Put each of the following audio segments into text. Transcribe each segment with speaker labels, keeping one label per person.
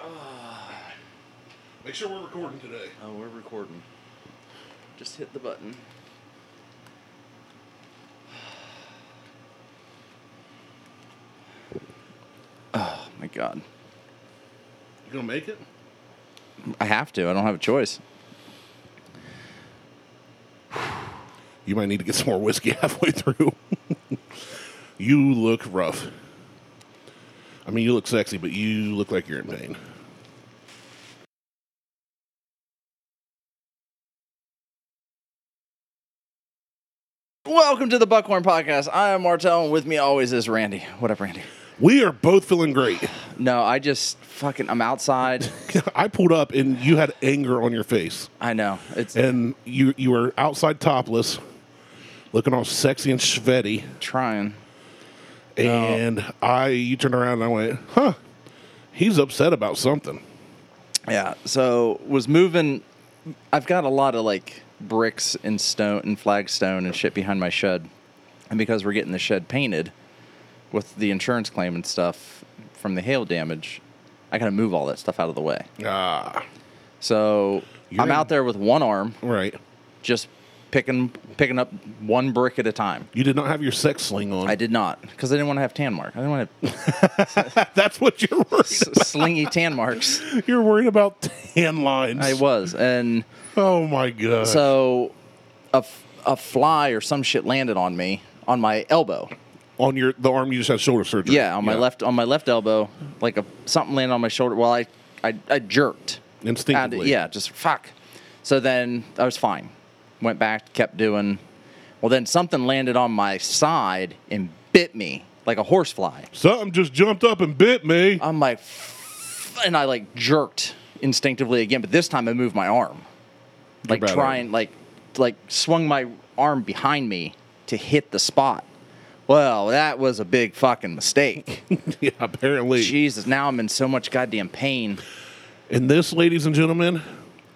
Speaker 1: Ah.
Speaker 2: Make sure we're recording today.
Speaker 1: oh, we're recording. Just hit the button. Oh my god.
Speaker 2: You gonna make it?
Speaker 1: I have to. I don't have a choice.
Speaker 2: You might need to get some more whiskey halfway through. you look rough. I mean, you look sexy, but you look like you're in pain.
Speaker 1: Welcome to the Buckhorn Podcast. I am Martel, and with me always is Randy. What up, Randy?
Speaker 2: We are both feeling great.
Speaker 1: No, I just fucking I'm outside.
Speaker 2: I pulled up and you had anger on your face,
Speaker 1: I know. It's
Speaker 2: and you you were outside topless, looking all sexy and sweaty.
Speaker 1: trying.
Speaker 2: And I you turned around and I went, huh? He's upset about something.
Speaker 1: Yeah. So was moving. I've got a lot of like bricks and stone and flagstone and shit behind my shed, and because we're getting the shed painted with the insurance claim and stuff from the hail damage, I gotta move all that stuff out of the way.
Speaker 2: Ah,
Speaker 1: So
Speaker 2: You're
Speaker 1: I'm
Speaker 2: in-
Speaker 1: out there with one arm,
Speaker 2: right.
Speaker 1: just picking picking up one brick at a time.
Speaker 2: You did not have your sex sling on.
Speaker 1: I did not because I didn't want to have tan mark. I didn't want to have
Speaker 2: That's what you're worried.
Speaker 1: s- slingy tan marks.
Speaker 2: You're worried about tan lines.
Speaker 1: I was and.
Speaker 2: oh my god.
Speaker 1: So, a, f- a fly or some shit landed on me on my elbow.
Speaker 2: on your the arm you just had shoulder surgery.
Speaker 1: Yeah, on my left on my left elbow, like a something landed on my shoulder. Well, I I, I jerked. And,
Speaker 2: Instinctively.
Speaker 1: yeah, just fuck. So then I was fine. Went back, kept doing. Well, then something landed on my side and bit me like a horsefly.
Speaker 2: Something just jumped up and bit me.
Speaker 1: I'm like, "F-" and I like jerked instinctively again, but this time I moved my arm, like
Speaker 2: bad
Speaker 1: trying, like, like swung my arm behind me to hit the spot. Well, that was a big fucking mistake.
Speaker 2: yeah, apparently.
Speaker 1: Jesus, now I'm in so much goddamn pain.
Speaker 2: And this, ladies and gentlemen,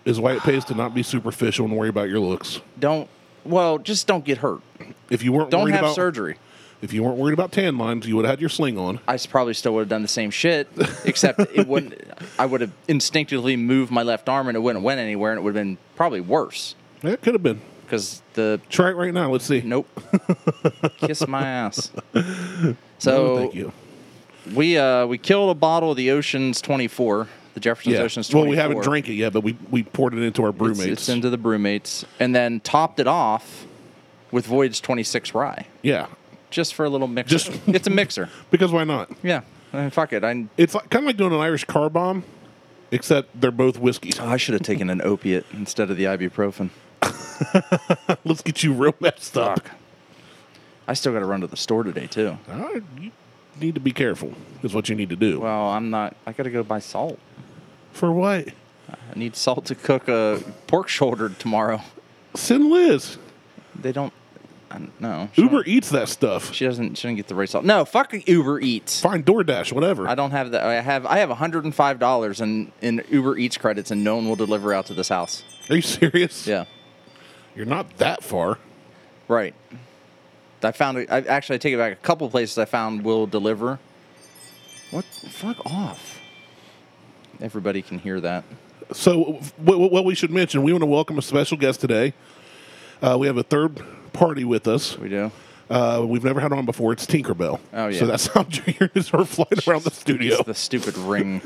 Speaker 2: is why it pays to not be superficial and worry about your looks.
Speaker 1: Don't, well, just don't get hurt.
Speaker 2: If you weren't
Speaker 1: Don't
Speaker 2: worried
Speaker 1: have
Speaker 2: about
Speaker 1: surgery.
Speaker 2: if you weren't worried about tan lines, you would have had your sling on.
Speaker 1: I s- probably still would have done the same shit, except it wouldn't. I would have instinctively moved my left arm, and it wouldn't have went anywhere, and it would have been probably worse
Speaker 2: That could have been.
Speaker 1: because the
Speaker 2: Try it right now. Let's see.
Speaker 1: Nope. Kiss my ass.
Speaker 2: No,
Speaker 1: So
Speaker 2: Oh, thank you.
Speaker 1: we uh, we killed a bottle of the Ocean's 24, the Jefferson's
Speaker 2: Yeah.
Speaker 1: Ocean's 24.
Speaker 2: Well, we haven't drank it yet, but we, we poured it into our
Speaker 1: It's-
Speaker 2: brewmates.
Speaker 1: It's, into the brewmates, and then topped it off with Void's 26 rye,
Speaker 2: yeah,
Speaker 1: just for a little mixer.
Speaker 2: Just-
Speaker 1: it's a mixer.
Speaker 2: because why not?
Speaker 1: Yeah. I mean, fuck it. I
Speaker 2: It's like, kind of like doing an Irish car bomb, except they're both whiskeys.
Speaker 1: I should have taken an opiate instead of the ibuprofen.
Speaker 2: Let's get you real messed up.
Speaker 1: I still got to run to the store today too.
Speaker 2: All right, you need to be careful. Is what you need to do.
Speaker 1: Well, I'm not. I got to go buy salt.
Speaker 2: For what?
Speaker 1: I need salt to cook a pork shoulder tomorrow.
Speaker 2: Send Liz.
Speaker 1: They don't. I don't know.
Speaker 2: Uber eats that stuff.
Speaker 1: She doesn't. She doesn't get the right salt. No, fuck Uber Eats.
Speaker 2: Find DoorDash, whatever.
Speaker 1: I don't have that. I have. I have 105 dollars in in Uber Eats credits, and no one will deliver out to this house.
Speaker 2: Are you serious?
Speaker 1: Yeah,
Speaker 2: You're not that far.
Speaker 1: right. I found. it- I actually I take it back. A couple places I found will deliver. What? Fuck off. Everybody can hear that.
Speaker 2: So, what, what we should mention, we want to welcome a special guest today. Uh, we have a third party with us.
Speaker 1: We do.
Speaker 2: Uh, we've never had on before. It's Tinkerbell.
Speaker 1: Oh, yeah.
Speaker 2: So that's how Junior is her flying around the studio.
Speaker 1: It's the stupid ring.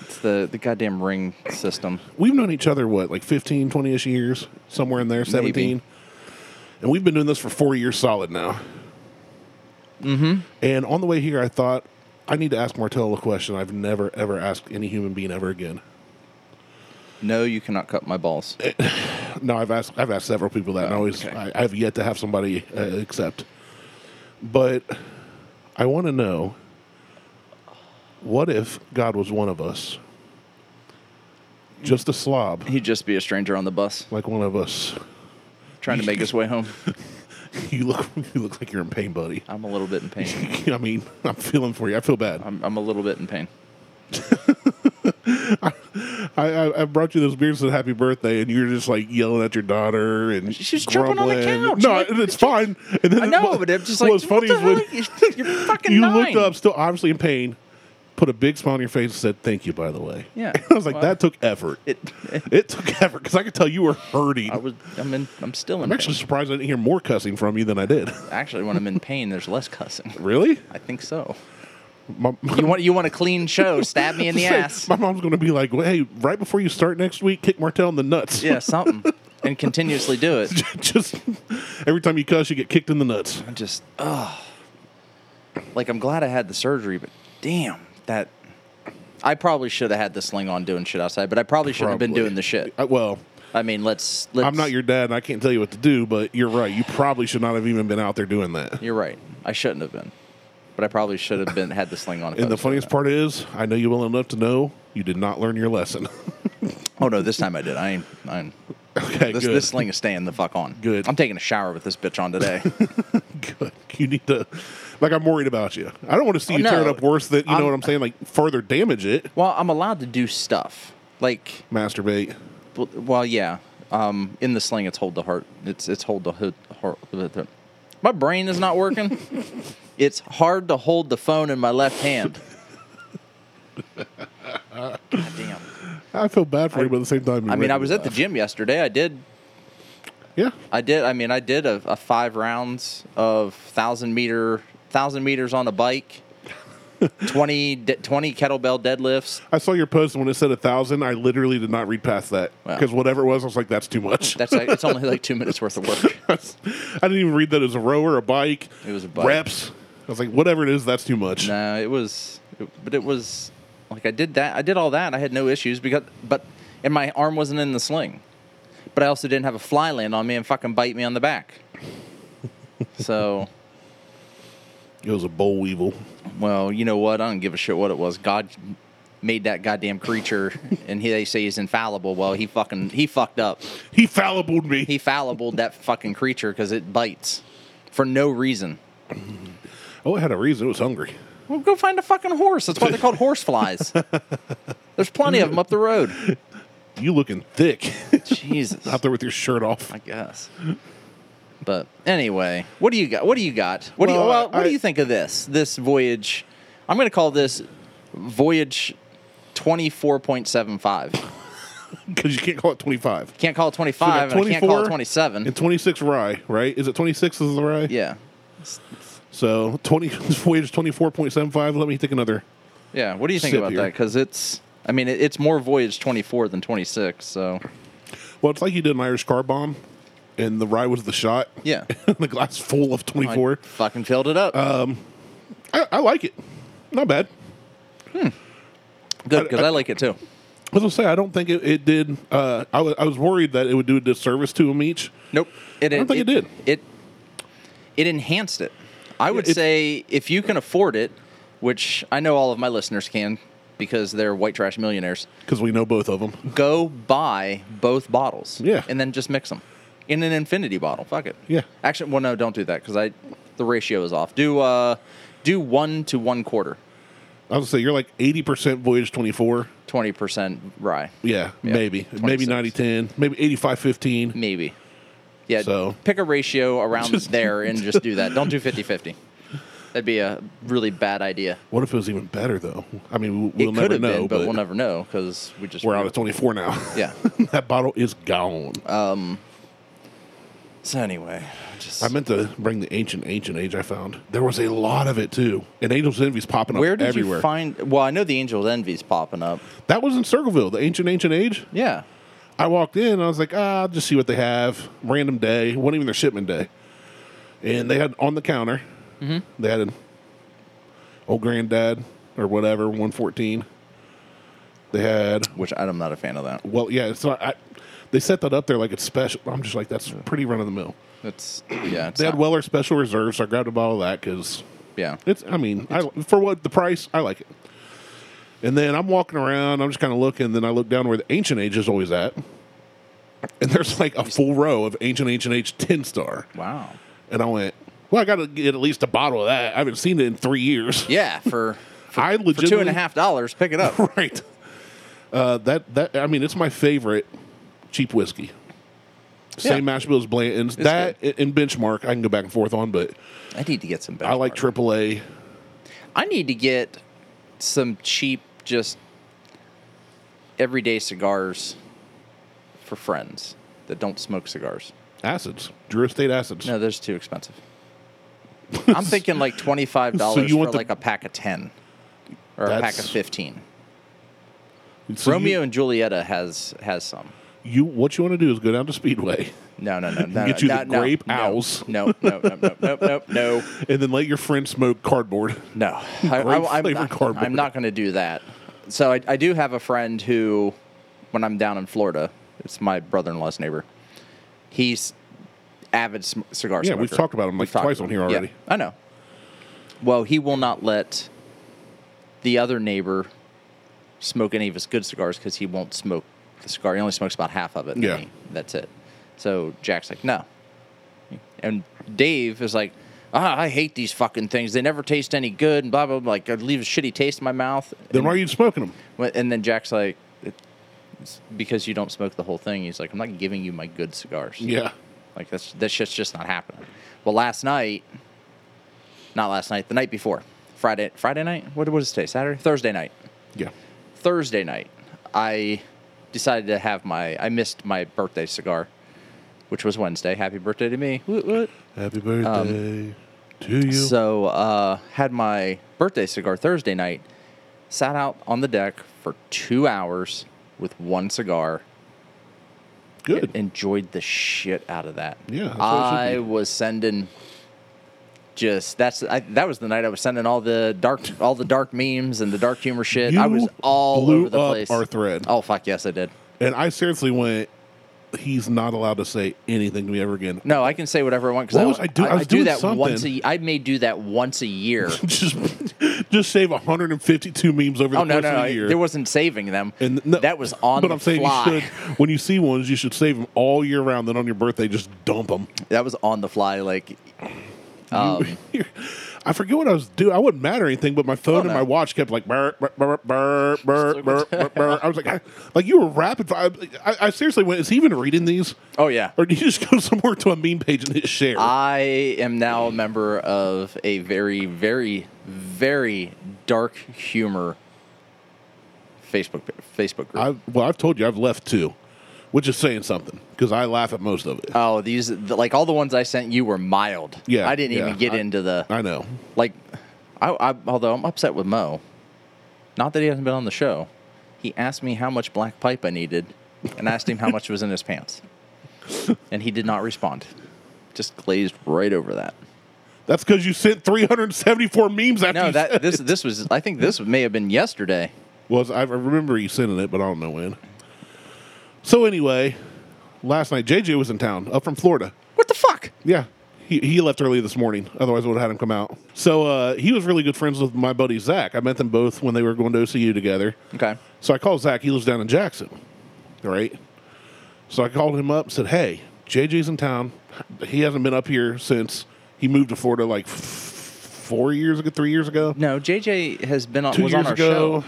Speaker 1: it's the the goddamn ring system.
Speaker 2: we've known each other what like 15 20ish years somewhere in there 17 and we've been doing this for four years solid now mm-hmm. and on the way here i thought i need to ask martell a question i've never ever asked any human being ever again
Speaker 1: No, you cannot cut my balls.
Speaker 2: no i've asked i've asked several people that and i always
Speaker 1: okay.
Speaker 2: I, i've yet to have somebody uh, accept but i want to know what if god was one of us just a slob
Speaker 1: He'd just be a stranger on the bus
Speaker 2: like one of us
Speaker 1: trying to make his way home.
Speaker 2: You look you look like you're in pain, buddy.
Speaker 1: I'm a little bit in pain.
Speaker 2: I mean, I'm feeling for you. I feel bad.
Speaker 1: I'm, I'm a little bit in pain.
Speaker 2: I, I, I brought you those beers and happy birthday, and you're just like yelling at your daughter and
Speaker 1: She's jumping on the
Speaker 2: grumbling.
Speaker 1: couch,
Speaker 2: No,
Speaker 1: like,
Speaker 2: and it's fine. And then
Speaker 1: I know, but I'm just like,
Speaker 2: what's funny
Speaker 1: what
Speaker 2: is
Speaker 1: the
Speaker 2: when
Speaker 1: hell? You're fucking
Speaker 2: you
Speaker 1: nine.
Speaker 2: looked up, still obviously in pain, put a big smile on your face and said, "Thank you." By the way,
Speaker 1: Yeah.
Speaker 2: I was like,
Speaker 1: Well,
Speaker 2: that took effort. It,
Speaker 1: It, it-
Speaker 2: took effort because I could tell you were hurting.
Speaker 1: I was. I'm in. I'm still in.
Speaker 2: I'm actually
Speaker 1: pain.
Speaker 2: surprised I didn't hear more cussing from you than I did.
Speaker 1: Actually, when I'm in pain, there's less cussing.
Speaker 2: really?
Speaker 1: I think so.
Speaker 2: My, my-
Speaker 1: You want you want a clean show? Stab me in the
Speaker 2: say,
Speaker 1: ass.
Speaker 2: My mom's going to be like, well, "Hey, right before you start next week, kick Martell in the nuts."
Speaker 1: Yeah, something, and continuously do it.
Speaker 2: Just every time you cuss, you get kicked in the nuts.
Speaker 1: I'm just, ugh. Like I'm glad I had the surgery, but damn that. I probably should have had the sling on doing shit outside, but I probably shouldn't have
Speaker 2: Probably.
Speaker 1: been doing the shit.
Speaker 2: I, well,
Speaker 1: I mean, let's. let's
Speaker 2: I'm not your dad, and I can't tell you what to do. But you're right. You probably should not have even been out there doing that.
Speaker 1: You're right. I shouldn't have been, but I probably should have been had the sling on. if I
Speaker 2: And the
Speaker 1: was doing
Speaker 2: funniest part is, I know you well enough to know you did not learn your lesson.
Speaker 1: that. Oh no, this time I did. I ain't. I ain't
Speaker 2: okay,
Speaker 1: this,
Speaker 2: good.
Speaker 1: this sling is staying the fuck on.
Speaker 2: Good.
Speaker 1: I'm taking a shower with this bitch on today.
Speaker 2: good. You need to. Like I'm worried about you. I don't want to see
Speaker 1: Oh,
Speaker 2: you tear it
Speaker 1: no.
Speaker 2: up worse than you know
Speaker 1: I'm-
Speaker 2: what I'm saying. Like further damage it,
Speaker 1: well, I'm allowed to do stuff like.
Speaker 2: masturbate.
Speaker 1: Well, well yeah. Um, in the sling, it's hold the heart. It's it's hold the hood. Heart. My brain is not working. it's hard to hold the phone in my left hand. God damn.
Speaker 2: I feel bad for you, but at the same time,
Speaker 1: I mean, I was at the gym yesterday. I did.
Speaker 2: yeah.
Speaker 1: I did. I mean, I did a, a five rounds of thousand meter, thousand meters on a bike, 20, de- 20 kettlebell deadlifts.
Speaker 2: I saw your post and when it said a thousand. I literally did not read past that
Speaker 1: Wow.
Speaker 2: because whatever it was, I was like, that's too much.
Speaker 1: That's like, it's only like two minutes worth of work.
Speaker 2: I didn't even read that as a rower, a bike.
Speaker 1: It was a bike.
Speaker 2: Reps. I was like, whatever it is, that's too much.
Speaker 1: No, it was, it, but it was like I did that. I did all that. I had no issues because, but and my arm wasn't in the sling, but I also didn't have a fly land on me and fucking bite me on the back. so,
Speaker 2: It was a boll weevil.
Speaker 1: well, you know what? I don't give a shit what it was. God made that goddamn creature, and he, they say he's infallible. Well, he fucking he fucked up.
Speaker 2: He fallible me.
Speaker 1: He fallible that fucking creature because it bites for no reason.
Speaker 2: oh, it had a reason. It was hungry.
Speaker 1: Well, go find a fucking horse. That's why they're called horse flies. There's plenty of them up the road.
Speaker 2: You looking thick
Speaker 1: Jesus.
Speaker 2: out there with your shirt off.
Speaker 1: I guess. But anyway, what do you got? What do you got? What do you
Speaker 2: Well,
Speaker 1: well, what
Speaker 2: I-
Speaker 1: do you think of this? This voyage I'm going to call this voyage 24.75.
Speaker 2: Because you can't call it 25.
Speaker 1: Can't call it
Speaker 2: So we
Speaker 1: 25
Speaker 2: got
Speaker 1: and I can't call it
Speaker 2: and
Speaker 1: 27.
Speaker 2: 26 rye, right? Is it 26 is the rye?
Speaker 1: Yeah.
Speaker 2: So 20, voyage 24.75. Let me take another.
Speaker 1: Yeah, what do you think
Speaker 2: Sip
Speaker 1: about
Speaker 2: here.
Speaker 1: that cuz it's I mean it, it's more voyage 24 than 26, so
Speaker 2: Well, it's like you did an Irish car bomb, and the rye was the shot.
Speaker 1: yeah.
Speaker 2: the glass full of
Speaker 1: I
Speaker 2: 24.
Speaker 1: fucking filled it up.
Speaker 2: Uh,
Speaker 1: Oh,
Speaker 2: I, I like it. Not bad.
Speaker 1: Good cuz I, like it
Speaker 2: I
Speaker 1: too.
Speaker 2: was gonna say I don't think it, it did. Uh, I wa- I was worried that it would do a disservice to them each.
Speaker 1: Nope. It,
Speaker 2: I don't think it did.
Speaker 1: It it enhanced it. I would
Speaker 2: it-
Speaker 1: say if you can afford it, which I know all of my listeners can because they're white trash millionaires,
Speaker 2: because we know both of them.
Speaker 1: go buy both bottles.
Speaker 2: Yeah.
Speaker 1: And then just mix them in an infinity bottle. Fuck it.
Speaker 2: Yeah.
Speaker 1: Actually, well, no, don't do that because I the ratio is off. Do uh, do one to one quarter,
Speaker 2: I was gonna say you're like eighty percent voyage twenty four.
Speaker 1: twenty percent rye,
Speaker 2: Yeah,
Speaker 1: Yeah,
Speaker 2: maybe
Speaker 1: 26.
Speaker 2: maybe 90 10 maybe 85 15
Speaker 1: maybe. Yeah.
Speaker 2: So-
Speaker 1: pick a ratio around
Speaker 2: Just-
Speaker 1: there and just do that. Don't do 50-50. That'd be a really bad idea.
Speaker 2: What if it was even better though? I mean,
Speaker 1: It
Speaker 2: we'll, we'll never
Speaker 1: could have
Speaker 2: know.
Speaker 1: been,
Speaker 2: but
Speaker 1: but, we'll never know because we just
Speaker 2: We're out of twenty four now.
Speaker 1: Yeah. Uh,
Speaker 2: that bottle is gone.
Speaker 1: So anyway, just
Speaker 2: I meant to bring the ancient ancient age. I found there was a lot of it too, and Angel's Envy's popping up
Speaker 1: where did
Speaker 2: everywhere.
Speaker 1: you find? Well, I know the Angel's Envy's popping up.
Speaker 2: that was in Circleville, the ancient ancient age.
Speaker 1: Yeah,
Speaker 2: I walked in. I was like, ah, I'll just see what they have. Random day. wasn't even their shipment day. And they had on the counter. They had an old granddad or whatever, one fourteen. They had
Speaker 1: which I'm not a fan of that.
Speaker 2: well, yeah. It's not. I, they set that up there like it's special. I'm just like that's pretty run of the mill.
Speaker 1: It's yeah, it's
Speaker 2: They had
Speaker 1: not-
Speaker 2: Weller Special Reserves. So I grabbed a bottle of that because
Speaker 1: yeah.
Speaker 2: it's. I mean, I, for what the price, I like it. And then I'm walking around. I'm just kind of looking. Then I look down where the Ancient Age is always at, and there's like a full row of Ancient Ancient Age ten star.
Speaker 1: Wow.
Speaker 2: And I went, well, I got to get at least a bottle of that. I haven't seen it in three years.
Speaker 1: Yeah, for for,
Speaker 2: I
Speaker 1: for
Speaker 2: legitimately
Speaker 1: two and a half dollars, pick it up.
Speaker 2: right. Uh, that that I mean, it's my favorite cheap whiskey. Same mash bill as Blanton's. that and Benchmark, I can go back and forth on, but
Speaker 1: I need to get some. Benchmark.
Speaker 2: I like AAA.
Speaker 1: I need to get some cheap, just everyday cigars for friends that don't smoke cigars.
Speaker 2: Acids, Drew Estate acids.
Speaker 1: No, those are too expensive. I'm thinking like twenty five
Speaker 2: So
Speaker 1: dollars
Speaker 2: you
Speaker 1: for
Speaker 2: want the-
Speaker 1: like a pack of ten or a pack of
Speaker 2: That's-
Speaker 1: fifteen.
Speaker 2: So
Speaker 1: Romeo
Speaker 2: You,
Speaker 1: and Julieta has has some.
Speaker 2: you, what you want to do is go down to Speedway
Speaker 1: No, no, no, no.
Speaker 2: get
Speaker 1: no,
Speaker 2: you the
Speaker 1: no, no,
Speaker 2: grape
Speaker 1: no,
Speaker 2: owls.
Speaker 1: No, no, no, no, no, no, no.
Speaker 2: and then let your friend smoke cardboard.
Speaker 1: No, I,
Speaker 2: Grape
Speaker 1: I, I'm
Speaker 2: flavored
Speaker 1: not,
Speaker 2: cardboard.
Speaker 1: I'm not going to do that. So I, I do have a friend who, when I'm down in Florida, it's my brother-in-law's neighbor. He's avid sm- cigar
Speaker 2: Yeah,
Speaker 1: smoker.
Speaker 2: we've talked about him, like,
Speaker 1: We've talked
Speaker 2: twice
Speaker 1: about
Speaker 2: on here
Speaker 1: him. Yeah,
Speaker 2: already.
Speaker 1: I know. Well, he will not let the other neighbor smoke any of his good cigars because he won't smoke the cigar. He only smokes about half of it. and
Speaker 2: Yeah.
Speaker 1: he- that's it. So Jack's like, no, and Dave is like, ah, I hate these fucking things. They never taste any good, and blah blah. blah. Like, I leave a shitty taste in my mouth.
Speaker 2: Then why are you smoking them?
Speaker 1: Wh- And then Jack's like, it's because you don't smoke the whole thing. He's like, I'm not giving you my good cigars.
Speaker 2: Yeah.
Speaker 1: Like that's that shit's just not happening. Well, last night, not last night, the night before, Friday, Friday night. What was it today? Saturday, Thursday night.
Speaker 2: Yeah.
Speaker 1: Thursday night, I decided to have my. I missed my birthday cigar, which was Wednesday. Happy birthday to me! Woot woot.
Speaker 2: Happy birthday to you.
Speaker 1: Um, So uh, had my birthday cigar Thursday night. Sat out on the deck for two hours with one cigar.
Speaker 2: Good.
Speaker 1: Enjoyed the shit out of that.
Speaker 2: Yeah, that's what it should
Speaker 1: I
Speaker 2: be.
Speaker 1: was sending. Just that's I, that was the night I was sending all the dark all the dark memes and the dark humor shit. I
Speaker 2: You
Speaker 1: was all
Speaker 2: blew
Speaker 1: over the
Speaker 2: up
Speaker 1: place.
Speaker 2: our thread.
Speaker 1: Oh fuck yes, I did.
Speaker 2: and I seriously went. He's not allowed to say anything to me ever again.
Speaker 1: No, I can say whatever I want
Speaker 2: What
Speaker 1: because
Speaker 2: was I do- I was
Speaker 1: do
Speaker 2: doing
Speaker 1: that once.
Speaker 2: something.
Speaker 1: A, I may do that once a year.
Speaker 2: just, just save 152 memes over the
Speaker 1: Oh no,
Speaker 2: course
Speaker 1: no,
Speaker 2: of
Speaker 1: no!
Speaker 2: the year.
Speaker 1: There wasn't saving them.
Speaker 2: And no-
Speaker 1: that was on
Speaker 2: But
Speaker 1: the
Speaker 2: I'm saying
Speaker 1: fly.
Speaker 2: you should, when you see ones, you should save them all year round. Then on your birthday, just dump them.
Speaker 1: That was on the fly. Like, um,
Speaker 2: I forget what I was doing. I wouldn't matter anything, but my phone and
Speaker 1: Oh, no.
Speaker 2: my watch kept like burr, burr, burr, burr, burr, burr, burr, burr. I was like, I, like you were rapid fire. I, I seriously went. Is he even reading these?
Speaker 1: oh yeah,
Speaker 2: Or do you just go somewhere to a meme page and hit share?
Speaker 1: I am now a member of a very, very, very dark humor Facebook Facebook group.
Speaker 2: I well, I've told you I've left two, which is saying something because I laugh at most of it.
Speaker 1: oh, these the, like all the ones I sent you were mild.
Speaker 2: Yeah,
Speaker 1: I didn't
Speaker 2: yeah.
Speaker 1: even get
Speaker 2: I-
Speaker 1: into the
Speaker 2: I know.
Speaker 1: like I, I although I'm upset with Mo. Not that he hasn't been on the show. He asked me how much black pipe I needed and asked him how much was in his pants. And he did not respond. Just glazed right over that.
Speaker 2: That's because you sent 374 memes after
Speaker 1: No,
Speaker 2: you
Speaker 1: that
Speaker 2: said
Speaker 1: this
Speaker 2: it.
Speaker 1: this was I think this may have been yesterday.
Speaker 2: was. I remember you sending it, but I don't know when. So anyway, last night JJ was in town, up from Florida.
Speaker 1: What the fuck?
Speaker 2: Yeah. He, he left early this morning. Otherwise, I would have had him come out. So uh, he was really good friends with my buddy Zach. I met them both when they were going to OCU together.
Speaker 1: Okay.
Speaker 2: So I called Zach. He lives down in Jackson. All right. So I called him up and said, Hey, JJ's in town. He hasn't been up here since he moved to Florida like f- four years ago, three years ago.
Speaker 1: No, JJ has been on
Speaker 2: Two
Speaker 1: was
Speaker 2: years
Speaker 1: on our
Speaker 2: ago.
Speaker 1: show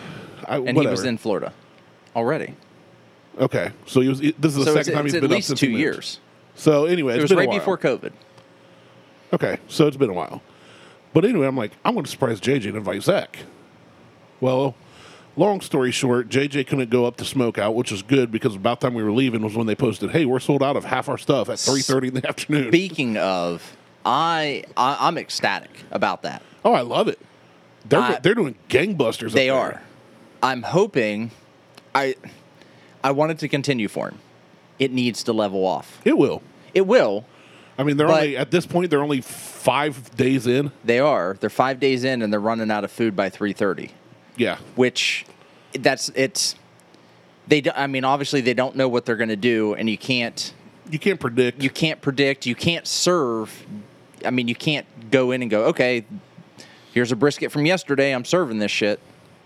Speaker 2: I,
Speaker 1: and he was in Florida already.
Speaker 2: Okay. So he was, this is the
Speaker 1: So it's,
Speaker 2: second time he's
Speaker 1: it's at
Speaker 2: been up
Speaker 1: least
Speaker 2: since
Speaker 1: two
Speaker 2: he moved.
Speaker 1: years.
Speaker 2: So anyway,
Speaker 1: It
Speaker 2: it's
Speaker 1: was
Speaker 2: been a
Speaker 1: right
Speaker 2: while.
Speaker 1: before COVID.
Speaker 2: Okay, so it's been a while. But anyway, I'm like, I'm going to surprise JJ and invite Zach. Well, long story short, JJ couldn't go up to smoke out, which is good because about the time we were leaving was when they posted, "Hey, we're sold out of half our stuff at 3:30 in the afternoon."
Speaker 1: Speaking of, I, I I'm ecstatic about that.
Speaker 2: oh, I love it. They're
Speaker 1: I-
Speaker 2: they're doing gangbusters. up
Speaker 1: They
Speaker 2: there.
Speaker 1: are. I'm hoping. I I wanted to continue for him. It needs to level off.
Speaker 2: It will.
Speaker 1: It will.
Speaker 2: I mean, they're
Speaker 1: But-
Speaker 2: only at this point they're only five days in.
Speaker 1: They are. They're five days in, and they're running out of food by three thirty.
Speaker 2: Yeah,
Speaker 1: Which that's it's. They. do- I mean, obviously, they don't know what they're going to do, and you can't.
Speaker 2: you can't predict.
Speaker 1: You can't predict. You can't serve. I mean, you can't go in and go. Okay, here's a brisket from yesterday. I'm serving this shit.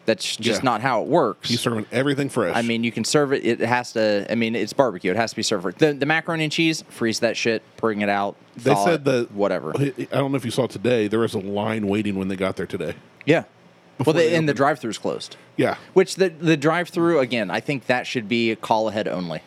Speaker 1: That's just
Speaker 2: Yeah.
Speaker 1: not how it works.
Speaker 2: He's serving everything fresh.
Speaker 1: I mean, you can serve it. It has to. I mean, it's barbecue. It has to be served. The, the macaroni and cheese, freeze that shit, bring it out.
Speaker 2: they
Speaker 1: thaw
Speaker 2: said
Speaker 1: it,
Speaker 2: that
Speaker 1: whatever.
Speaker 2: I don't know if you saw today. There was a line waiting when they got there today.
Speaker 1: Yeah. Well,
Speaker 2: they
Speaker 1: they, and the
Speaker 2: open.
Speaker 1: drive-through's closed.
Speaker 2: Yeah,
Speaker 1: Which the the drive-through again, I think that should be a call ahead only.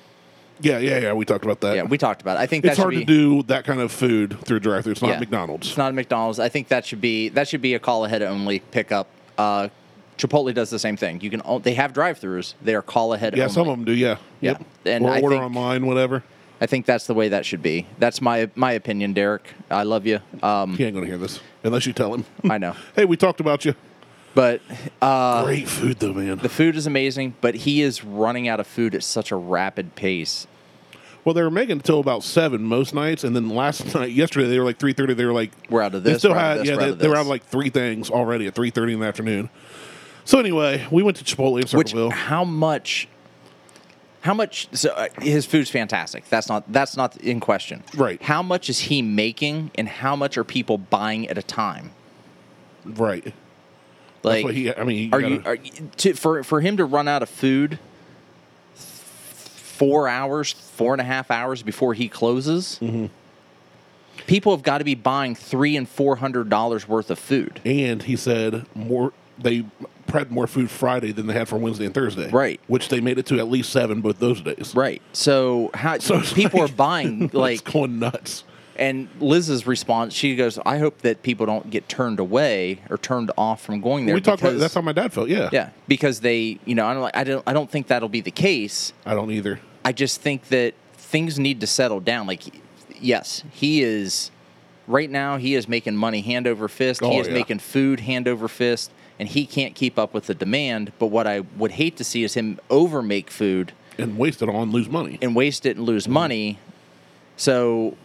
Speaker 2: Yeah, yeah, yeah. We talked about that.
Speaker 1: Yeah, we talked about. It. I think that
Speaker 2: it's
Speaker 1: should
Speaker 2: hard
Speaker 1: be,
Speaker 2: to do that kind of food through drive through. It's not
Speaker 1: yeah.
Speaker 2: McDonald's.
Speaker 1: It's not a McDonald's. I think that should be that should be a call ahead only pickup. Uh, Chipotle does the same thing. You can all, they have drive-throughs. They are call ahead.
Speaker 2: Yeah,
Speaker 1: only.
Speaker 2: some of them do. Yeah.
Speaker 1: Yeah. And
Speaker 2: or
Speaker 1: I
Speaker 2: order
Speaker 1: think-
Speaker 2: online, whatever.
Speaker 1: I think that's the way that should be. That's my my opinion, Derek. I love you. Um,
Speaker 2: He ain't gonna hear this unless you tell him.
Speaker 1: I know,
Speaker 2: hey, we talked about you.
Speaker 1: but uh,
Speaker 2: Great food though, man.
Speaker 1: the food is amazing. But he is running out of food at such a rapid pace.
Speaker 2: Well, they were making it till about seven most nights, and then last night, yesterday, they were like three thirty. They were like,
Speaker 1: We're out of
Speaker 2: They
Speaker 1: this,
Speaker 2: still
Speaker 1: we're out
Speaker 2: had,
Speaker 1: of this,
Speaker 2: yeah,
Speaker 1: we're
Speaker 2: they,
Speaker 1: out of
Speaker 2: they were
Speaker 1: this.
Speaker 2: out of like three things already at three thirty in the afternoon. So anyway, we went to Chipotle in
Speaker 1: Which
Speaker 2: Circleville.
Speaker 1: how much? How much? So uh, his food's fantastic. That's not that's not in question.
Speaker 2: Right.
Speaker 1: How much is he making, and how much are people buying at a time?
Speaker 2: right? That's
Speaker 1: Like,
Speaker 2: what he. I mean, you
Speaker 1: are
Speaker 2: gotta-
Speaker 1: you are you- to, for for him to run out of food? f- Four hours, four and a half hours before he closes.
Speaker 2: Mm-hmm.
Speaker 1: People have got to be buying three and four hundred dollars worth of food.
Speaker 2: and he said more. They had more food Friday than they had for Wednesday and Thursday.
Speaker 1: Right.
Speaker 2: Which they made it to at least seven both those days.
Speaker 1: Right. So how
Speaker 2: So it's
Speaker 1: people
Speaker 2: like-
Speaker 1: are buying
Speaker 2: it's
Speaker 1: like
Speaker 2: going nuts.
Speaker 1: and Liz's response, she goes, I hope that people don't get turned away or turned off from going there.
Speaker 2: We talked about
Speaker 1: because-
Speaker 2: that's how my dad felt. Yeah.
Speaker 1: Yeah. Because they you know, I don't I don't I don't think that'll be the case.
Speaker 2: I don't either.
Speaker 1: I just think that things need to settle down. Like, yes, he is right now. He is making money hand over fist. he
Speaker 2: Oh,
Speaker 1: is
Speaker 2: yeah.
Speaker 1: making food hand over fist, and he can't keep up with the demand. But what I would hate to see is him overmake food
Speaker 2: And waste it on lose money.
Speaker 1: and waste it and lose
Speaker 2: Mm-hmm.
Speaker 1: money. So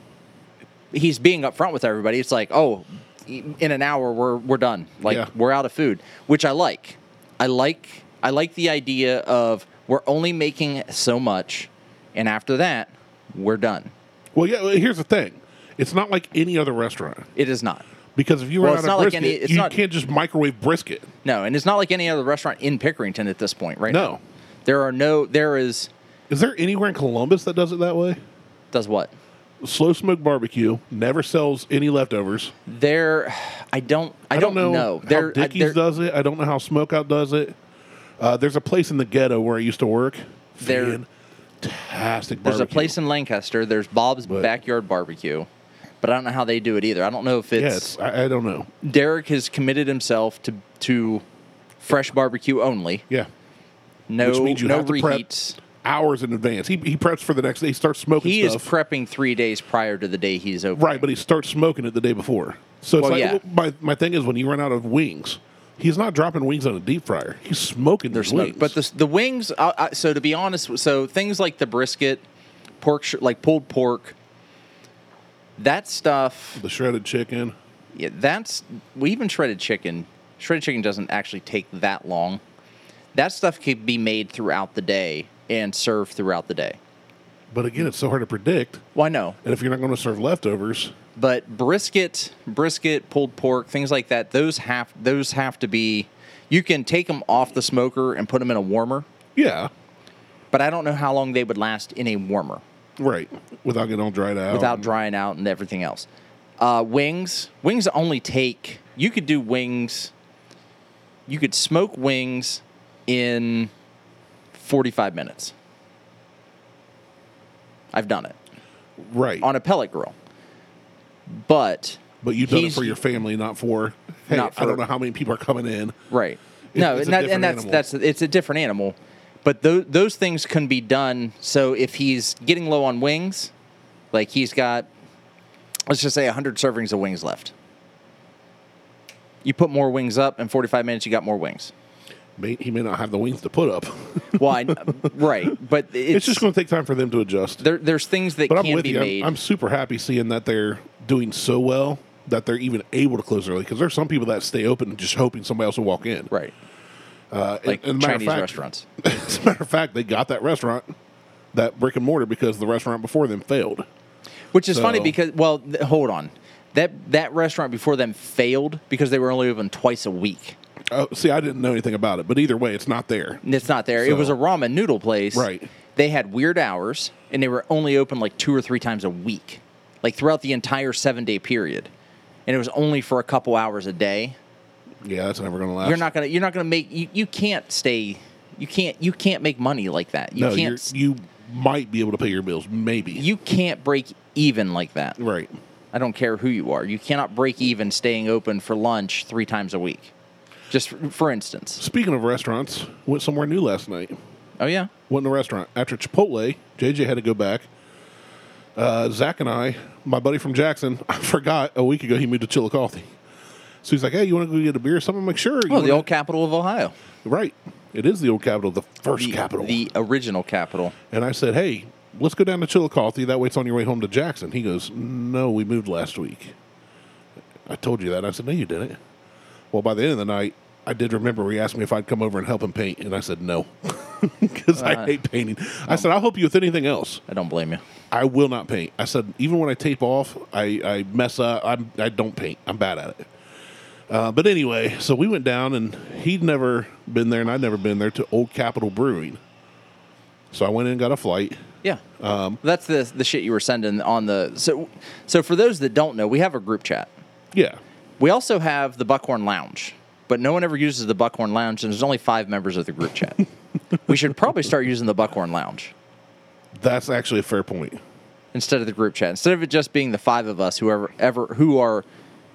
Speaker 1: he's being upfront with everybody. It's like, oh, in an hour we're we're done. Like
Speaker 2: Yeah.
Speaker 1: we're out of food, which I like. I like I like the idea of we're only making so much, and after that we're done.
Speaker 2: Well, yeah. well, Here's the thing. It's not like any other restaurant
Speaker 1: It is not.
Speaker 2: because if you
Speaker 1: Well,
Speaker 2: run
Speaker 1: it's
Speaker 2: out of
Speaker 1: not like
Speaker 2: brisket,
Speaker 1: any- it's
Speaker 2: you
Speaker 1: not-
Speaker 2: can't just microwave brisket.
Speaker 1: No, and it's not like any other restaurant in Pickerington at this point, right?
Speaker 2: No.
Speaker 1: now. There are no there is
Speaker 2: Is there anywhere in Columbus that does it that way?
Speaker 1: does what?
Speaker 2: Slow Smoke Barbecue never sells any leftovers.
Speaker 1: There I don't I,
Speaker 2: I don't know, how
Speaker 1: There I-
Speaker 2: Dickie's
Speaker 1: there-
Speaker 2: does it. I don't know how Smokeout does it. Uh, there's a place in the ghetto where I used to work.
Speaker 1: There-
Speaker 2: Fantastic
Speaker 1: There's a
Speaker 2: barbecue.
Speaker 1: place in Lancaster. There's Bob's Backyard Barbecue, but I don't know how they do it either. I don't know if it's,
Speaker 2: Yeah, it's, I, I don't know.
Speaker 1: Derek has committed himself to to fresh barbecue only.
Speaker 2: Yeah.
Speaker 1: No,
Speaker 2: Which means you
Speaker 1: no
Speaker 2: have to prep
Speaker 1: reheats.
Speaker 2: hours in advance. He, he preps for the next day. He starts smoking
Speaker 1: He
Speaker 2: stuff.
Speaker 1: is prepping three days prior to the day he's open.
Speaker 2: Right, but he starts smoking it the day before. So it's
Speaker 1: Well,
Speaker 2: like
Speaker 1: yeah.
Speaker 2: my my thing is when you run out of wings, he's not dropping wings on a deep fryer. He's smoking
Speaker 1: They're
Speaker 2: his
Speaker 1: smoked.
Speaker 2: wings.
Speaker 1: But the the wings. I, I, so to be honest, so things like the brisket, pork, sh- like pulled pork, that stuff.
Speaker 2: the shredded chicken.
Speaker 1: Yeah, that's we even shredded chicken. Shredded chicken doesn't actually take that long. That stuff could be made throughout the day and served throughout the day.
Speaker 2: But again, it's so hard to predict.
Speaker 1: Well, I know,
Speaker 2: And if you're not going to serve leftovers,
Speaker 1: but brisket, brisket, pulled pork, things like that. Those have those have to be. You can take them off the smoker and put them in a warmer,
Speaker 2: yeah,
Speaker 1: but I don't know how long they would last in a warmer
Speaker 2: right. Without getting all dried out.
Speaker 1: without drying out and everything else. Uh, wings, wings only take. You could do wings. You could smoke wings in forty-five minutes. I've done it
Speaker 2: right.
Speaker 1: on a pellet grill, but
Speaker 2: but you've done it
Speaker 1: he's-
Speaker 2: for your family, not for. Hey,
Speaker 1: Not
Speaker 2: I
Speaker 1: for-
Speaker 2: don't know how many people are coming in.
Speaker 1: Right.
Speaker 2: It-
Speaker 1: no,
Speaker 2: it's a
Speaker 1: and, that,
Speaker 2: different
Speaker 1: and that's
Speaker 2: animal.
Speaker 1: that's it's a different animal. But those those things can be done. So if he's getting low on wings, like he's got, let's just say hundred servings of wings left. You put more wings up in forty five minutes, you got more wings.
Speaker 2: May, he may not have the wings to put up.
Speaker 1: Well, I, right, but it's,
Speaker 2: it's just going to take time for them to adjust.
Speaker 1: there, there's things that
Speaker 2: But
Speaker 1: can
Speaker 2: I'm with
Speaker 1: be
Speaker 2: you. I'm-
Speaker 1: made.
Speaker 2: I'm, super happy seeing that they're doing so well that they're even able to close early because there's some people that stay open just hoping somebody else will walk in.
Speaker 1: right,
Speaker 2: Uh, and-
Speaker 1: like
Speaker 2: and matter of
Speaker 1: Chinese
Speaker 2: fact-
Speaker 1: restaurants.
Speaker 2: As a matter of fact, they got that restaurant, that brick and mortar, because the restaurant before them failed.
Speaker 1: Which is funny
Speaker 2: So-
Speaker 1: because well, th- hold on, that that restaurant before them failed because they were only open twice a week.
Speaker 2: Oh, see, I didn't know anything about it, but either way, it's not there.
Speaker 1: And It's not there. it was a
Speaker 2: So-
Speaker 1: ramen noodle place.
Speaker 2: Right.
Speaker 1: They had weird hours and they were only open like two or three times a week, like throughout the entire seven day period. And it was only for a couple hours a day.
Speaker 2: Yeah, that's never going to last.
Speaker 1: You're not gonna you're not gonna make you, you can't stay you can't you can't make money like that. You
Speaker 2: No, you're-
Speaker 1: can't you,
Speaker 2: you might be able to pay your bills, maybe.
Speaker 1: you can't break even like that.
Speaker 2: right.
Speaker 1: I don't care who you are. You cannot break even staying open for lunch three times a week. Just for, for instance.
Speaker 2: Speaking of restaurants, went somewhere new last night.
Speaker 1: Oh yeah.
Speaker 2: Went in a restaurant after Chipotle. JJ had to go back. Uh, Zach and I, my buddy from Jackson, I forgot a week ago he moved to Chillicothe. So he's like, "Hey, you want to go get a beer or something?" I'm like, "Sure." you
Speaker 1: Oh, the
Speaker 2: wanna-"
Speaker 1: old capital of Ohio.
Speaker 2: right. It is the old capital, the first
Speaker 1: The-
Speaker 2: capital.
Speaker 1: The original capital.
Speaker 2: And I said, "Hey, let's go down to Chillicothe. That way, it's on your way home to Jackson." He goes, "No, we moved last week." I told you that. And I said, "No, you didn't." Well, by the end of the night, I did remember. He asked me if I'd come over and help him paint, and I said no because I hate painting. I said, "I'll help you with anything else.
Speaker 1: I don't blame you.
Speaker 2: I will not paint." I said, "Even when I tape off, I, I mess up. I'm, I don't paint. I'm bad at it." Uh, but anyway, so we went down, and he'd never been there, and I'd never been there to Old Capitol Brewing. So I went in and got a flight.
Speaker 1: Yeah. Um, That's the the shit you were sending on the so so for those that don't know, we have a group chat.
Speaker 2: Yeah.
Speaker 1: We also have the Buckhorn Lounge, but no one ever uses the Buckhorn Lounge, and there's only five members of the group chat. we should probably start using the Buckhorn Lounge
Speaker 2: That's actually a fair point.
Speaker 1: instead of the group chat. Instead of it just being the five of us, whoever ever who are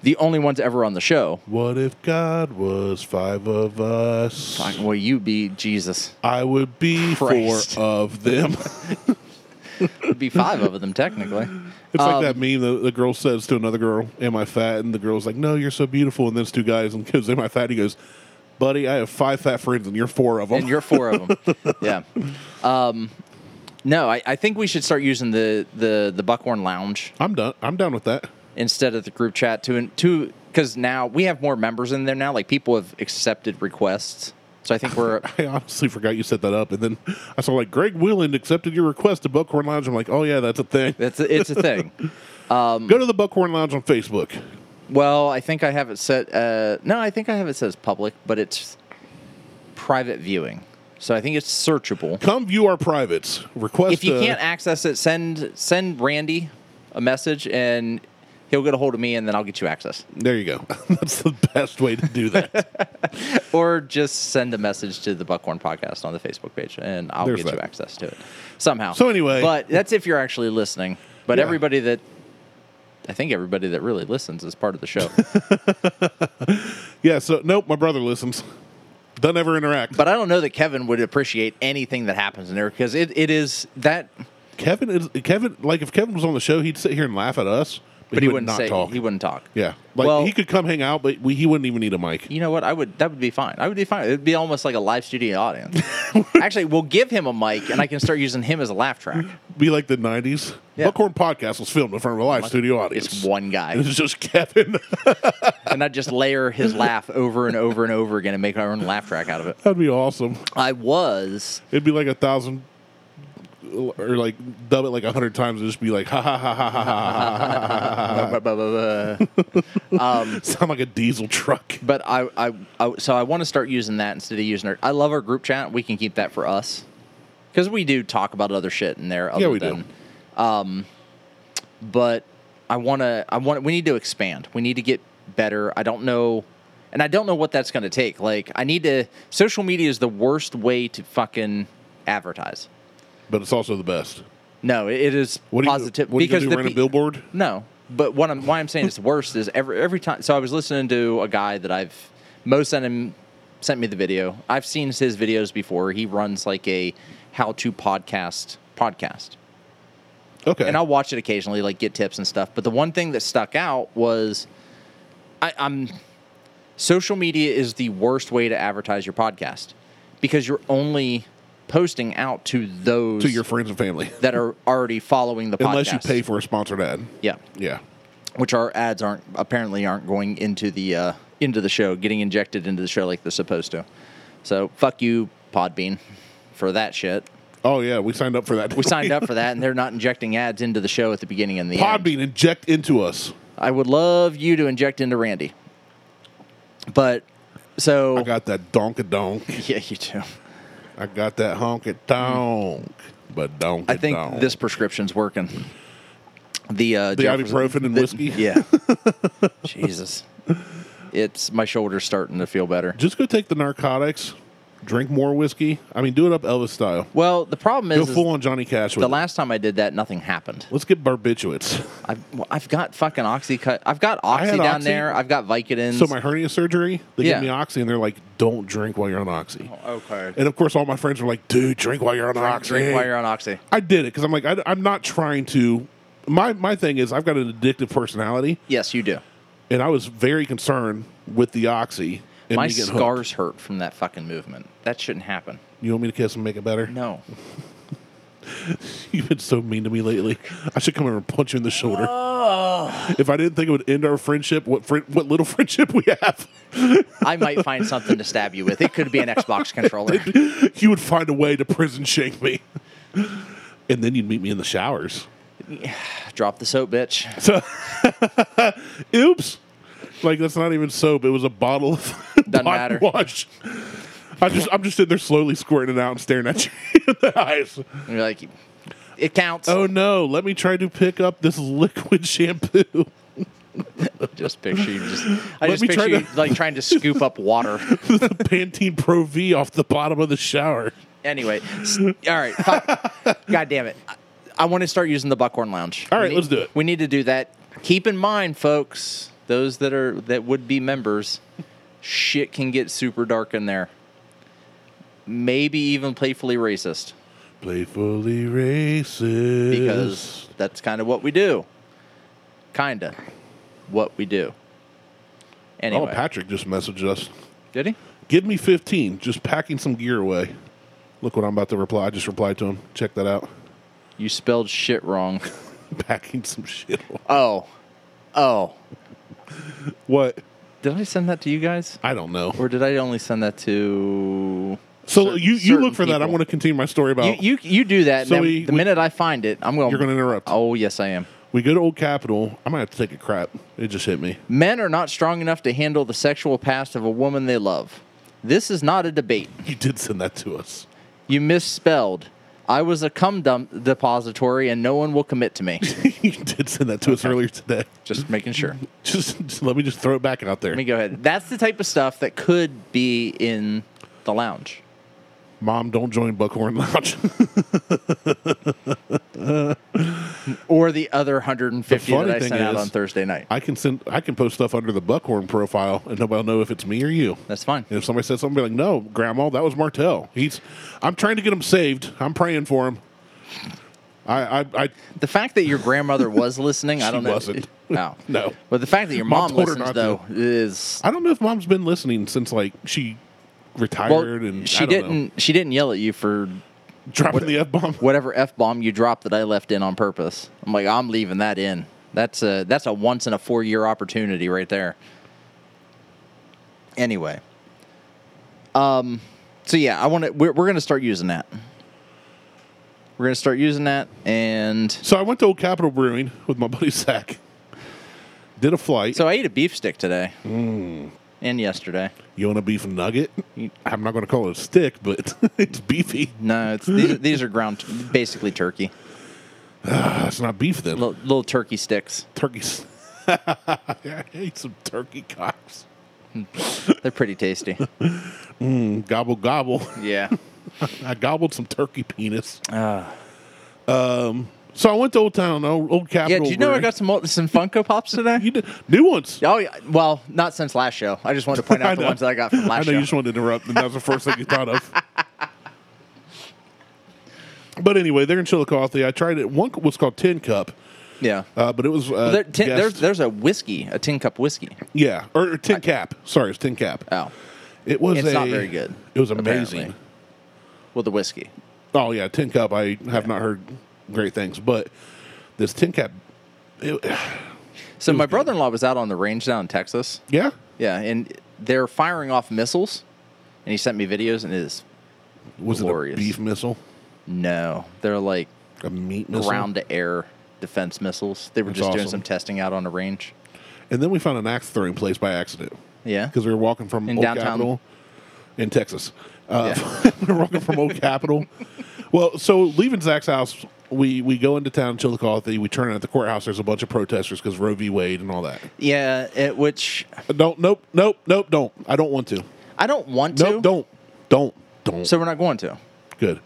Speaker 1: the only ones ever on the show.
Speaker 2: What if God was five of us?
Speaker 1: Like, Well, you be Jesus.
Speaker 2: I would be
Speaker 1: Christ.
Speaker 2: four of them.
Speaker 1: It'd be five of them technically.
Speaker 2: it's like
Speaker 1: Um,
Speaker 2: that meme that the girl says to another girl, Am I fat? And the girl's like, No, you're so beautiful. And then it's two guys and goes, Am I fat? He goes, Buddy, I have five fat friends and you're four of them.
Speaker 1: and you're four of them. yeah. Um, no, I, I think we should start using the the the Buckhorn Lounge
Speaker 2: I'm done. I'm down with that.
Speaker 1: instead of the group chat to to because now we have more members in there now. Like people have accepted requests, so I think we're
Speaker 2: I honestly forgot you set that up. And then I saw like Greg Wheeland accepted your request to Buckhorn Lounge. I'm like, Oh, yeah, that's a thing.
Speaker 1: that's it's a thing. Um,
Speaker 2: Go to the Buckhorn Lounge on Facebook.
Speaker 1: Well, I think I have it set. Uh, no, I think I have it says public, but it's private viewing. So I think it's searchable.
Speaker 2: Come view our privates. Request
Speaker 1: If you
Speaker 2: uh,
Speaker 1: can't access it, send send Randy a message and he'll get a hold of me, and then I'll get you access.
Speaker 2: There you go. That's the best way to do that.
Speaker 1: or just send a message to the Buckhorn Podcast on the Facebook page, and I'll
Speaker 2: There's
Speaker 1: get you
Speaker 2: that.
Speaker 1: access to it somehow.
Speaker 2: So anyway-
Speaker 1: but that's if you're actually listening. But
Speaker 2: Yeah.
Speaker 1: everybody that I think everybody that really listens is part of the show.
Speaker 2: yeah, so nope, my brother listens. Don't ever interact.
Speaker 1: but I don't know that Kevin would appreciate anything that happens in there because it, it is that.
Speaker 2: Kevin is Kevin like if Kevin was on the show, he'd sit here and laugh at us, but,
Speaker 1: But
Speaker 2: he,
Speaker 1: he,
Speaker 2: would
Speaker 1: wouldn't
Speaker 2: not
Speaker 1: say
Speaker 2: talk.
Speaker 1: he wouldn't talk.
Speaker 2: yeah. Like
Speaker 1: Well-
Speaker 2: he could come hang out, but we, he wouldn't even need a mic.
Speaker 1: You know what? I would. That would be fine. I would be fine. It'd be almost like a live studio audience. Actually, we'll give him a mic, and I can start using him as a laugh track.
Speaker 2: Be like the nineties.
Speaker 1: Yeah.
Speaker 2: Buckhorn podcast was filmed in front of a live studio audience.
Speaker 1: It's one guy.
Speaker 2: It was just Kevin.
Speaker 1: and I'd just layer his laugh over and over and over again and make our own laugh track out of it.
Speaker 2: That'd be awesome.
Speaker 1: I was
Speaker 2: It'd be like a thousand or like dub it like a hundred times and just be like ha ha ha ha ha ha ha Uh,
Speaker 1: uh,
Speaker 2: ha. sound like a diesel truck.
Speaker 1: but I, I, I so I want to start using that instead of using our. I love our group chat. We can keep that for us because we do talk about other shit in there. Other
Speaker 2: Yeah, we do.
Speaker 1: than, Um, but I want to. I want. We need to expand. We need to get better. I don't know, and I don't know what that's going to take. Like I need to. Social media is the worst way to fucking advertise.
Speaker 2: but it's also the best.
Speaker 1: No, it it is
Speaker 2: What do you,
Speaker 1: positive
Speaker 2: What do you
Speaker 1: because
Speaker 2: do,
Speaker 1: the
Speaker 2: rent a
Speaker 1: pe-
Speaker 2: billboard?
Speaker 1: No, but what I'm why I'm saying it's worse is every every time. So I was listening to a guy that I've Mo sent him sent me the video. I've seen his videos before. He runs like a how to podcast podcast,
Speaker 2: Okay.
Speaker 1: and I'll watch it occasionally, like get tips and stuff. But the one thing that stuck out was I, I'm social media is the worst way to advertise your podcast because you're only posting out to those
Speaker 2: to your friends and family,
Speaker 1: that are already following the podcast.
Speaker 2: unless you pay for a sponsored ad.
Speaker 1: Yeah,
Speaker 2: Yeah.
Speaker 1: which our ads aren't apparently aren't going into the uh, into the show, getting injected into the show like they're supposed to. So fuck you, Podbean, for that shit.
Speaker 2: Oh yeah, we signed up for that.
Speaker 1: We signed up for that, and they're not injecting ads into the show at the beginning and the end.
Speaker 2: Podbean inject into us.
Speaker 1: I would love you to inject into Randy, but so
Speaker 2: I got that donk a donk.
Speaker 1: yeah, you do.
Speaker 2: I got that honk a donk. But donk.
Speaker 1: I think this prescription's working. The uh,
Speaker 2: the
Speaker 1: Jefferson-
Speaker 2: ibuprofen and whiskey.
Speaker 1: Yeah. Jesus. It's my shoulder's starting to feel better.
Speaker 2: Just go take the narcotics. drink more whiskey. I mean, do it up Elvis style.
Speaker 1: Well, the problem
Speaker 2: Go
Speaker 1: is, is
Speaker 2: full on Johnny Cash with
Speaker 1: the
Speaker 2: it.
Speaker 1: last time I did that, nothing happened.
Speaker 2: Let's get barbiturates.
Speaker 1: I've, well, I've got fucking oxy cut. I've got oxy
Speaker 2: had
Speaker 1: down
Speaker 2: Oxy.
Speaker 1: there. I've got Vicodin.
Speaker 2: So my hernia surgery, they
Speaker 1: Yeah.
Speaker 2: give me oxy, and they're like, "Don't drink while you're on oxy."
Speaker 1: okay.
Speaker 2: And of course, all my friends were like, "Dude, drink while you're on oxy."
Speaker 1: Drink while you're on oxy.
Speaker 2: I did it because I'm like, I, am not trying to. My my thing is, I've got an addictive personality,
Speaker 1: Yes, you do.
Speaker 2: and I was very concerned with the oxy. And
Speaker 1: my
Speaker 2: me getting hooked.
Speaker 1: scars hurt from that fucking movement. That shouldn't happen.
Speaker 2: You want me to kiss and make it better?
Speaker 1: No.
Speaker 2: You've been so mean to me lately. I should come over and punch you in the shoulder. If I didn't think it would end our friendship, what friend, what little friendship we have,
Speaker 1: I might find something to stab you with. It could be an Xbox controller.
Speaker 2: you would find a way to prison shake me, and then you'd meet me in the showers.
Speaker 1: Drop the soap, bitch.
Speaker 2: So, oops. Like that's not even soap. It was a bottle of body
Speaker 1: Doesn't matter.
Speaker 2: wash. I just I'm just sitting there slowly squirting it out and staring at you in the eyes.
Speaker 1: And you're like, it counts.
Speaker 2: Oh no! Let me try to pick up this liquid shampoo.
Speaker 1: Just picture you just. I
Speaker 2: Let
Speaker 1: just
Speaker 2: me try
Speaker 1: picture you
Speaker 2: to-
Speaker 1: like trying to scoop up water.
Speaker 2: the Pantene Pro V off the bottom of the shower.
Speaker 1: Anyway, s- all right. Fuck. God damn it. I, I want to start using the Buckhorn Lounge.
Speaker 2: All
Speaker 1: We
Speaker 2: right,
Speaker 1: need-
Speaker 2: let's do it.
Speaker 1: We need to do that. Keep in mind, folks, those that are that would be members, shit can get super dark in there. Maybe even playfully racist
Speaker 2: Playfully racist.
Speaker 1: because that's kind of what we do. Kinda, what we do. Anyway,
Speaker 2: oh, Patrick just messaged us.
Speaker 1: did he?
Speaker 2: Give me fifteen. Just packing some gear away. Look what I'm about to reply. I just replied to him. Check that out.
Speaker 1: You spelled shit wrong.
Speaker 2: Packing some shit. Away.
Speaker 1: Oh, oh.
Speaker 2: What?
Speaker 1: Did I send that to you guys?
Speaker 2: I don't know.
Speaker 1: Or did I only send that to?
Speaker 2: So
Speaker 1: cer-
Speaker 2: you, you
Speaker 1: certain
Speaker 2: look for that. I
Speaker 1: people.
Speaker 2: want to continue my story about.
Speaker 1: You you, you do that.
Speaker 2: Oh. So
Speaker 1: and then
Speaker 2: we-
Speaker 1: the
Speaker 2: we-
Speaker 1: minute I find it, I'm going.
Speaker 2: You're gonna interrupt.
Speaker 1: Oh yes, I am.
Speaker 2: we go to Old Capitol. I might have to take a crap. It just hit me.
Speaker 1: Men are not strong enough to handle the sexual past of a woman they love. This is not a debate.
Speaker 2: You did send that to us.
Speaker 1: You misspelled. I was a cum dump depository, and no one will commit to me.
Speaker 2: you did send that to us earlier today.
Speaker 1: Just making sure.
Speaker 2: Just, just let me just throw it back out there.
Speaker 1: Let me go ahead. That's the type of stuff that could be in the lounge.
Speaker 2: Mom, don't join Buckhorn Lounge.
Speaker 1: or the other 150
Speaker 2: The funny
Speaker 1: that I
Speaker 2: thing
Speaker 1: sent out
Speaker 2: is-
Speaker 1: on Thursday night.
Speaker 2: I can send. I can post stuff under the Buckhorn profile, and nobody'll know if it's me or you.
Speaker 1: That's fine.
Speaker 2: And if somebody says something, be like, "No, Grandma, that was Martell. He's. I'm trying to get him saved. I'm praying for him. I. I. I
Speaker 1: The fact that your grandmother was listening, I
Speaker 2: She
Speaker 1: don't know.
Speaker 2: wasn't.
Speaker 1: No.
Speaker 2: No.
Speaker 1: But the fact that your
Speaker 2: Mom
Speaker 1: mom
Speaker 2: told her
Speaker 1: listens
Speaker 2: not
Speaker 1: though
Speaker 2: to.
Speaker 1: is
Speaker 2: I don't know if Mom's been listening since like she retired,
Speaker 1: well,
Speaker 2: and
Speaker 1: she
Speaker 2: I don't know.
Speaker 1: didn't she didn't yell at you for
Speaker 2: dropping the f bomb.
Speaker 1: whatever f bomb you dropped that I left in on purpose. I'm like I'm leaving that in. That's a that's a once in a 4 year opportunity right there. Anyway. Um so yeah, I want to we're, we're going to start using that. We're going to start using that and
Speaker 2: So I went to Old Capitol Brewing with my buddy Zach. Did a flight.
Speaker 1: so I ate a beef stick today.
Speaker 2: Mm.
Speaker 1: And yesterday.
Speaker 2: you want a beef nugget? I'm not going to call it a stick, but it's beefy.
Speaker 1: No, it's these, these are ground, basically turkey,
Speaker 2: Ah, it's not beef then.
Speaker 1: little, little turkey sticks.
Speaker 2: Turkeys. I hate some turkey cocks.
Speaker 1: They're pretty tasty.
Speaker 2: Gobble gobble.
Speaker 1: Yeah,
Speaker 2: I gobbled some turkey penis. Um. So I went to Old Town, Old, old
Speaker 1: Ah. yeah.
Speaker 2: Capitol.
Speaker 1: Do you know I
Speaker 2: Brewing.
Speaker 1: got some old- some Funko Pops today?
Speaker 2: You did, new ones.
Speaker 1: Oh, yeah. well, not since last show. I just wanted to point
Speaker 2: I
Speaker 1: out the
Speaker 2: know.
Speaker 1: ones that I got from
Speaker 2: I
Speaker 1: last
Speaker 2: know you just
Speaker 1: show.
Speaker 2: wanted to interrupt, and that was the first thing you thought of. But anyway, they're in Chillicothe. I tried it. One was called Tin Cup,
Speaker 1: Yeah.
Speaker 2: uh, but it was uh,
Speaker 1: There- tin-
Speaker 2: guest-
Speaker 1: there's there's a whiskey, a tin cup whiskey.
Speaker 2: yeah, or, or Tin Cap. Sorry, it's Tin Cap.
Speaker 1: Oh,
Speaker 2: it was
Speaker 1: it's not
Speaker 2: a-
Speaker 1: very good,
Speaker 2: It was
Speaker 1: apparently.
Speaker 2: amazing.
Speaker 1: well, the whiskey.
Speaker 2: Oh yeah, Tin Cup. I have not heard great things, but this Tin Cap, it-
Speaker 1: So my brother-in-law was out on the range down in Texas.
Speaker 2: yeah,
Speaker 1: Yeah, and they're firing off missiles, and he sent me videos, and it is
Speaker 2: was
Speaker 1: Glorious.
Speaker 2: it a beef missile,
Speaker 1: no, they're like
Speaker 2: a meat missile?
Speaker 1: ground to air defense missiles. They were
Speaker 2: That's
Speaker 1: just doing
Speaker 2: awesome.
Speaker 1: some testing out on a range.
Speaker 2: And then we found an axe throwing place by accident.
Speaker 1: Yeah.
Speaker 2: Because we were walking from
Speaker 1: In
Speaker 2: Old
Speaker 1: downtown?
Speaker 2: Capitol in Texas. Uh, we were walking from Old Capitol. Well, so leaving Zach's house, we, we go into town, Chillicothe. We turn in at the courthouse. There's a bunch of protesters because Roe v. Wade and all that.
Speaker 1: Yeah, it, which
Speaker 2: Uh, Don't, nope, nope, nope, don't. I don't want to.
Speaker 1: I don't want to.
Speaker 2: Nope, don't, don't. don't.
Speaker 1: So we're not going to.
Speaker 2: Good.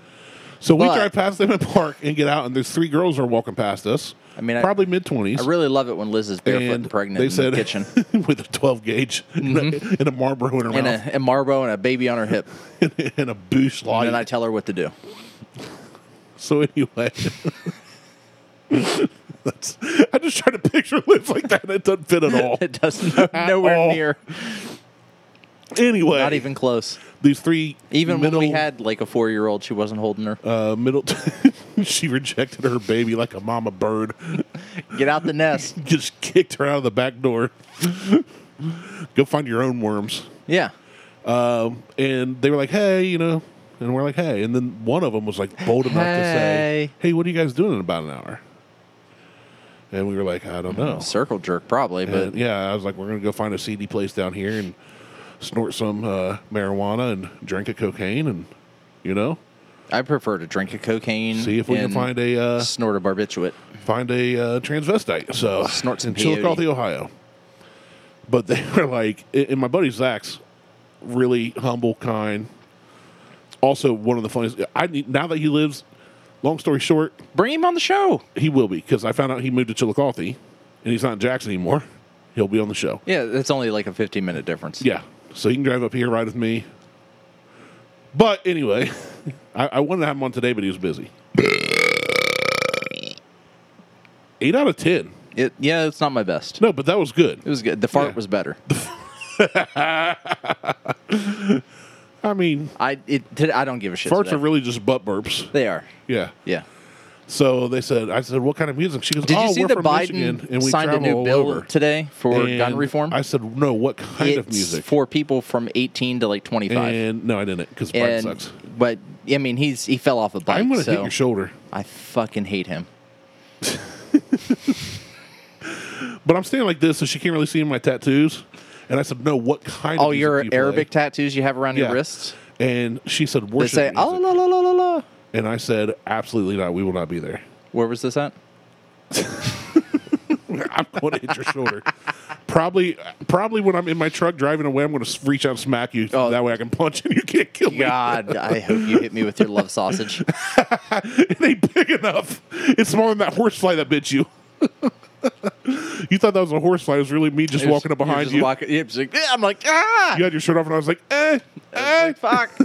Speaker 2: So we
Speaker 1: But-
Speaker 2: drive past them and park and get out, and there's three girls are walking past us.
Speaker 1: I mean, I-
Speaker 2: probably mid twenties.
Speaker 1: I really love it when Liz is barefoot and, pregnant in the kitchen.
Speaker 2: with a 12 gauge and a Marlboro in her
Speaker 1: And
Speaker 2: mouth
Speaker 1: a, and Marlboro and a baby on her hip.
Speaker 2: and a Bush light.
Speaker 1: And then I tell her what to do.
Speaker 2: so anyway, that's, I just try to picture lives like that. and It doesn't fit at all.
Speaker 1: It does no,
Speaker 2: At
Speaker 1: nowhere
Speaker 2: all.
Speaker 1: near.
Speaker 2: Anyway,
Speaker 1: Not even close.
Speaker 2: these three.
Speaker 1: Even
Speaker 2: middle,
Speaker 1: when we had like a four year old, she wasn't holding her.
Speaker 2: uh, middle, she rejected her baby like a mama bird.
Speaker 1: Get out the nest.
Speaker 2: just kicked her out of the back door. Go find your own worms.
Speaker 1: Yeah.
Speaker 2: Um, and they were like, hey, you know, and we're like, hey. And then one of them was like bold enough to say,
Speaker 1: Hey.
Speaker 2: hey, what are you guys doing in about an hour? And we were like, I don't know.
Speaker 1: Circle jerk, probably, but
Speaker 2: And, yeah, I was like, we're going to go find a CD place down here and snort some uh, marijuana and drink a cocaine and, you know,
Speaker 1: I prefer to drink a cocaine.
Speaker 2: see if we can
Speaker 1: and
Speaker 2: find a uh,
Speaker 1: snort a barbiturate.
Speaker 2: find a uh, transvestite. So
Speaker 1: Snorts and
Speaker 2: Chillicothe,
Speaker 1: peyote.
Speaker 2: Ohio. But they were like, and my buddy Zach's really humble, kind. Also, one of the funniest. I need now that he lives. Long story short,
Speaker 1: Bring him on the show.
Speaker 2: he will be because I found out he moved to Chillicothe, and he's not in Jackson anymore. He'll be on the show.
Speaker 1: Yeah, it's only like a 15 minute difference.
Speaker 2: Yeah, so he can drive up here, ride with me. But anyway, I, I wanted to have him on today, but he was busy. Eight out of ten.
Speaker 1: It, yeah, it's not my best.
Speaker 2: No, but that was good.
Speaker 1: It was good. The fart
Speaker 2: Yeah.
Speaker 1: was better.
Speaker 2: I mean,
Speaker 1: I it today, I don't give a shit.
Speaker 2: farts
Speaker 1: today.
Speaker 2: are really just butt burps.
Speaker 1: they are.
Speaker 2: Yeah.
Speaker 1: Yeah.
Speaker 2: So they said, I said, what kind of music? She goes,
Speaker 1: Did
Speaker 2: oh,
Speaker 1: you see
Speaker 2: we're
Speaker 1: that
Speaker 2: from Michigan,
Speaker 1: Biden
Speaker 2: and we
Speaker 1: signed a
Speaker 2: travel
Speaker 1: new
Speaker 2: all
Speaker 1: bill
Speaker 2: over.
Speaker 1: today for gun
Speaker 2: And
Speaker 1: reform?
Speaker 2: I said, no, what kind
Speaker 1: it's
Speaker 2: of music?
Speaker 1: for people from 18 to like 25.
Speaker 2: and no, I didn't, because Biden
Speaker 1: And-
Speaker 2: sucks.
Speaker 1: but I mean, he's he fell off a bike.
Speaker 2: I'm going to
Speaker 1: so
Speaker 2: hit your shoulder,
Speaker 1: I fucking hate him.
Speaker 2: but I'm standing like this, so she can't really see my tattoos. And I said, no, what kind
Speaker 1: All
Speaker 2: of music
Speaker 1: your
Speaker 2: do you play?"
Speaker 1: Oh, Arabic tattoos you have around
Speaker 2: Yeah.
Speaker 1: your wrists.
Speaker 2: And she said,
Speaker 1: They
Speaker 2: worship
Speaker 1: say,
Speaker 2: music.
Speaker 1: "Oh la la la la la."
Speaker 2: And I said, absolutely not. We will not be there.
Speaker 1: Where was this at?
Speaker 2: I'm going to hit your shoulder. Probably, probably when I'm in my truck driving away, I'm going to reach out and smack you.
Speaker 1: Oh.
Speaker 2: That way, I can punch and you can't kill me.
Speaker 1: God, I hope you hit me with your love sausage.
Speaker 2: it ain't big enough. It's smaller than that horsefly that bit you. you thought that was a horsefly. It was really me just walking up
Speaker 1: You're
Speaker 2: behind
Speaker 1: just
Speaker 2: you.
Speaker 1: walking- you're just like, "Yeah," I'm like, ah,
Speaker 2: you had your shirt off, and I was like, eh, eh.
Speaker 1: Like, fuck.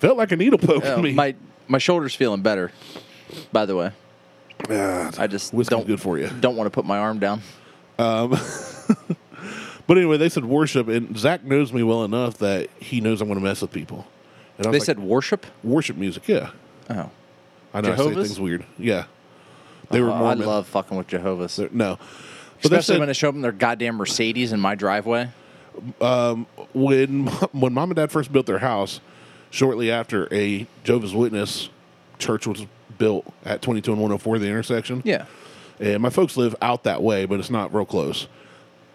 Speaker 2: Felt like a needle poke
Speaker 1: Oh,
Speaker 2: to me.
Speaker 1: my my shoulder's feeling better. By the way,
Speaker 2: Ah,
Speaker 1: I just
Speaker 2: whiskey's
Speaker 1: don't
Speaker 2: good for you.
Speaker 1: don't want to put my arm down.
Speaker 2: But anyway, they said worship, and Zach knows me well enough that he knows I'm going to mess with people. And I
Speaker 1: They
Speaker 2: was like,
Speaker 1: said worship.
Speaker 2: worship music. Yeah,
Speaker 1: Oh,
Speaker 2: I know. I say
Speaker 1: Jehovah's?
Speaker 2: things weird. Yeah, they were
Speaker 1: Oh, I
Speaker 2: Mormon.
Speaker 1: love fucking with Jehovah's,
Speaker 2: no. But they
Speaker 1: especially
Speaker 2: said,
Speaker 1: when I show up in their goddamn Mercedes in my driveway.
Speaker 2: when when mom and dad first built their house, shortly after a Jehovah's Witness church was built at 22 and 104, the intersection.
Speaker 1: Yeah,
Speaker 2: And my folks live out that way, but it's not real close.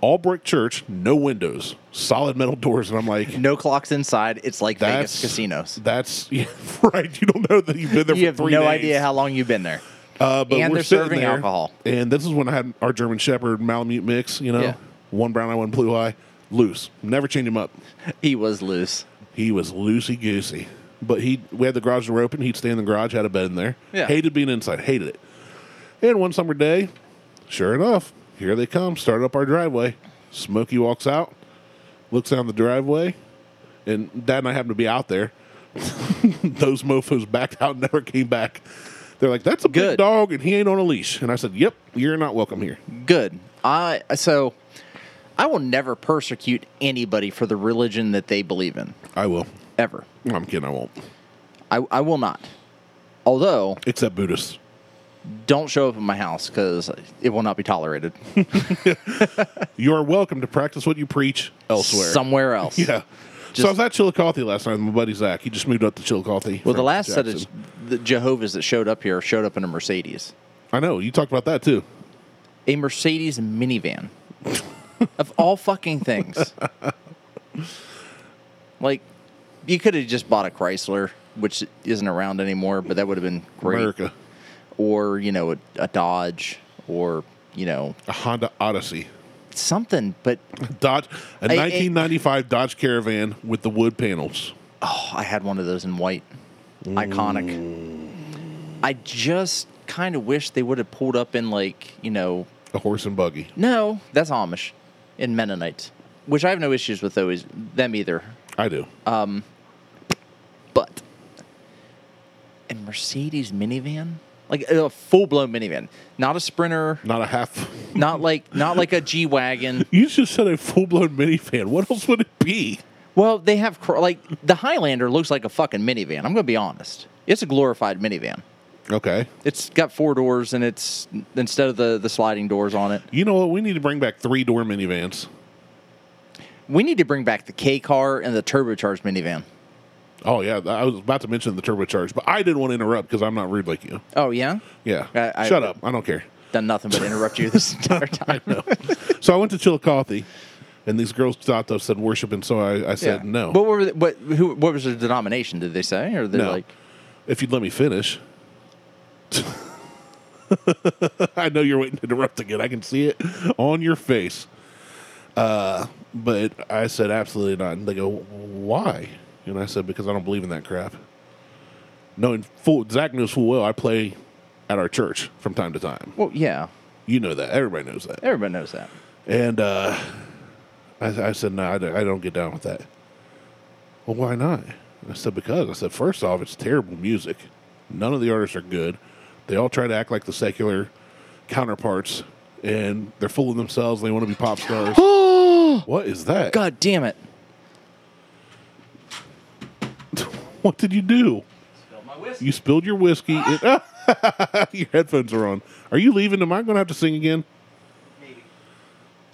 Speaker 2: All brick church, no windows, solid metal doors, and I'm like,
Speaker 1: no clocks inside. It's like
Speaker 2: that's
Speaker 1: Vegas casinos.
Speaker 2: That's yeah, right. You don't know that you've been there
Speaker 1: You
Speaker 2: for
Speaker 1: have no
Speaker 2: three days.
Speaker 1: idea how long you've been there.
Speaker 2: Uh, but
Speaker 1: And
Speaker 2: we're
Speaker 1: they're
Speaker 2: sitting
Speaker 1: serving
Speaker 2: there,
Speaker 1: alcohol.
Speaker 2: And this is when I had our German Shepherd Malamute mix. You know,
Speaker 1: Yeah.
Speaker 2: one brown eye, one blue eye, loose. Never change him up.
Speaker 1: He was loose.
Speaker 2: He was loosey goosey. But he we had the garage door open, he'd stay in the garage, had a bed in there.
Speaker 1: Yeah.
Speaker 2: Hated being inside, hated it. And one summer day, sure enough, here they come, start up our driveway. Smokey walks out, looks down the driveway, and Dad and I happen to be out there. Those mofos backed out and never came back. They're like, That's a big
Speaker 1: Good.
Speaker 2: dog and he ain't on a leash. And I said, Yep, you're not welcome here.
Speaker 1: Good. I so I will never persecute anybody for the religion that they believe in
Speaker 2: I will.
Speaker 1: ever.
Speaker 2: No, I'm kidding, I won't.
Speaker 1: I, I will not. Although,
Speaker 2: Except Buddhists.
Speaker 1: don't show up at my house because it will not be tolerated
Speaker 2: You are welcome to practice what you preach elsewhere.
Speaker 1: Somewhere else.
Speaker 2: Yeah. so I was at Chillicothe last night with my buddy Zach. He just moved up to Chillicothe.
Speaker 1: Well,
Speaker 2: from
Speaker 1: the last set
Speaker 2: Jackson.
Speaker 1: of the Jehovah's that showed up here showed up in a Mercedes,
Speaker 2: I know. You talked about that too.
Speaker 1: a Mercedes minivan, of all fucking things. like, you could have just bought a Chrysler, which isn't around anymore, but that would have been great.
Speaker 2: America.
Speaker 1: Or you know, a, a Dodge, or you know,
Speaker 2: A Honda Odyssey.
Speaker 1: something. But
Speaker 2: Dodge, a
Speaker 1: I-
Speaker 2: 1995 Dodge Caravan with the wood panels.
Speaker 1: Oh, I had one of those in white. Iconic. I just kind of wish they would have pulled up in like, you know,
Speaker 2: A horse and buggy.
Speaker 1: no, that's Amish in Mennonites, which I have no issues with those them either.
Speaker 2: I do.
Speaker 1: Uh, But a Mercedes minivan, like a full blown minivan, not a sprinter,
Speaker 2: Not a half.
Speaker 1: not like not like a G wagon.
Speaker 2: You just said a full blown minivan. What else would it be?
Speaker 1: Well, they have cr- like the Highlander looks like a fucking minivan. I'm gonna be honest. It's a glorified minivan.
Speaker 2: Okay.
Speaker 1: It's got four doors and it's instead of the the sliding doors on it.
Speaker 2: You know what? We need to bring back three door minivans.
Speaker 1: We need to bring back the K car and the turbocharged minivan.
Speaker 2: Oh yeah, I was about to mention the turbocharged, but I didn't want to interrupt because I'm not rude like you.
Speaker 1: Oh yeah,
Speaker 2: Yeah.
Speaker 1: I- I-
Speaker 2: Shut up. I don't care.
Speaker 1: done nothing but interrupt you this entire time.
Speaker 2: so I went to Chillicothe, and these girls thought they said worship, and so I, I
Speaker 1: Yeah.
Speaker 2: said no.
Speaker 1: What were the, what who what was the denomination? Did they say or they
Speaker 2: no.
Speaker 1: like
Speaker 2: if you'd let me finish. I know you're waiting to interrupt again. I can see it on your face. Uh, but I said absolutely not. And they go, why? And I said because I don't believe in that crap. Knowing full Zach knows full well I play at our church from time to time.
Speaker 1: well yeah
Speaker 2: You know that. Everybody knows that.
Speaker 1: everybody knows that.
Speaker 2: And uh, I, I said, no, I don't, I don't get down with that. Well, why not? I said, because. I said, first off, it's terrible music. None of the artists are good. They all try to act like the secular counterparts, and they're fooling themselves. They want to be pop stars. what is that?
Speaker 1: God damn it!
Speaker 2: What did you do? You spilled your whiskey. Ah! It- your headphones are on. Are you leaving? Am I going to have to sing again?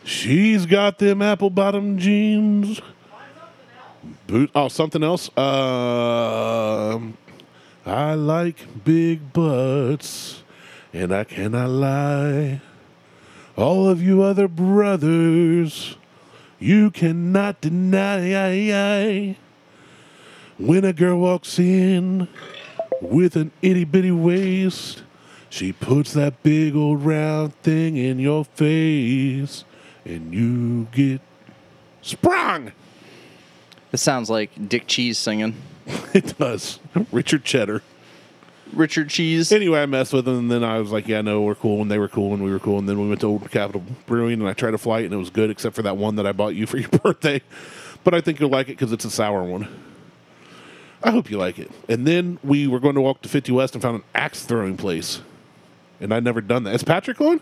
Speaker 2: She's got them apple bottom jeans. Boot. Oh, something else. Um, I like big butts, and I cannot lie. All of you other brothers, you cannot deny. When a girl walks in with an itty bitty waist, she puts that big old round thing in your face, and you get sprung.
Speaker 1: It sounds like Dick Cheese singing
Speaker 2: It does. Richard Cheddar.
Speaker 1: Richard Cheese.
Speaker 2: Anyway, I messed with them, and then I was like, "Yeah, no, we're cool." And they were cool, and we were cool. And then we went to Old Capitol Brewing, and I tried a flight, and it was good, except for that one that I bought you for your birthday. But I think you'll like it because it's a sour one. I hope you like it. And then we were going to walk to Fifty West and found an axe throwing place, and I'd never done that. Is Patrick on?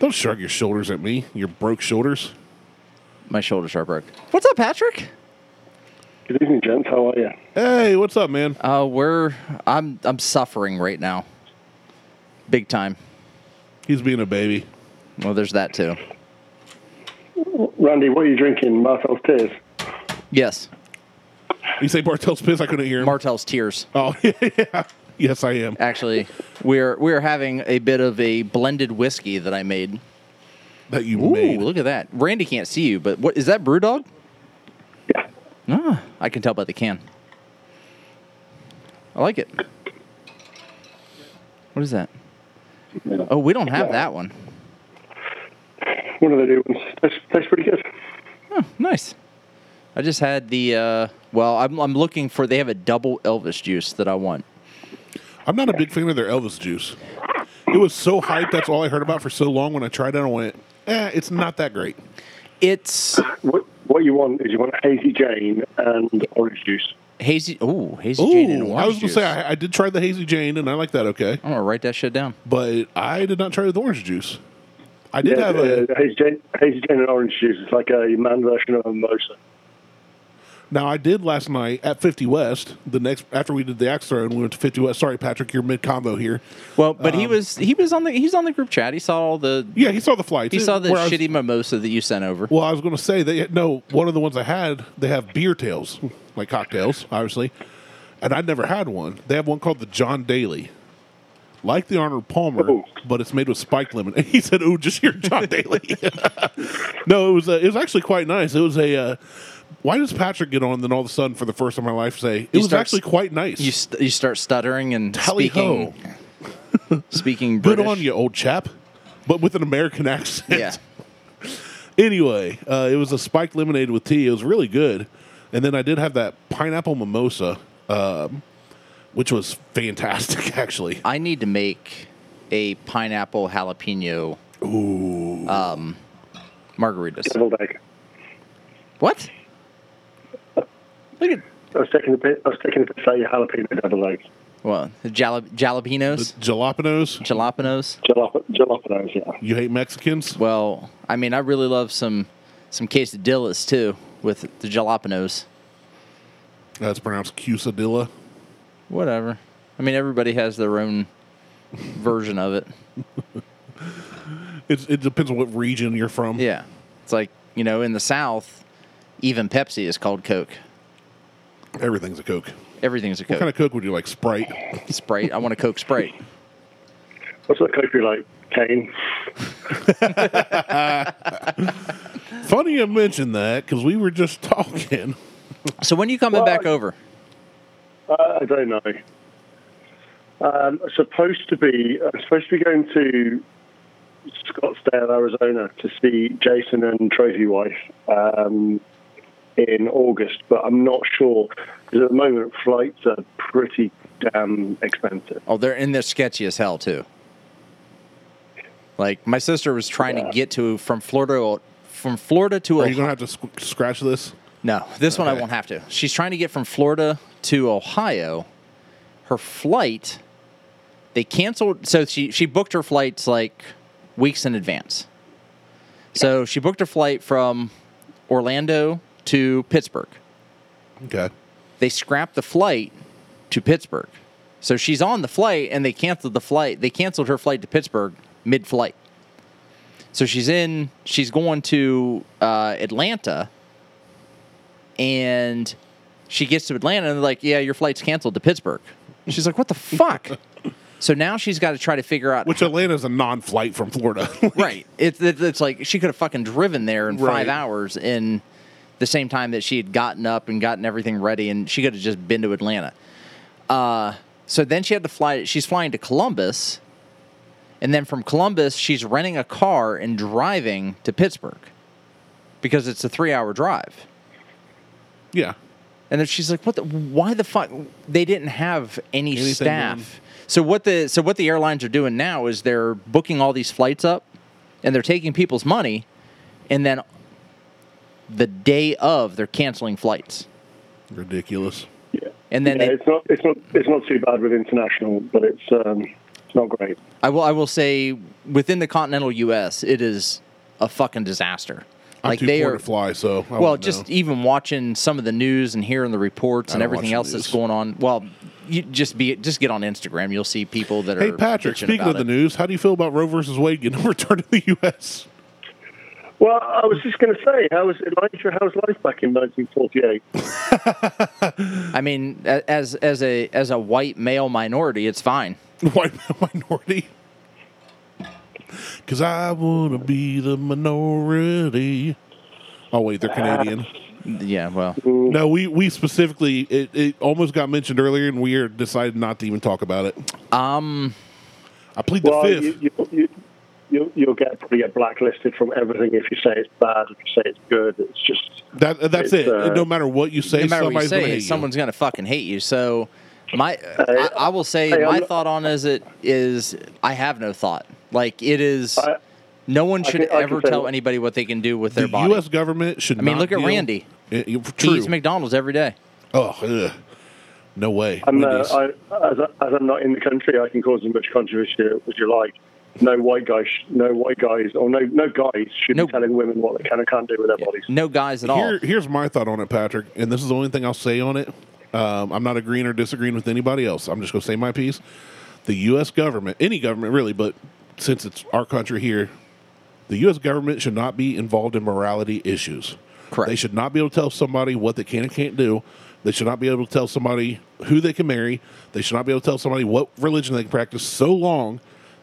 Speaker 2: Don't shrug your shoulders at me. Your broke shoulders.
Speaker 1: My shoulders are broke. What's up, Patrick?
Speaker 3: Good evening, gents. How are you?
Speaker 2: Hey, what's up, man?
Speaker 1: Uh, we're I'm I'm suffering right now, big time.
Speaker 2: He's being a baby.
Speaker 1: Well, there's that too.
Speaker 3: Randy, what are you drinking? Martel's Tears?
Speaker 1: Yes,
Speaker 2: You say Bartel's piss? I couldn't hear him.
Speaker 1: Martel's tears.
Speaker 2: oh yeah, yes I am.
Speaker 1: Actually, we're we're having a bit of a blended whiskey that I made.
Speaker 2: That you
Speaker 1: Ooh,
Speaker 2: made.
Speaker 1: look at that! Randy can't see you, but what is that? Brewdog?
Speaker 3: Yeah.
Speaker 1: Ah, I can tell by the can. I like it. What is that? Oh, we don't have that one.
Speaker 3: One of the new ones. Tastes, tastes pretty good.
Speaker 1: Oh, nice. I just had the. Uh, well, I'm I'm looking for. They have a double Elvis juice that I want.
Speaker 2: I'm not a big fan of their Elvis juice. It was so hyped. That's all I heard about for so long. When I tried it, I went, eh, it's not that great.
Speaker 1: It's
Speaker 3: What What you want is you want hazy Jane and orange juice.
Speaker 1: hazy. Oh, hazy
Speaker 2: Ooh,
Speaker 1: Jane and orange
Speaker 2: I was
Speaker 1: juice.
Speaker 2: gonna say I, I did try the hazy Jane, and I like that okay,
Speaker 1: I'm gonna write that shit down.
Speaker 2: but I did not try the orange juice. I did have
Speaker 3: uh,
Speaker 2: a
Speaker 3: hazy Jane, hazy Jane and orange juice is like a man version of a mimosa.
Speaker 2: now. I did last night at Fifty West. The next after we did the axe throw, and we went to Fifty West. Sorry, Patrick, you're mid combo here.
Speaker 1: Well, but
Speaker 2: Um,
Speaker 1: he was he was on the he's on the group chat. He saw all the
Speaker 2: Yeah, he saw the flights.
Speaker 1: he saw the
Speaker 2: Where I was-
Speaker 1: shitty mimosa that you sent over.
Speaker 2: Well, I was going to say they no one of the ones I had they have beer tails like cocktails, obviously, and I'd never had one. They have one called the John Daly, like the Arnold Palmer,
Speaker 3: Oh.
Speaker 2: but it's made with spiked lemon. And he said, "Oh, just your John Daly." no, it was uh, it was actually quite nice. It was a. Uh, why does Patrick get on? Then all of a sudden, for the first time in my life, say it
Speaker 1: You
Speaker 2: was
Speaker 1: start-
Speaker 2: actually quite nice.
Speaker 1: You st- you start stuttering and
Speaker 2: Tally
Speaker 1: speaking speaking
Speaker 2: Good
Speaker 1: British.
Speaker 2: on you, old chap, but with an American accent.
Speaker 1: Yeah.
Speaker 2: Anyway, uh, it was a spiked lemonade with tea. It was really good. And then I did have that pineapple mimosa, um, which was fantastic, actually.
Speaker 1: I need to make a pineapple jalapeno um,
Speaker 2: Ooh.
Speaker 1: margaritas.
Speaker 3: deviled egg.
Speaker 1: What? Look at
Speaker 3: I was taking a bit. I was taking a bit of your jalapeno deviled egg.
Speaker 1: well, jala- jalapenos,
Speaker 2: Jalapenos.
Speaker 1: jalapenos.
Speaker 3: Jalap- Jalapenos, yeah.
Speaker 2: You hate Mexicans?
Speaker 1: Well, I mean, I really love some some quesadillas too with the jalapenos.
Speaker 2: That's pronounced quesadilla.
Speaker 1: Whatever. I mean, everybody has their own version of it.
Speaker 2: It's, it depends on what region you're from.
Speaker 1: Yeah, it's like you know, in the South, even Pepsi is called Coke.
Speaker 2: Everything's a Coke.
Speaker 1: Everything's a Coke.
Speaker 2: What kind of Coke would you like? Sprite?
Speaker 1: Sprite. I want a Coke Sprite.
Speaker 3: What's that coke you like? Cane.
Speaker 2: Funny you mentioned that because we were just talking.
Speaker 1: So when you coming
Speaker 3: Well,
Speaker 1: back
Speaker 3: I-
Speaker 1: over?
Speaker 3: Uh, I don't know. Um, I'm supposed to be. I'm supposed to be going to Scottsdale, Arizona, to see Jason and Trophy Wife um, in August, but I'm not sure because at the moment flights are pretty damn expensive.
Speaker 1: Oh, they're and they're sketchy as hell too. Like my sister was trying to get to from Florida from Florida to
Speaker 2: Are
Speaker 1: Ohio.
Speaker 2: you going to have to squ- scratch this?
Speaker 1: No, this one I
Speaker 2: Okay.
Speaker 1: won't have to. She's trying to get from Florida to Ohio. Her flight, they canceled. So she, she booked her flights like weeks in advance. So she booked her flight from Orlando to Pittsburgh.
Speaker 2: Okay.
Speaker 1: They scrapped the flight to Pittsburgh. So she's on the flight and they canceled the flight. They canceled her flight to Pittsburgh mid flight. So she's in, she's going to uh, Atlanta and she gets to Atlanta and they're like, yeah, your flight's canceled to Pittsburgh. She's like, what the fuck? so now she's got to try to figure out.
Speaker 2: Which Atlanta's a non flight from Florida.
Speaker 1: right. It's it, it's like she could have fucking driven there in
Speaker 2: Right.
Speaker 1: five hours in the same time that she had gotten up and gotten everything ready and she could have just been to Atlanta. Uh, so then she had to fly. She's flying to Columbus. And then from Columbus, she's renting a car and driving to Pittsburgh because it's a three hour drive.
Speaker 2: yeah.
Speaker 1: And then she's like, "What? The, why the fuck? They didn't have any
Speaker 2: Anything
Speaker 1: staff."
Speaker 2: done.
Speaker 1: So what the so what the airlines are doing now is they're booking all these flights up, and they're taking people's money, and then the day of they're canceling flights,
Speaker 2: Ridiculous.
Speaker 3: Yeah.
Speaker 1: and then
Speaker 3: yeah,
Speaker 1: they,
Speaker 3: it's not. It's not. It's not too bad with international, but it's. Um, it's not great.
Speaker 1: I will I will say within the continental U.S. it is a fucking disaster.
Speaker 2: I'm
Speaker 1: like
Speaker 2: too
Speaker 1: they
Speaker 2: poor
Speaker 1: are
Speaker 2: to fly, so. I
Speaker 1: well,
Speaker 2: wouldn't
Speaker 1: just
Speaker 2: know.
Speaker 1: even watching some of the news and hearing the reports
Speaker 2: I
Speaker 1: and
Speaker 2: don't
Speaker 1: everything
Speaker 2: watch the
Speaker 1: else that's
Speaker 2: news.
Speaker 1: going on. Well, you just be just get on Instagram. You'll see people that are.
Speaker 2: Hey, Patrick,
Speaker 1: bitching
Speaker 2: speaking
Speaker 1: about
Speaker 2: of the
Speaker 1: it.
Speaker 2: news, how do you feel about Roe versus Wade getting returned to the U.S.?
Speaker 3: Well, I was just going to say, how was Elijah? How was life back in 1948?
Speaker 1: I mean, a- as as a as a white male minority, it's fine.
Speaker 2: White minority? Because I want to be the minority. Oh, wait, they're Canadian.
Speaker 1: Yeah, well,
Speaker 2: No, we, we specifically, it, it almost got mentioned earlier, and we are decided not to even talk about it.
Speaker 1: um,
Speaker 2: I plead
Speaker 3: Well,
Speaker 2: the fifth.
Speaker 3: you, you, you, you, you'll get probably get blacklisted from everything if you say it's bad, if you say it's good. It's just
Speaker 2: that, that's it.
Speaker 3: It's, uh,
Speaker 2: no matter what you say,
Speaker 1: no matter what you
Speaker 2: somebody's going to
Speaker 1: say,
Speaker 2: hate
Speaker 1: someone's gonna fucking hate you. So, my I, I will say
Speaker 3: hey,
Speaker 1: my
Speaker 3: I'm-
Speaker 1: thought on is it is I have no thought. Like it is,
Speaker 3: I-
Speaker 1: no one should
Speaker 3: can- I can
Speaker 1: ever
Speaker 3: say-
Speaker 1: tell anybody what they can do with
Speaker 2: you.
Speaker 1: their
Speaker 2: The
Speaker 1: body.
Speaker 2: U.S. government should I
Speaker 1: mean, look at Randy. he
Speaker 2: eh, true.
Speaker 1: eats McDonald's every day.
Speaker 2: oh, ugh. No way.
Speaker 3: I'm, uh,
Speaker 2: Wendy's.
Speaker 3: I, as, I, as I'm not in the country, I can cause as much controversy as you like. No white guys, sh- no white guys, or no no guys should
Speaker 1: No.
Speaker 3: be telling women what they can and can't do with their bodies.
Speaker 1: No guys at all.
Speaker 2: Here, here's my thought on it, Patrick, and this is the only thing I'll say on it. Um, I'm not agreeing or disagreeing with anybody else. I'm just going to say my piece. The U.S. government, any government really, but since it's our country here, the U.S. government should not be involved in morality issues.
Speaker 1: Correct.
Speaker 2: They should not be able to tell somebody what they can and can't do. They should not be able to tell somebody who they can marry. They should not be able to tell somebody what religion they can practice so long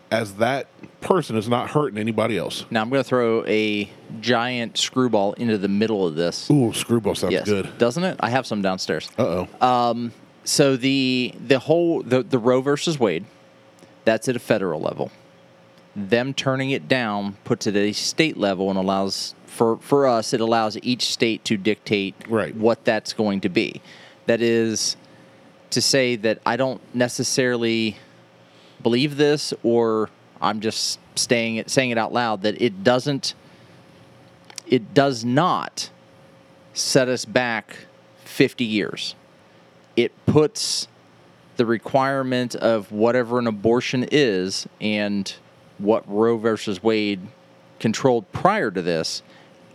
Speaker 2: as that person is not hurting anybody else.
Speaker 1: Now I'm gonna throw a giant screwball into the middle of this.
Speaker 2: Ooh, screwball sounds
Speaker 1: yes,
Speaker 2: good.
Speaker 1: doesn't it? I have some downstairs.
Speaker 2: Uh-oh.
Speaker 1: so the the whole the, the Roe versus Wade, that's at a federal level. Them turning it down puts it at a state level and allows for for us, it allows each state to dictate
Speaker 2: Right.
Speaker 1: what that's going to be. That is to say that I don't necessarily believe this, or I'm just staying it, saying it out loud that it doesn't. It does not set us back 50 years. It puts the requirement of whatever an abortion is and what Roe versus Wade controlled prior to this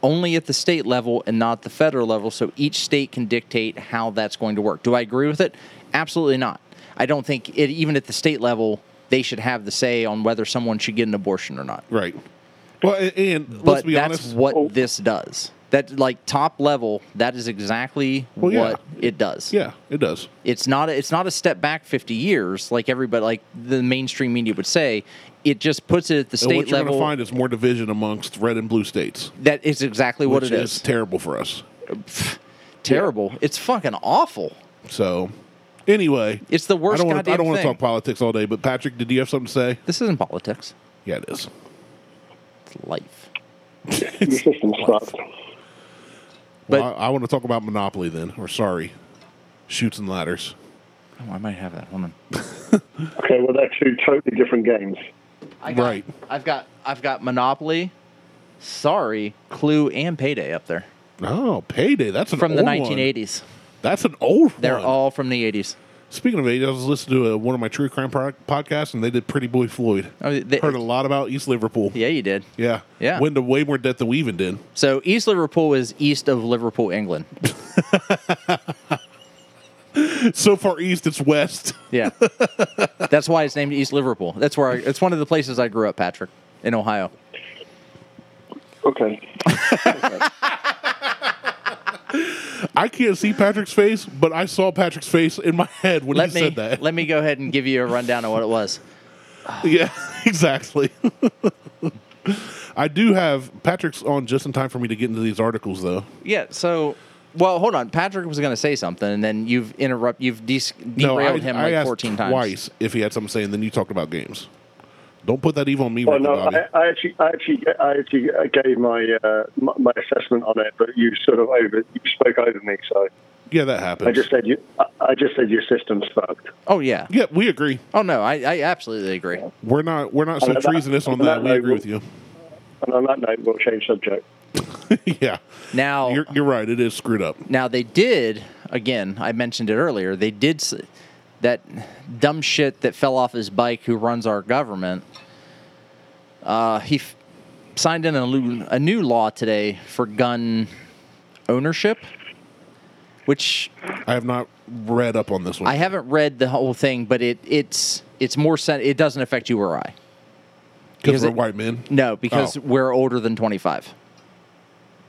Speaker 1: only at the state level and not the federal level. So each state can dictate how that's going to work. Do I agree with it? Absolutely not. I don't think it, even at the state level, they should have the say on whether someone should get an abortion or not
Speaker 2: Right. Well, a- and, let's
Speaker 1: but
Speaker 2: be
Speaker 1: that's
Speaker 2: honest.
Speaker 1: what
Speaker 3: Oh.
Speaker 1: this does. That like top level, that is exactly
Speaker 2: Well, yeah.
Speaker 1: what it does.
Speaker 2: yeah, it does.
Speaker 1: It's not a, it's not a step back 50 years like everybody like the mainstream media would say. It just puts it at the
Speaker 2: and
Speaker 1: state
Speaker 2: what you're
Speaker 1: level.
Speaker 2: to find is more division amongst red and blue states,
Speaker 1: that is exactly what
Speaker 2: which
Speaker 1: it is.
Speaker 2: terrible for us.
Speaker 1: Terrible. It's fucking awful.
Speaker 2: So, anyway,
Speaker 1: It's the
Speaker 2: I
Speaker 1: worst
Speaker 2: don't wanna-
Speaker 1: goddamn
Speaker 2: I don't wanna
Speaker 1: thing.
Speaker 2: talk politics all day, but Patrick, did you have something to say?
Speaker 1: This isn't politics.
Speaker 2: Yeah, it is.
Speaker 1: It's life.
Speaker 3: Your system sucks.
Speaker 1: But-
Speaker 2: well, I, I want to talk about Monopoly then, or sorry, shoots and ladders.
Speaker 1: Oh, I might have that. Hold on.
Speaker 3: Okay, well, they're two totally different games.
Speaker 1: I got,
Speaker 2: Right.
Speaker 1: I've got I've got Monopoly, Sorry, Clue, and Payday up there
Speaker 2: Oh, payday! That's an
Speaker 1: from the
Speaker 2: old one.
Speaker 1: 1980s.
Speaker 2: That's an old
Speaker 1: They're
Speaker 2: one.
Speaker 1: all from the 80s.
Speaker 2: Speaking of age, I was listening to uh one of my true crime product podcasts, and they did Pretty Boy Floyd.
Speaker 1: Oh, they-
Speaker 2: Heard a lot about East Liverpool.
Speaker 1: Yeah, you did.
Speaker 2: yeah,
Speaker 1: Yeah.
Speaker 2: Went to way more debt than we even did.
Speaker 1: So East Liverpool is east of Liverpool, England.
Speaker 2: So far east, it's west.
Speaker 1: Yeah, that's why it's named East Liverpool. That's where I, it's one of the places I grew up, Patrick, in Ohio.
Speaker 3: Okay.
Speaker 2: I can't see Patrick's face, but I saw Patrick's face in my head when
Speaker 1: Let
Speaker 2: he
Speaker 1: me
Speaker 2: said that.
Speaker 1: let me go ahead and give you a rundown of what it was.
Speaker 2: yeah, exactly. I do have Patrick's on just in time for me to get into these articles, though.
Speaker 1: Yeah. So, well, hold on. Patrick was going to say something, and then you've interrupt. You've de- derailed him like
Speaker 2: asked
Speaker 1: fourteen times.
Speaker 2: twice if he had something to say, and then you talked about games. Don't put that evil on me,
Speaker 3: Well,
Speaker 2: Rick
Speaker 3: no,
Speaker 2: Bobby.
Speaker 3: I, I actually, I actually, I actually gave my uh, my my assessment on it, but you sort of over, you spoke over me, so
Speaker 2: Yeah, that happens.
Speaker 3: I just said you, I- I just said your system's fucked.
Speaker 1: Oh yeah.
Speaker 2: yeah, we agree.
Speaker 1: Oh no, I, I absolutely agree.
Speaker 2: We're not we're not so
Speaker 3: On that-
Speaker 2: treasonous on
Speaker 3: on
Speaker 2: that.
Speaker 3: that
Speaker 2: We
Speaker 3: note,
Speaker 2: agree
Speaker 3: we'll-
Speaker 2: with you.
Speaker 3: And on that note, we'll change subject.
Speaker 2: yeah,
Speaker 1: Now
Speaker 2: you're you're right. It is screwed up.
Speaker 1: Now they did again. I mentioned it earlier. They did s- that dumb shit that fell off his bike. Who runs our government? Uh, he f- signed in a, lu- a new law today for gun ownership, which
Speaker 2: I have not read up on this one.
Speaker 1: I haven't read the whole thing, but it it's it's more sen- It doesn't affect you or I.
Speaker 2: because we're
Speaker 1: it-
Speaker 2: white men.
Speaker 1: No, because
Speaker 2: Oh.
Speaker 1: we're older than twenty five.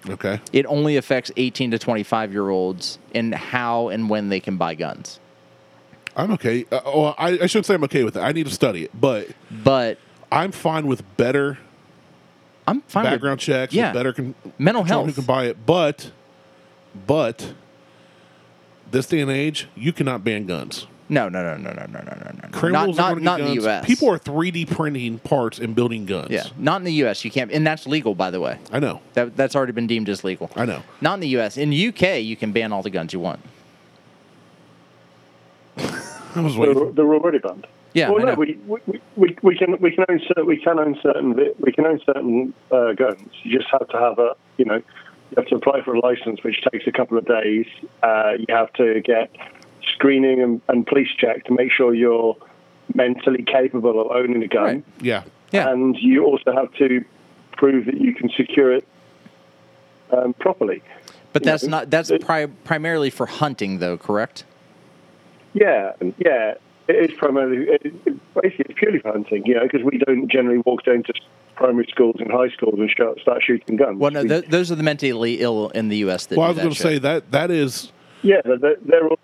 Speaker 2: Okay.
Speaker 1: It only affects eighteen to twenty five year olds in how and when they can buy guns.
Speaker 2: I'm okay. Uh, well, I, I shouldn't say I'm okay with it. I need to study it, but
Speaker 1: But
Speaker 2: I'm fine with better
Speaker 1: I'm fine with-
Speaker 2: background checks.
Speaker 1: yeah.
Speaker 2: with better con-
Speaker 1: Mental
Speaker 2: control on Who can
Speaker 1: health.
Speaker 2: buy it? But, but this day and age, you cannot ban guns.
Speaker 1: No, no, no, no, no, no, no, no, no.
Speaker 2: Criminals
Speaker 1: not
Speaker 2: are going
Speaker 1: not, not
Speaker 2: to
Speaker 1: in the U.S.
Speaker 2: People are 3D printing parts and building guns.
Speaker 1: yeah, not in the U.S. You can't, and that's legal, by the way.
Speaker 2: I know.
Speaker 1: That that's already been deemed as legal.
Speaker 2: I know.
Speaker 1: Not in the U.S. In U.K., you can ban all the guns you want.
Speaker 2: I was
Speaker 3: They're,
Speaker 2: waiting.
Speaker 3: they're already banned.
Speaker 1: Yeah,
Speaker 3: Well,
Speaker 1: I
Speaker 3: no,
Speaker 1: know.
Speaker 3: we, we, we, we can we can own certain we can own certain vi- we can own certain uh, guns. You just have to have a you know you have to apply for a license, which takes a couple of days. Uh, you have to get screening and, and police check to make sure you're mentally capable of owning a gun.
Speaker 1: Right.
Speaker 2: Yeah.
Speaker 1: Yeah,
Speaker 3: and you also have to prove that you can secure it um, properly.
Speaker 1: but that's
Speaker 3: know,
Speaker 1: not that's
Speaker 3: it-
Speaker 1: pri- primarily for hunting, though. Correct?
Speaker 3: Yeah, and- yeah. It is primarily, it, it- basically, it's purely for hunting, you know, because we don't generally walk down to primary schools and high schools and start, start shooting guns.
Speaker 1: Well, no,
Speaker 3: We-
Speaker 1: th- those are the mentally ill in the U.S. That
Speaker 2: Well, I
Speaker 1: do
Speaker 2: was
Speaker 1: that
Speaker 2: going to
Speaker 1: shit.
Speaker 2: say that that is.
Speaker 3: yeah, they're, they're- they're all.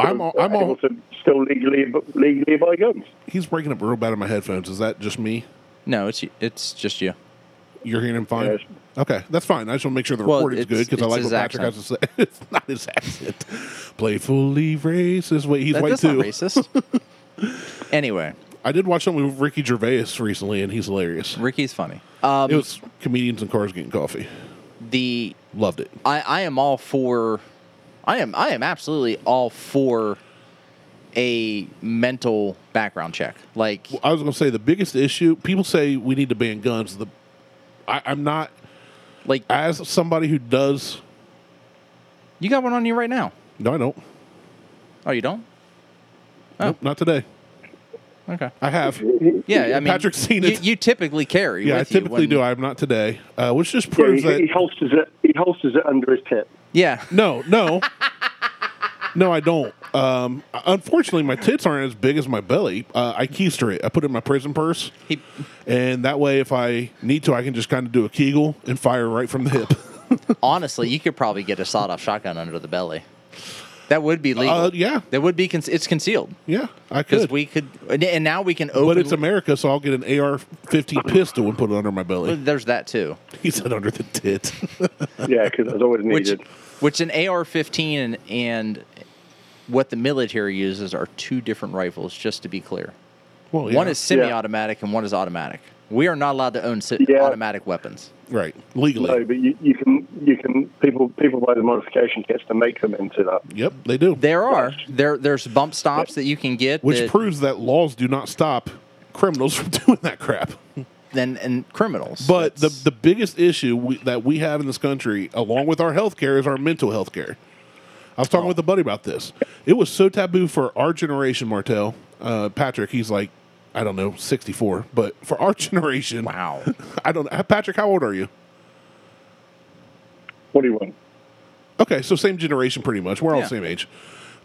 Speaker 2: I'm all- I'm all-
Speaker 3: able to still legally legally buy guns.
Speaker 2: He's breaking up real bad in my headphones. Is that just me?
Speaker 1: no, it's it's just you.
Speaker 2: You're hearing him fine.
Speaker 3: Yes.
Speaker 2: Okay, that's fine. I just want to make sure the
Speaker 1: Well,
Speaker 2: recording's
Speaker 1: it's-
Speaker 2: good because I
Speaker 1: it's
Speaker 2: like what Patrick has
Speaker 1: his
Speaker 2: to say. it's not his accent. Playfully racist. Wait, he's
Speaker 1: That,
Speaker 2: white
Speaker 1: that's
Speaker 2: too.
Speaker 1: not racist. anyway,
Speaker 2: I did watch something with Ricky Gervais recently, and he's hilarious.
Speaker 1: Ricky's funny. Um,
Speaker 2: It was comedians and cars getting coffee.
Speaker 1: the
Speaker 2: Loved it.
Speaker 1: I, I am all for I am I am absolutely all for a mental background check. Like
Speaker 2: I was going to say the biggest issue. People say we need to ban guns. The I, I'm not
Speaker 1: like
Speaker 2: as somebody who does.
Speaker 1: you got one on you right now.
Speaker 2: No, I don't.
Speaker 1: Oh, you don't?
Speaker 2: Nope, not today.
Speaker 1: Okay.
Speaker 2: I have.
Speaker 1: Yeah, I mean
Speaker 2: Patrick's seen
Speaker 1: you,
Speaker 2: it.
Speaker 1: you typically carry.
Speaker 2: Yeah, I
Speaker 1: with you
Speaker 2: typically
Speaker 1: when-
Speaker 2: do. I'm not today, uh, which just
Speaker 3: Yeah, he,
Speaker 2: proves
Speaker 3: he
Speaker 2: that
Speaker 3: holsters it. He holsters it under his tip.
Speaker 1: Yeah.
Speaker 2: no, no, no, I don't. Um, unfortunately, my tits aren't as big as my belly. Uh, I keister it. I put it in my prison purse,
Speaker 1: He,
Speaker 2: and that way, if I need to, I can just kind of do a Kegel and fire right from the hip.
Speaker 1: honestly, you could probably get a sawed-off shotgun under the belly. That would be legal.
Speaker 2: Uh, yeah.
Speaker 1: That would be. Con- it's concealed
Speaker 2: yeah, I
Speaker 1: because
Speaker 2: could.
Speaker 1: we could, and- and now we can open.
Speaker 2: but it's America, so I'll get an AR-15 pistol and put it under my belly.
Speaker 1: There's that too.
Speaker 2: He said under the tit.
Speaker 3: Yeah, because that's always
Speaker 1: which
Speaker 3: needed.
Speaker 1: which an AR-15 and and what the military uses are two different rifles. Just to be clear,
Speaker 2: well, yeah.
Speaker 1: one is semi-automatic and one is automatic. We are not allowed to own si-
Speaker 3: Yeah.
Speaker 1: automatic weapons.
Speaker 2: right legally.
Speaker 3: No, but you, you can you can people people buy the modification kits to make them into that.
Speaker 2: Yep, they do.
Speaker 1: There are there there's bump stops that you can get,
Speaker 2: which
Speaker 1: that-
Speaker 2: proves that laws do not stop criminals from doing that crap.
Speaker 1: and, and criminals.
Speaker 2: But the,
Speaker 1: That's-
Speaker 2: the biggest issue we, that we have in this country, along with our health care, is our mental health care. I was talking with a buddy about this. It was so taboo for our generation, Martel. Uh, Patrick, he's like, I don't know, 64. But for our generation,
Speaker 1: wow,
Speaker 2: I don't know. Patrick, how old are you?
Speaker 3: What do you want?
Speaker 2: Okay, so same generation pretty much. We're all
Speaker 1: Yeah.
Speaker 2: the same age.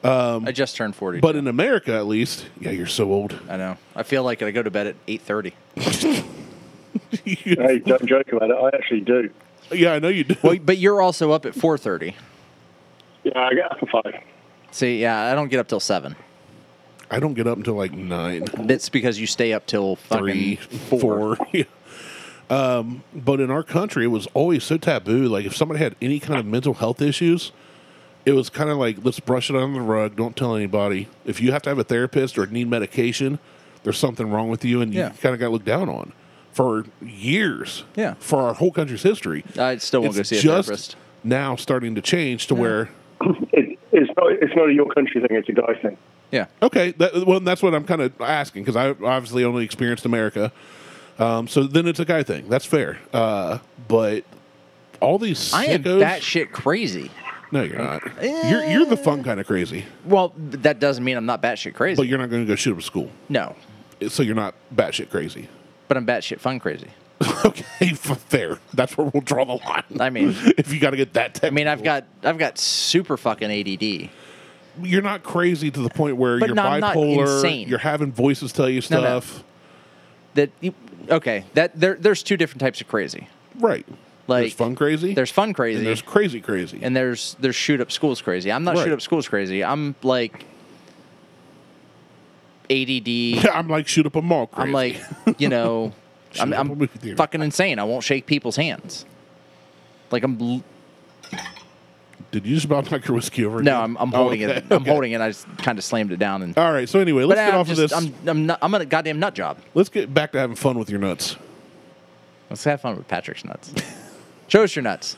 Speaker 1: I just turned forty.
Speaker 2: Um, But in America, at least, yeah, you're so old.
Speaker 1: I know. I feel like I go to bed at eight thirty.
Speaker 3: Hey, don't joke about it. I actually do.
Speaker 2: yeah, I know you do.
Speaker 1: Well, but you're also up at four thirty.
Speaker 3: Yeah, I get up at five.
Speaker 1: See, yeah, I don't get up till seven.
Speaker 2: I don't get up until like nine.
Speaker 1: That's because you stay up till
Speaker 2: three,
Speaker 1: fucking
Speaker 2: four. Yeah. um, but in our country, it was always so taboo. Like if somebody had any kind of mental health issues, it was kind of like let's brush it under the rug. Don't tell anybody. If you have to have a therapist or need medication, there's something wrong with you, and you
Speaker 1: Yeah.
Speaker 2: kind of got looked down on for years.
Speaker 1: Yeah.
Speaker 2: for our whole country's history.
Speaker 1: I still won't go see a
Speaker 2: just
Speaker 1: therapist.
Speaker 2: Now starting to change to where
Speaker 3: It, it's not it's not a your country thing. It's a guy thing.
Speaker 1: Yeah.
Speaker 2: Okay, that, well, that's what I'm kind of asking because I obviously only experienced America. Um, so then it's a guy thing. That's fair. Uh, but all these sickos,
Speaker 1: I am eh. batshit crazy.
Speaker 2: no, you're not. You're you're the fun kind of crazy,
Speaker 1: Well, that doesn't mean I'm not batshit crazy.
Speaker 2: but you're not going to go shoot up a school,
Speaker 1: no,
Speaker 2: so you're not batshit crazy.
Speaker 1: but I'm batshit fun crazy.
Speaker 2: okay, f- fair. That's where we'll draw the line.
Speaker 1: I mean-
Speaker 2: if you got to get that,
Speaker 1: I mean, I've got I've got super fucking ADD.
Speaker 2: you're not crazy to the point where
Speaker 1: But
Speaker 2: you're
Speaker 1: no, I'm not
Speaker 2: bipolar.
Speaker 1: insane.
Speaker 2: You're having voices tell you
Speaker 1: No, no.
Speaker 2: stuff.
Speaker 1: That you- okay, that there there's two different types of crazy.
Speaker 2: Right.
Speaker 1: Like
Speaker 2: there's fun crazy.
Speaker 1: There's fun crazy.
Speaker 2: and there's crazy crazy.
Speaker 1: and there's there's shoot up schools crazy. I'm not
Speaker 2: Right.
Speaker 1: shoot up schools crazy. I'm like ADD.
Speaker 2: I'm like shoot up a mall. Crazy.
Speaker 1: I'm like you know, I'm,
Speaker 2: up a
Speaker 1: I'm
Speaker 2: movie theater.
Speaker 1: fucking insane. I won't shake people's hands. Like I'm l-
Speaker 2: Did you just about knock your whiskey over?
Speaker 1: no,
Speaker 2: again?
Speaker 1: I'm, I'm
Speaker 2: Oh,
Speaker 1: holding
Speaker 2: okay,
Speaker 1: it. I'm
Speaker 2: okay.
Speaker 1: holding it. I just kind of slammed it down and.
Speaker 2: All right. So anyway, let's
Speaker 1: but
Speaker 2: get
Speaker 1: I'm
Speaker 2: off
Speaker 1: just,
Speaker 2: of this.
Speaker 1: I'm I'm not, I'm a goddamn nut job.
Speaker 2: Let's get back to having fun with your nuts.
Speaker 1: Let's have fun with Patrick's nuts. Show us your nuts.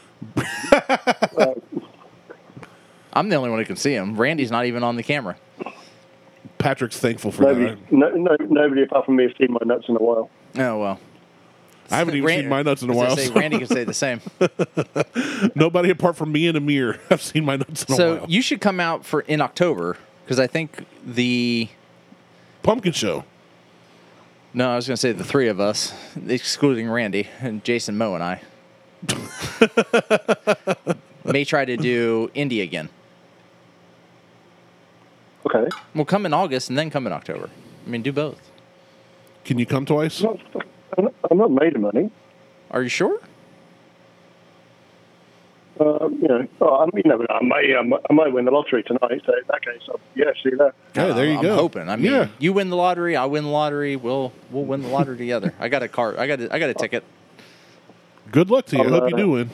Speaker 1: I'm the only one who can see him. Randy's not even on the camera.
Speaker 2: Patrick's thankful for
Speaker 3: Nobody,
Speaker 2: that.
Speaker 3: no, no, nobody apart from me has seen my nuts in a while.
Speaker 1: Oh well.
Speaker 2: I haven't even
Speaker 1: Ran-
Speaker 2: seen my nuts in a
Speaker 1: I was
Speaker 2: while.
Speaker 1: gonna Say,
Speaker 2: so
Speaker 1: Randy can say the same.
Speaker 2: nobody apart from me and Amir have seen my nuts in a
Speaker 1: so
Speaker 2: while.
Speaker 1: you should come out for in October because I think the
Speaker 2: Pumpkin show.
Speaker 1: no, I was gonna say the three of us, excluding Randy and Jason Moe and I, may try to do Indy again.
Speaker 3: Okay,
Speaker 1: We'll come in August and then come in October. I mean, do both.
Speaker 2: Can you come twice?
Speaker 3: I'm not, I'm not- I'm not made of money.
Speaker 1: Are you sure?
Speaker 3: Um, you know, oh, I mean, no, I might, I might- I might win the lottery tonight. So in that case, I'll, yeah, see you there.
Speaker 2: Yeah, there you
Speaker 1: I'm
Speaker 2: go.
Speaker 1: hoping. I mean,
Speaker 2: yeah.
Speaker 1: you win the lottery, I win the lottery. We'll we'll win the lottery together. I got a card. I got a, I got a ticket.
Speaker 2: Good luck to you. I
Speaker 3: I'll,
Speaker 2: hope you
Speaker 3: uh,
Speaker 2: do win.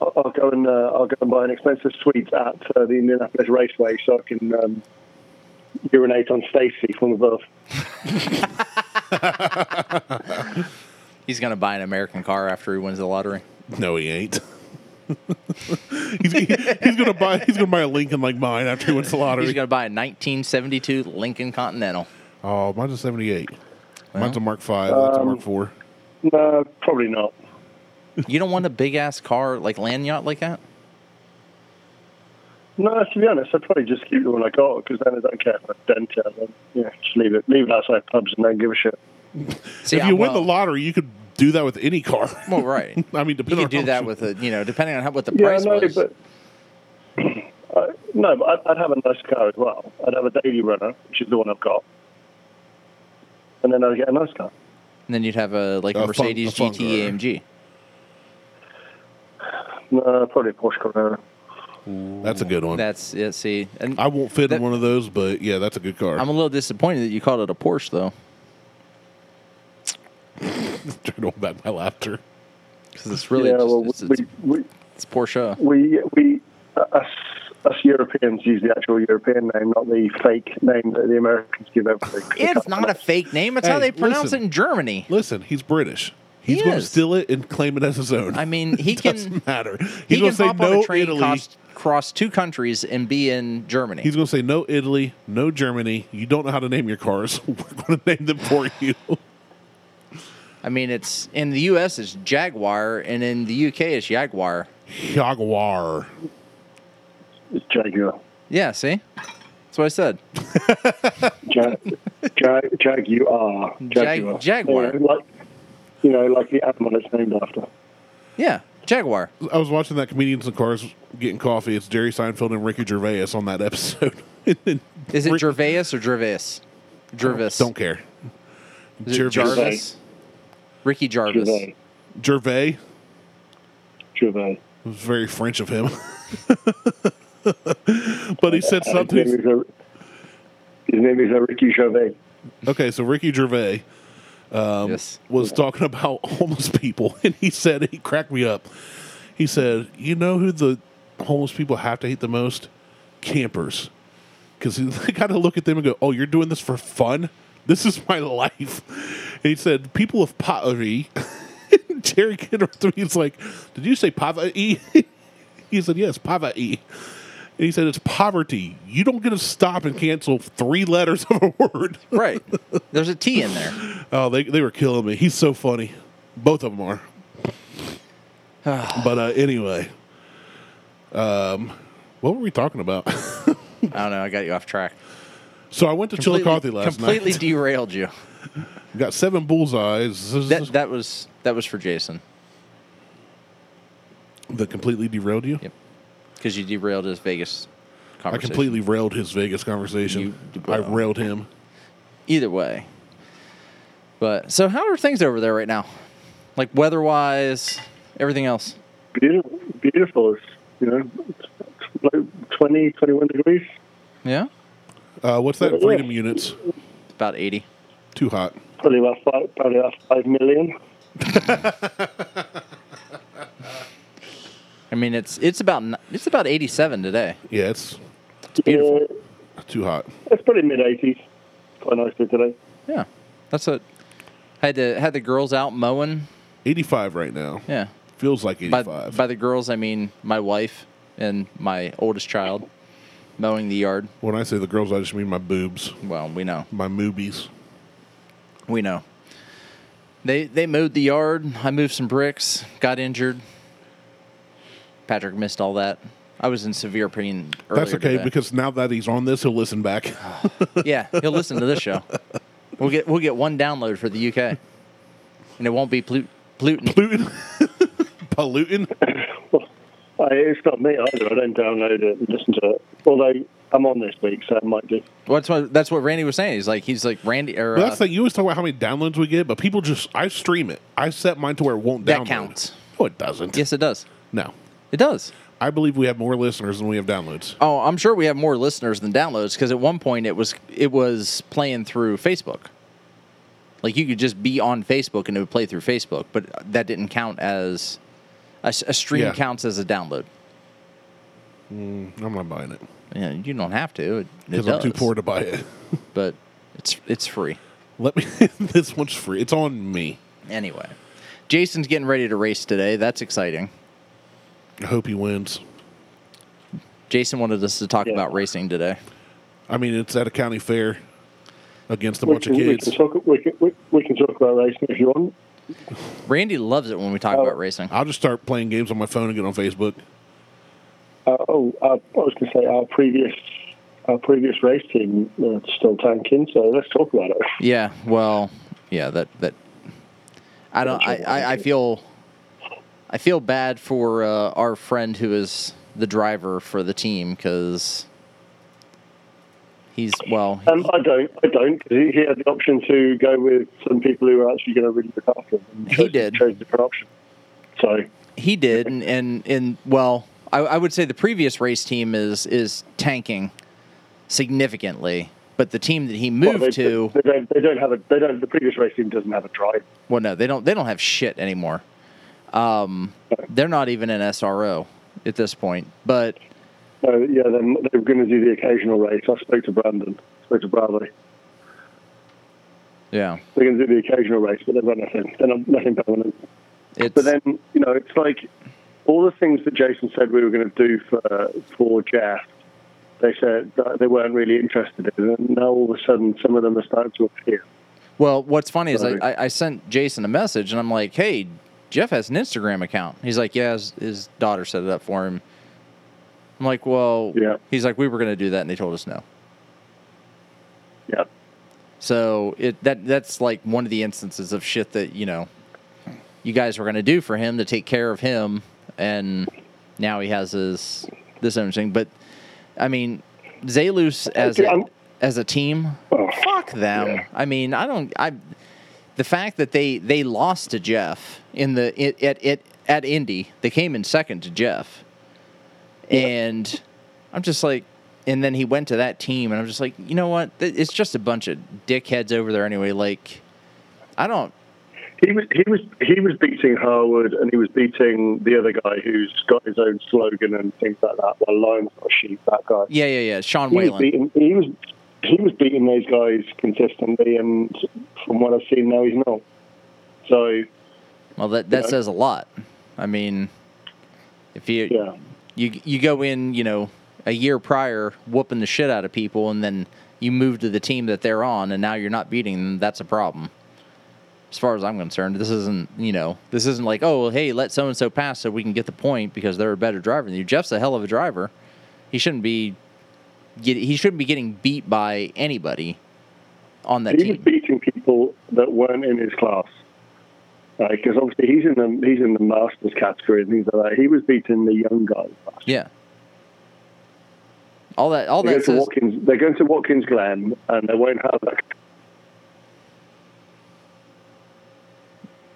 Speaker 3: I'll, I'll go and uh, I'll go and buy an expensive suite at uh, the Indianapolis Raceway so I can um, urinate on Stacy from above.
Speaker 1: He's gonna buy an American car after he wins the lottery.
Speaker 2: No, he ain't. he's, he- he's gonna buy he's gonna buy a Lincoln like mine after he wins the lottery.
Speaker 1: He's going to buy a 1972 Lincoln Continental.
Speaker 2: oh, mine's a seventy eight. mine's a Mark Five. that's a Mark Four.
Speaker 3: No, probably not.
Speaker 1: You don't want a big ass car like land yacht like that?
Speaker 3: No, to be honest, I'd probably just keep the one I got because then I don't care if I dent it. Then, yeah, just leave it. Leave it outside pubs and don't give a shit.
Speaker 1: See,
Speaker 2: if
Speaker 1: I-
Speaker 2: you win the
Speaker 1: well-
Speaker 2: lottery, you could do that with any car.
Speaker 1: Well, right.
Speaker 2: I mean, depending
Speaker 1: you could
Speaker 2: on
Speaker 1: do
Speaker 2: how
Speaker 1: that
Speaker 2: much-
Speaker 1: with a, you know, depending on how what the
Speaker 3: Yeah,
Speaker 1: price
Speaker 3: no,
Speaker 1: was.
Speaker 3: but uh, no, but I'd, I'd have a nice car as well. I'd have a daily runner, which is the one I've got, and then I'd get a nice car.
Speaker 1: and then you'd have a like a,
Speaker 2: A fun-
Speaker 1: Mercedes
Speaker 2: a fun car.
Speaker 1: GT AMG.
Speaker 3: No, Uh, probably a Porsche Carrera.
Speaker 2: That's a good one.
Speaker 1: That's it. See, and
Speaker 2: I won't fit
Speaker 1: That-
Speaker 2: in one of those, but yeah, that's a good car.
Speaker 1: I'm a little disappointed that you called it a Porsche though,
Speaker 2: trying to hold back my laughter.
Speaker 1: because it's really
Speaker 3: yeah,
Speaker 1: just,
Speaker 3: well,
Speaker 1: it's, it's,
Speaker 3: we, we
Speaker 1: it's Porsche.
Speaker 3: we we uh, us us Europeans use the actual European name, not the fake name that the Americans give everything.
Speaker 1: It's not a fake name. It's how
Speaker 2: Hey,
Speaker 1: they pronounce
Speaker 2: listen.
Speaker 1: it in Germany.
Speaker 2: Listen, he's British.
Speaker 1: He
Speaker 2: He's going to
Speaker 1: is.
Speaker 2: steal it and claim it as his own.
Speaker 1: I mean, he can
Speaker 2: doesn't matter. He's
Speaker 1: he
Speaker 2: going
Speaker 1: can
Speaker 2: to say
Speaker 1: hop on
Speaker 2: no
Speaker 1: a train
Speaker 2: Italy.
Speaker 1: cross, cross two countries and be in Germany.
Speaker 2: He's going to say no Italy, no Germany. You don't know how to name your cars. We're going to name them for you.
Speaker 1: I mean, it's in the U.S. it's Jaguar, and in the U.K. it's Jaguar.
Speaker 2: Jaguar.
Speaker 3: It's Jaguar.
Speaker 1: Yeah, see, that's what I said.
Speaker 3: Jag, jag, Jaguar. Jaguar.
Speaker 1: Jaguar.
Speaker 3: Yeah, like, you know, like the animal it's named after.
Speaker 1: Yeah, Jaguar.
Speaker 2: I was watching that comedians in cars getting coffee. It's Jerry Seinfeld and Ricky Gervais on that episode.
Speaker 1: Is it
Speaker 2: Rick-
Speaker 1: Gervais or Gervais? Gervais.
Speaker 2: Don't care.
Speaker 1: Is it
Speaker 2: Gervais.
Speaker 1: Jarvis? Ricky Jarvis.
Speaker 3: Gervais.
Speaker 2: Gervais. It
Speaker 3: Gervais.
Speaker 2: was very French of him. but he said
Speaker 3: And His
Speaker 2: something.
Speaker 3: name is, uh, his name is uh, Ricky Gervais.
Speaker 2: Okay, so Ricky Gervais
Speaker 1: yes.
Speaker 2: was talking about homeless people, and he said he cracked me up. He said, "You know who the homeless people have to hate the most? Campers, because they got to look at them and go, oh, you're doing this for fun. This is my life." And he said, "People of poverty." Terry Kidder through, he's like, "Did you say poverty?" he said, "Yes, poverty." And he said, "It's poverty. You don't get to stop and cancel three letters of a word."
Speaker 1: Right. There's a T in there.
Speaker 2: Oh, they they were killing me. He's so funny. Both of them are. but uh, anyway, um, what were we talking about?
Speaker 1: I don't know. I got you off track.
Speaker 2: so I went to
Speaker 1: Completely-
Speaker 2: Chillicothe last
Speaker 1: completely
Speaker 2: night.
Speaker 1: derailed you.
Speaker 2: Got seven bullseyes.
Speaker 1: That that was that was for Jason
Speaker 2: that completely derailed you.
Speaker 1: Yep. because you derailed his Vegas
Speaker 2: I
Speaker 1: conversation.
Speaker 2: completely railed his Vegas conversation.
Speaker 1: You-
Speaker 2: I
Speaker 1: well.
Speaker 2: railed him.
Speaker 1: Either way. But so how are things over there right now? Like weather wise, everything else.
Speaker 3: Beautiful. Beautiful. It's, you know, it's like 20, 21 degrees.
Speaker 1: Yeah.
Speaker 2: Uh, what's that?
Speaker 3: Yeah.
Speaker 2: Freedom units.
Speaker 1: About eighty.
Speaker 2: Too hot.
Speaker 3: Probably about five, probably about five million.
Speaker 1: I mean, it's it's about n- it's about eighty-seven today.
Speaker 2: Yeah, it's
Speaker 1: It's beautiful.
Speaker 3: Yeah,
Speaker 2: too hot.
Speaker 3: Uh, it's probably mid 80s. Quite nicely today.
Speaker 1: Yeah, that's what. Had the had the girls out mowing.
Speaker 2: Eighty-five right now.
Speaker 1: Yeah,
Speaker 2: Feels like
Speaker 1: by
Speaker 2: eighty-five.
Speaker 1: by the girls I mean my wife and my oldest child mowing the yard.
Speaker 2: when I say the girls, I just mean my boobs,
Speaker 1: Well, we know,
Speaker 2: my moobies.
Speaker 1: we know. They they mowed the yard. I moved some bricks. Got injured. Patrick missed all that. I was in severe pain. Earlier
Speaker 2: That's okay
Speaker 1: today.
Speaker 2: because now that he's on this, he'll listen back.
Speaker 1: yeah, he'll listen to this show. We'll get we'll get one download for the UK, and it won't be Plut- Pluton.
Speaker 2: Polluting, polluting.
Speaker 3: I, it's not me either. I don't download it and listen to it. Although I'm on this week, so I might do.
Speaker 1: Well, that's what that's what Randy was saying. He's like he's like Randy or
Speaker 2: But
Speaker 1: uh,
Speaker 2: that's the thing. You always talk about how many downloads we get, but people just I stream it. I set mine to where it won't
Speaker 1: That
Speaker 2: download.
Speaker 1: counts.
Speaker 2: No, it doesn't.
Speaker 1: yes, it does.
Speaker 2: No,
Speaker 1: It does.
Speaker 2: I believe we have more listeners than we have downloads.
Speaker 1: Oh, I'm sure we have more listeners than downloads because at one point it was it was playing through Facebook. Like you could just be on Facebook and it would play through Facebook, but that didn't count as a, s- a stream
Speaker 2: Yeah.
Speaker 1: counts as a download.
Speaker 2: I'm not buying it
Speaker 1: Yeah, you don't have to. It, it
Speaker 2: because
Speaker 1: does,
Speaker 2: I'm too poor to buy it.
Speaker 1: but it's it's free
Speaker 2: Let me. this one's free. It's on me.
Speaker 1: anyway. Jason's getting ready to race today. That's exciting.
Speaker 2: I hope he wins.
Speaker 1: Jason wanted us to talk
Speaker 3: Yeah.
Speaker 1: about racing today.
Speaker 2: I mean, it's at a county fair against a
Speaker 3: We
Speaker 2: bunch
Speaker 3: can,
Speaker 2: of
Speaker 3: we,
Speaker 2: kids.
Speaker 3: can talk, we, can, we, we can talk about racing if you want.
Speaker 1: Randy loves it when we talk
Speaker 3: Oh.
Speaker 1: about racing.
Speaker 2: I'll just start playing games on my phone and get on Facebook.
Speaker 3: Uh, oh, uh, I was going to say our previous our previous race team uh, still tanking, so let's talk about it.
Speaker 1: Yeah, well, yeah, that that I don't I, I, I feel I feel bad for uh, our friend who is the driver for the team cuz he's well,
Speaker 3: Um, I don't, I don't, 'cause he, he had the option to go with some people who were actually going to really look after him. and
Speaker 1: He
Speaker 3: chose-
Speaker 1: did.
Speaker 3: chose the different option. So
Speaker 1: he did and and, and well, I, I would say the previous race team is is tanking significantly, but the team that he moved
Speaker 3: they,
Speaker 1: to
Speaker 3: They don't, they don't have a. They don't. The previous race team doesn't have a drive.
Speaker 1: Well, no, they don't. They don't have shit anymore. Um, they're not even an SRO at this point. But
Speaker 3: So yeah, then they were going to do the occasional race. I spoke to Brandon. Spoke to Bradley.
Speaker 1: yeah,
Speaker 3: They're going to do the occasional race, but they've got nothing. They're not, nothing permanent.
Speaker 1: it's
Speaker 3: But then you know, it's like all the things that Jason said we were going to do for for Jeff. They said that they weren't really interested in, and now all of a sudden, some of them are starting to appear.
Speaker 1: well. What's funny is I,
Speaker 3: Sorry.
Speaker 1: I, I sent Jason a message and I'm like, "Hey, Jeff has an Instagram account." He's like, "Yeah, his, his daughter set it up for him." I'm like, "Well,"
Speaker 3: Yeah.
Speaker 1: He's like, "We were going to do that, and they told us no."
Speaker 3: Yeah.
Speaker 1: So it that that's like one of the instances of shit that you know you guys were gonna do for him to take care of him, and now he has his this own thing. But I mean, Zalus as
Speaker 3: I'm-
Speaker 1: a, as a team,
Speaker 3: Oh,
Speaker 1: fuck them.
Speaker 3: yeah.
Speaker 1: I mean, I don't. I the fact that they they lost to Jeff in the it at it at Indy, they came in second to Jeff, and I'm just like, and then he went to that team, and I'm just like, you know what? Th- It's just a bunch of dickheads over there anyway. Like, I don't.
Speaker 3: He was he was he was beating Harwood and he was beating the other guy who's got his own slogan and things like that. Well, lion's not a sheep. That guy.
Speaker 1: Yeah, yeah, yeah. Sean
Speaker 3: He was
Speaker 1: Whalen.
Speaker 3: beating he was he was beating those guys consistently, and from what I've seen now, he's not. So
Speaker 1: Well, that that
Speaker 3: Yeah.
Speaker 1: says a lot. I mean, if you
Speaker 3: yeah,
Speaker 1: you you go in, you know, a year prior whooping the shit out of people, and then you move to the team that they're on, and now you're not beating them. That's a problem. As far as I'm concerned, this isn't you know this isn't like oh well, hey let so and so pass so we can get the point because they're a better driver than you. Jeff's a hell of a driver. He shouldn't be get, he shouldn't be getting beat by anybody on that
Speaker 3: he was
Speaker 1: team.
Speaker 3: beating people that weren't in his class. Because obviously he's in the he's in the masters category and things like that. He was beating the young guys.
Speaker 1: Yeah. All that all
Speaker 3: They go
Speaker 1: that
Speaker 3: to
Speaker 1: says,
Speaker 3: Watkins. They're going to Watkins Glen, and they won't have that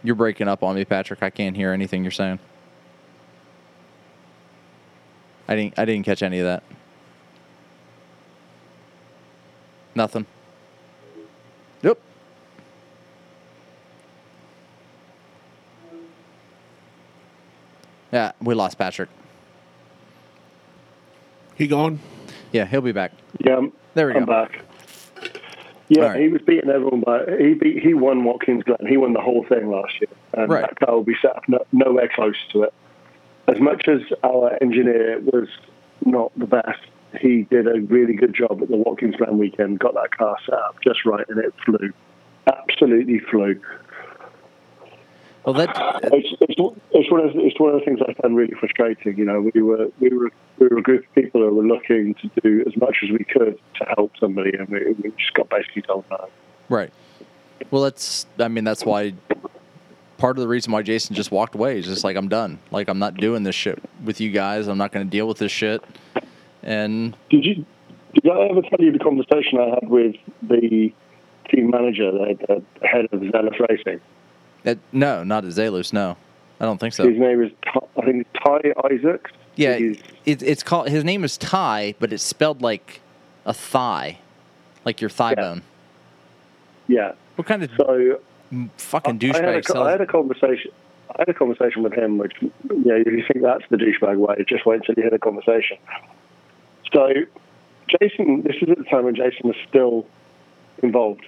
Speaker 1: you're breaking up on me, Patrick. I can't hear anything you're saying. I didn't. I didn't catch any of that. Nothing. Nope. Yeah, we lost Patrick.
Speaker 2: He gone?
Speaker 1: Yeah, he'll be back.
Speaker 3: Yeah, I'm-
Speaker 1: There we
Speaker 3: I'm
Speaker 1: go.
Speaker 3: back. Yeah,
Speaker 1: All right.
Speaker 3: he was beating everyone by he beat he won Watkins Glen. He won the whole thing last year, and
Speaker 1: Right.
Speaker 3: that car will be set up no, nowhere close to it. As much as our engineer was not the best, he did a really good job at the Watkins Glen weekend. Got that car set up just right, and it flew, absolutely flew.
Speaker 1: Well, that
Speaker 3: It's, it's, it's one of the- it's one of the things I found really frustrating. You know, we were we were we were a group of people who were looking to do as much as we could to help somebody, and we, we just got basically told no.
Speaker 1: Right. Well, that's. I mean, that's why. Part of the reason why Jason just walked away is just like I'm done. Like I'm not doing this shit with you guys. I'm not going to deal with this shit. And
Speaker 3: Did you? Did I ever tell you the conversation I had with the team manager, the, the head of Zealous Racing?
Speaker 1: that no, not at Zalus. No, I don't think so.
Speaker 3: His name is Ty, I think it's Ty Isaacs.
Speaker 1: Yeah,
Speaker 3: He's-
Speaker 1: it, it's called. His name is Ty, but it's spelled like a thigh, like your thigh
Speaker 3: Yeah.
Speaker 1: bone.
Speaker 3: yeah.
Speaker 1: What kind of
Speaker 3: So
Speaker 1: fucking
Speaker 3: I had,
Speaker 1: douchebag
Speaker 3: a, I had
Speaker 1: sells?
Speaker 3: a conversation. I had a conversation with him, which you know, if you think that's the douchebag way, just wait until you hear the conversation. So, Jason, this is at the time when Jason was still involved.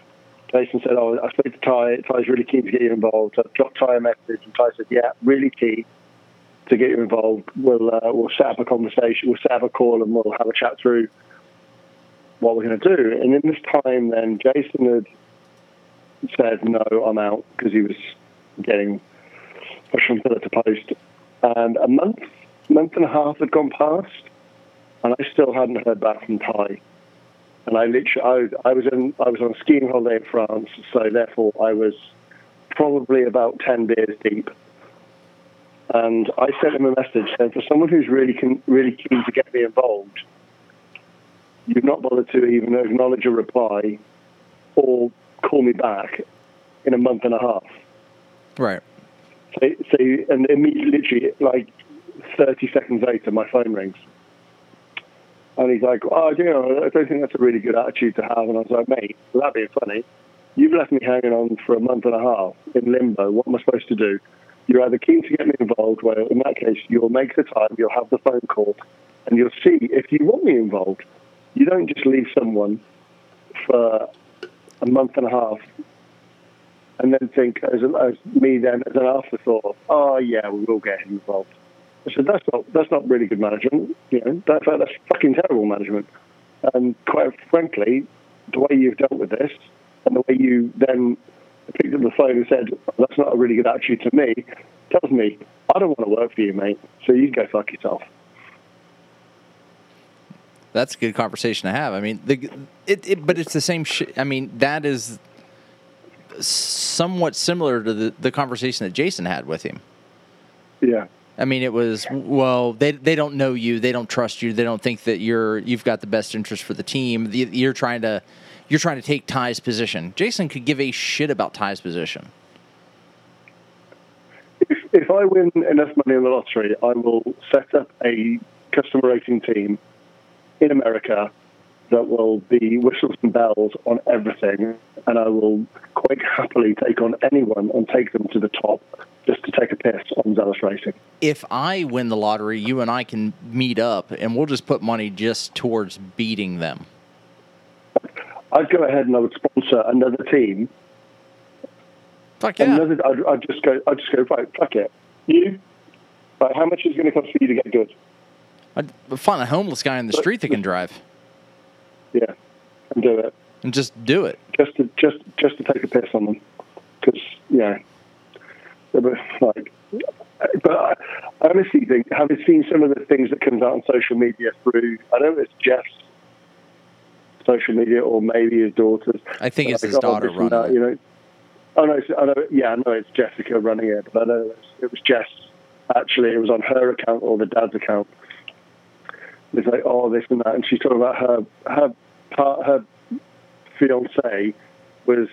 Speaker 3: Jason said, "Oh, I spoke to Ty. Ty's really keen to get you involved." So I dropped Ty a message, and Ty said, "Yeah, really keen. to get you involved. We'll uh, we'll set up a conversation, we'll set up a call, and we'll have a chat through what we're going to do. And in this time, then Jason had said, "No, I'm out," because he was getting pushed from pillar to post. And a month, month and a half had gone past, and I still hadn't heard back from Ty. And I literally, I, I was in, I was on a skiing holiday in France, so therefore I was probably about ten beers deep. And I sent him a message saying, for someone who's really, con- really keen to get me involved, you've not bothered to even acknowledge a reply or call me back in a month and a half.
Speaker 1: Right.
Speaker 3: So, so and immediately, literally, like 30 seconds later, my phone rings. And he's like, oh, you know, I don't think that's a really good attitude to have. And I was like, mate, that being funny, you've left me hanging on for a month and a half in limbo. What am I supposed to do? You're either keen to get me involved, where in that case, you'll make the time, you'll have the phone call, and you'll see if you want me involved. You don't just leave someone for a month and a half and then think, as, as me then, as an afterthought, oh, yeah, we will get him involved. I said, that's not, that's not really good management. You know, that, that, that's fucking terrible management. And quite frankly, the way you've dealt with this and the way you then picked up the phone and said, that's not a really good attitude to me, tells me, I don't want to work for you, mate. So you go fuck yourself.
Speaker 1: That's a good conversation to have. I mean, the, it, it, but it's the same shit. I mean, that is somewhat similar to the, the conversation that Jason had with him.
Speaker 3: Yeah.
Speaker 1: I mean, it was well. They they don't know you. They don't trust you. They don't think that you're you've got the best interest for the team. The, you're trying to you're trying to take Ty's position. Jason could give a shit about Ty's position.
Speaker 3: If, if I win enough money in the lottery, I will set up a customer rating team in America that will be whistles and bells on everything, and I will quite happily take on anyone and take them to the top just to take a piss on zealous racing.
Speaker 1: If I win the lottery, you and I can meet up, and we'll just put money just towards beating them.
Speaker 3: I'd go ahead and I would sponsor another team.
Speaker 1: Fuck yeah!
Speaker 3: Another, I'd, I'd just go. I'd just go. Right, fuck it. You. Right, how much is it going to cost for you to get good?
Speaker 1: I'd find a homeless guy in the street that can drive
Speaker 3: Yeah, and do it
Speaker 1: and just do it.
Speaker 3: just to just just to take a piss on them because yeah, they were like. But I I honestly think, having seen some of the things that comes out on social media through, I don't know if it's Jeff's social media or maybe his daughter's.
Speaker 1: I think it's
Speaker 3: Like,
Speaker 1: his
Speaker 3: oh,
Speaker 1: daughter
Speaker 3: this and that,
Speaker 1: running.
Speaker 3: you know, oh no, it's, I know, yeah, I know it's Jessica running it, but I know it's, it was Jess. Actually, it was on her account or the dad's account. It's like oh this and that, and she's talking about her her part her fiance was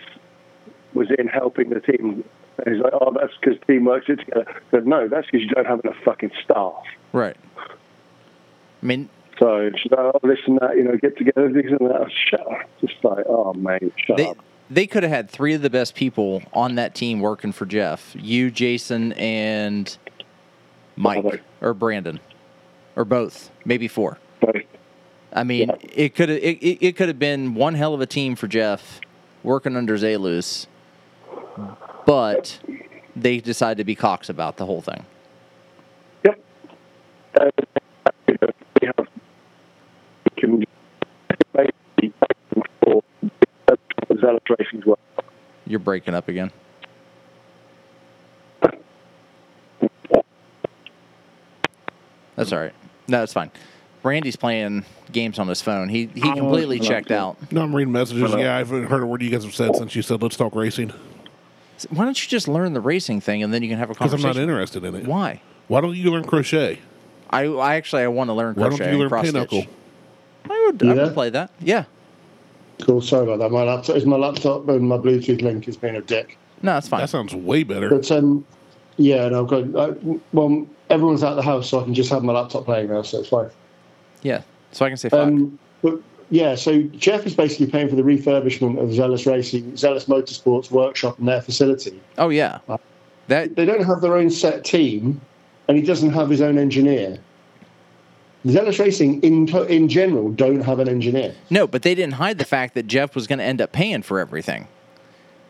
Speaker 3: was in helping the team. And he's like, oh, that's because team works it together. I said, no, that's because you don't have enough fucking staff.
Speaker 1: Right. I mean,
Speaker 3: So she's like, oh, this and that, you know, get together, this and that. Shut up. Just like, oh, mate, shut
Speaker 1: they
Speaker 3: up.
Speaker 1: they could have had three of the best people on that team working for Jeff. You, Jason, and Mike
Speaker 3: Probably.
Speaker 1: or Brandon, or both, maybe four.
Speaker 3: Like,
Speaker 1: I mean,
Speaker 3: Yeah.
Speaker 1: it could have it, it, it could have been one hell of a team for Jeff working under Zalus, but they decided to be cocks about the whole thing.
Speaker 3: Yep. Uh, you know, we have we can maybe for zealous racing's work.
Speaker 1: You're breaking up again. That's all right. No, it's fine. Randy's playing games on his phone. He he completely checked out.
Speaker 2: No, I'm reading messages.
Speaker 1: uh,
Speaker 3: Hello.
Speaker 2: Yeah, I haven't heard a word you guys have said since you said let's talk racing
Speaker 1: Why don't you just learn the racing thing and then you can have a
Speaker 2: because I'm
Speaker 1: conversation?
Speaker 2: not interested in it.
Speaker 1: Why?
Speaker 2: Why don't you learn crochet?
Speaker 1: I, I actually I want to learn
Speaker 2: Why
Speaker 1: crochet
Speaker 2: don't you
Speaker 1: and
Speaker 2: learn
Speaker 1: cross stitch.
Speaker 2: pinochle?
Speaker 1: I would, I
Speaker 4: Yeah.
Speaker 1: would play that. Yeah.
Speaker 4: Cool. Sorry about that. My laptop is my laptop, and my Bluetooth link is being a dick.
Speaker 1: No, that's fine.
Speaker 2: That sounds way better.
Speaker 4: But um, yeah, and I've got I, well, everyone's out of the house, so I can just have my laptop playing now, so it's fine.
Speaker 1: yeah. So I can say fuck.
Speaker 4: Um, but yeah, so Jeff is basically paying for the refurbishment of Zealous Racing, Zealous Motorsports Workshop, and their facility.
Speaker 1: oh yeah. That
Speaker 4: They don't have their own set team, and he doesn't have his own engineer. Zealous Racing, in to- in general, don't have an engineer.
Speaker 1: No, but they didn't hide the fact that Jeff was going to end up paying for everything.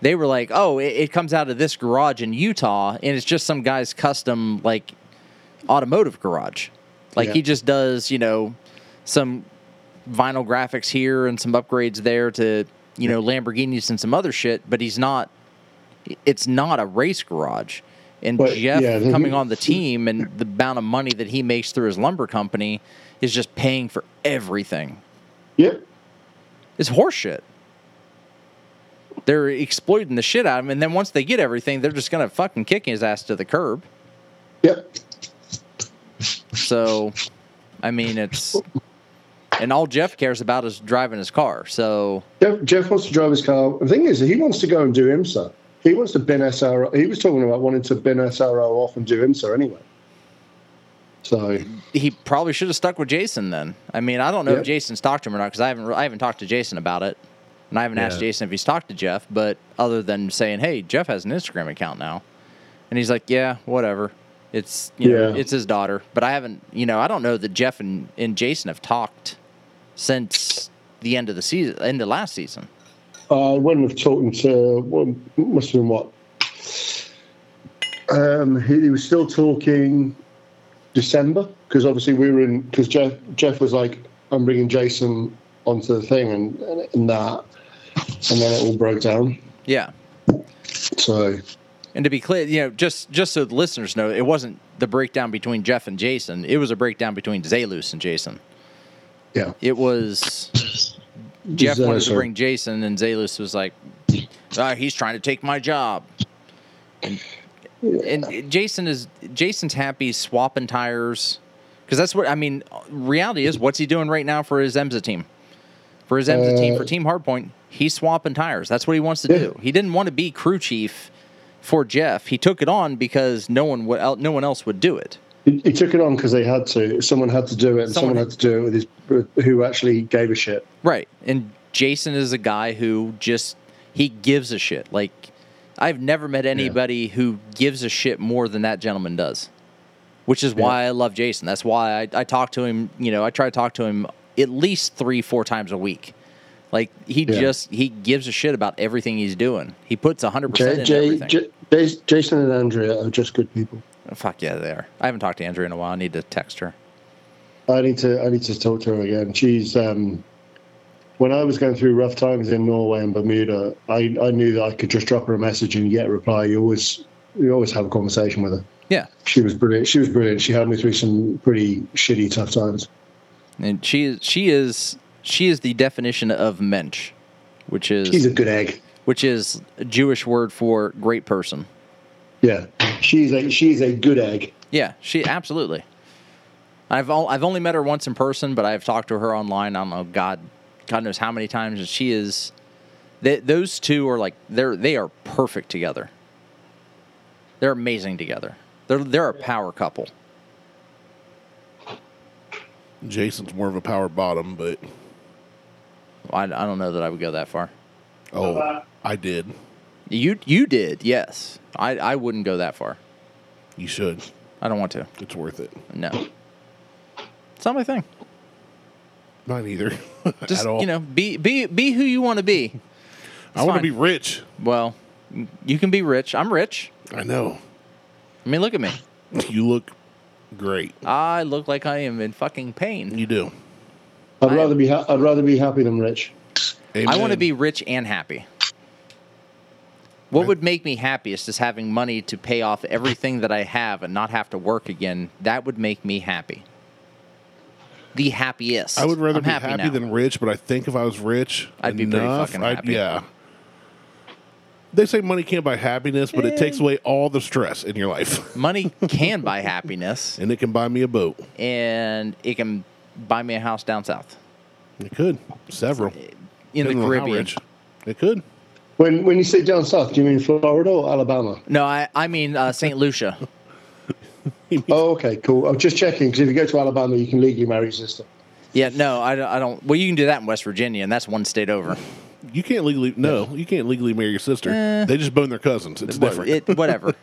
Speaker 1: They were like, "Oh, it, it comes out of this garage in Utah, and it's just some guy's custom like automotive garage. Like
Speaker 4: Yeah.
Speaker 1: he just does, you know, some vinyl graphics here and some upgrades there to, you know, Lamborghinis and some other shit, but he's not it's not a race garage. And
Speaker 4: But,
Speaker 1: Jeff
Speaker 4: yeah, the-
Speaker 1: coming on the team and the amount of money that he makes through his lumber company is just paying for everything.
Speaker 4: Yep.
Speaker 1: It's horseshit. They're exploiting the shit out of him, and then once they get everything, they're just gonna fucking kick his ass to the curb.
Speaker 4: Yep.
Speaker 1: So, I mean, it's and all Jeff cares about is driving his car. So,
Speaker 4: Jeff, Jeff wants to drive his car. The thing is, he wants to go and do IMSA. He wants to bin SRO. He was talking about wanting to bin SRO off and do IMSA anyway. So,
Speaker 1: he probably should have stuck with Jason then. I mean, I don't know
Speaker 4: Yeah.
Speaker 1: if Jason's talked to him or not because I haven't re- I haven't talked to Jason about it, and I haven't asked
Speaker 5: Yeah.
Speaker 1: Jason if he's talked to Jeff. But other than saying, "Hey, Jeff has an Instagram account now," and he's like, "Yeah, whatever." It's you know,
Speaker 4: Yeah.
Speaker 1: it's his daughter, but I haven't you know I don't know that Jeff and, and Jason have talked since the end of the season, end of last season.
Speaker 4: I wouldn't have uh, talked to well, must have been what um, he, he was still talking December because obviously we were in because Jeff Jeff was like I'm bringing Jason onto the thing and, and, and that and then it all broke down
Speaker 1: Yeah,
Speaker 4: so
Speaker 1: And to be clear, you know, just just so the listeners know, it wasn't the breakdown between Jeff and Jason. It was a breakdown between Zalus and Jason.
Speaker 4: yeah
Speaker 1: It was Jeff
Speaker 4: Zalus,
Speaker 1: wanted to
Speaker 4: sorry.
Speaker 1: bring Jason, and Zalus was like, "Ah, "He's trying to take my job." And, and Jason is Jason's happy swapping tires because that's what I mean. Reality is, what's he doing right now for his EMSA team? For his EMSA team,
Speaker 4: Uh,
Speaker 1: for Team Hardpoint, he's swapping tires. That's what he wants to
Speaker 4: Yeah.
Speaker 1: do. He didn't want to be crew chief for Jeff. He took it on because no one would, el- no one else would do it.
Speaker 4: he, he took it on because they had to someone had to do it and someone,
Speaker 1: Someone-
Speaker 4: had to do it with his with- who actually gave a shit
Speaker 1: Right. And Jason is a guy who just he gives a shit. Like I've never met anybody who gives a shit more than that gentleman does. Which is why I love Jason. That's why I, I talk to him, you know, I try to talk to him at least three, four times a week. Like he
Speaker 4: Yeah.
Speaker 1: just he gives a shit about everything he's doing. He puts hundred percent
Speaker 4: J,
Speaker 1: in
Speaker 4: J,
Speaker 1: everything.
Speaker 4: J, Jas- Jason and Andrea are just good people
Speaker 1: Fuck yeah, they are. I haven't talked to Andrea in a while. I need to text her.
Speaker 4: I need to I need to talk to her again. She's um, when I was going through rough times in Norway and Bermuda, I, I knew that I could just drop her a message and get a reply. You always you always have a conversation with her.
Speaker 1: Yeah.
Speaker 4: She was brilliant. She was brilliant. She had me through some pretty shitty tough times.
Speaker 1: And she is she is she is the definition of mensch, which is
Speaker 4: She's a good egg.
Speaker 1: which is a Jewish word for great person.
Speaker 4: Yeah. She's a she's a good egg.
Speaker 1: Yeah, she absolutely. I've all, I've only met her once in person, but I've talked to her online. I don't know, God, God knows how many times. And she is. They, those two are like they're they are perfect together. They're amazing together. They're they're a power couple.
Speaker 2: Jason's more of a power bottom, but
Speaker 1: I, I don't know that I would go that far.
Speaker 2: oh, I did.
Speaker 1: You you did yes. I I wouldn't go that far.
Speaker 2: You should.
Speaker 1: I don't want to.
Speaker 2: It's worth it.
Speaker 1: No, it's not my thing.
Speaker 2: Not either.
Speaker 1: Just
Speaker 2: At all.
Speaker 1: you know, be be be who you want to be.
Speaker 2: I want to
Speaker 1: fine.
Speaker 2: be rich.
Speaker 1: Well, you can be rich. I'm rich.
Speaker 2: I know.
Speaker 1: I mean, look at me.
Speaker 2: You look great.
Speaker 1: I look like I am in fucking pain.
Speaker 2: You do.
Speaker 4: I'd
Speaker 1: I-
Speaker 4: rather be ha- I'd rather be happy than rich.
Speaker 1: I want to
Speaker 2: Amen.
Speaker 1: be rich and happy. What would make me happiest is having money to pay off everything that I have and not have to work again. That would make me happy. The happiest.
Speaker 2: I would rather
Speaker 1: I'm
Speaker 2: be happy,
Speaker 1: now.
Speaker 2: than rich, but I think if I was rich,
Speaker 1: I'd be pretty
Speaker 2: enough,
Speaker 1: fucking
Speaker 2: I'd-
Speaker 1: happy.
Speaker 2: yeah. They say money can't buy happiness, but it takes away all the stress in your life,
Speaker 1: money can buy happiness,
Speaker 2: and it can buy me a boat.
Speaker 1: and it can buy me a house down south
Speaker 2: It could several
Speaker 1: in the
Speaker 2: Depending on how
Speaker 1: Caribbean.
Speaker 2: rich. It could.
Speaker 4: When when you say down south, do you mean Florida or Alabama?
Speaker 1: No, I I mean uh, Saint Lucia.
Speaker 4: Oh, okay, cool. I'm just checking because if you go to Alabama, you can legally marry your sister.
Speaker 1: Yeah, no, I don't, I don't. Well, you can do that in West Virginia, and that's one state over.
Speaker 2: You can't legally no. You can't legally marry your sister.
Speaker 1: Eh.
Speaker 2: they just bone their cousins. It's
Speaker 1: What-
Speaker 2: different.
Speaker 1: It, whatever.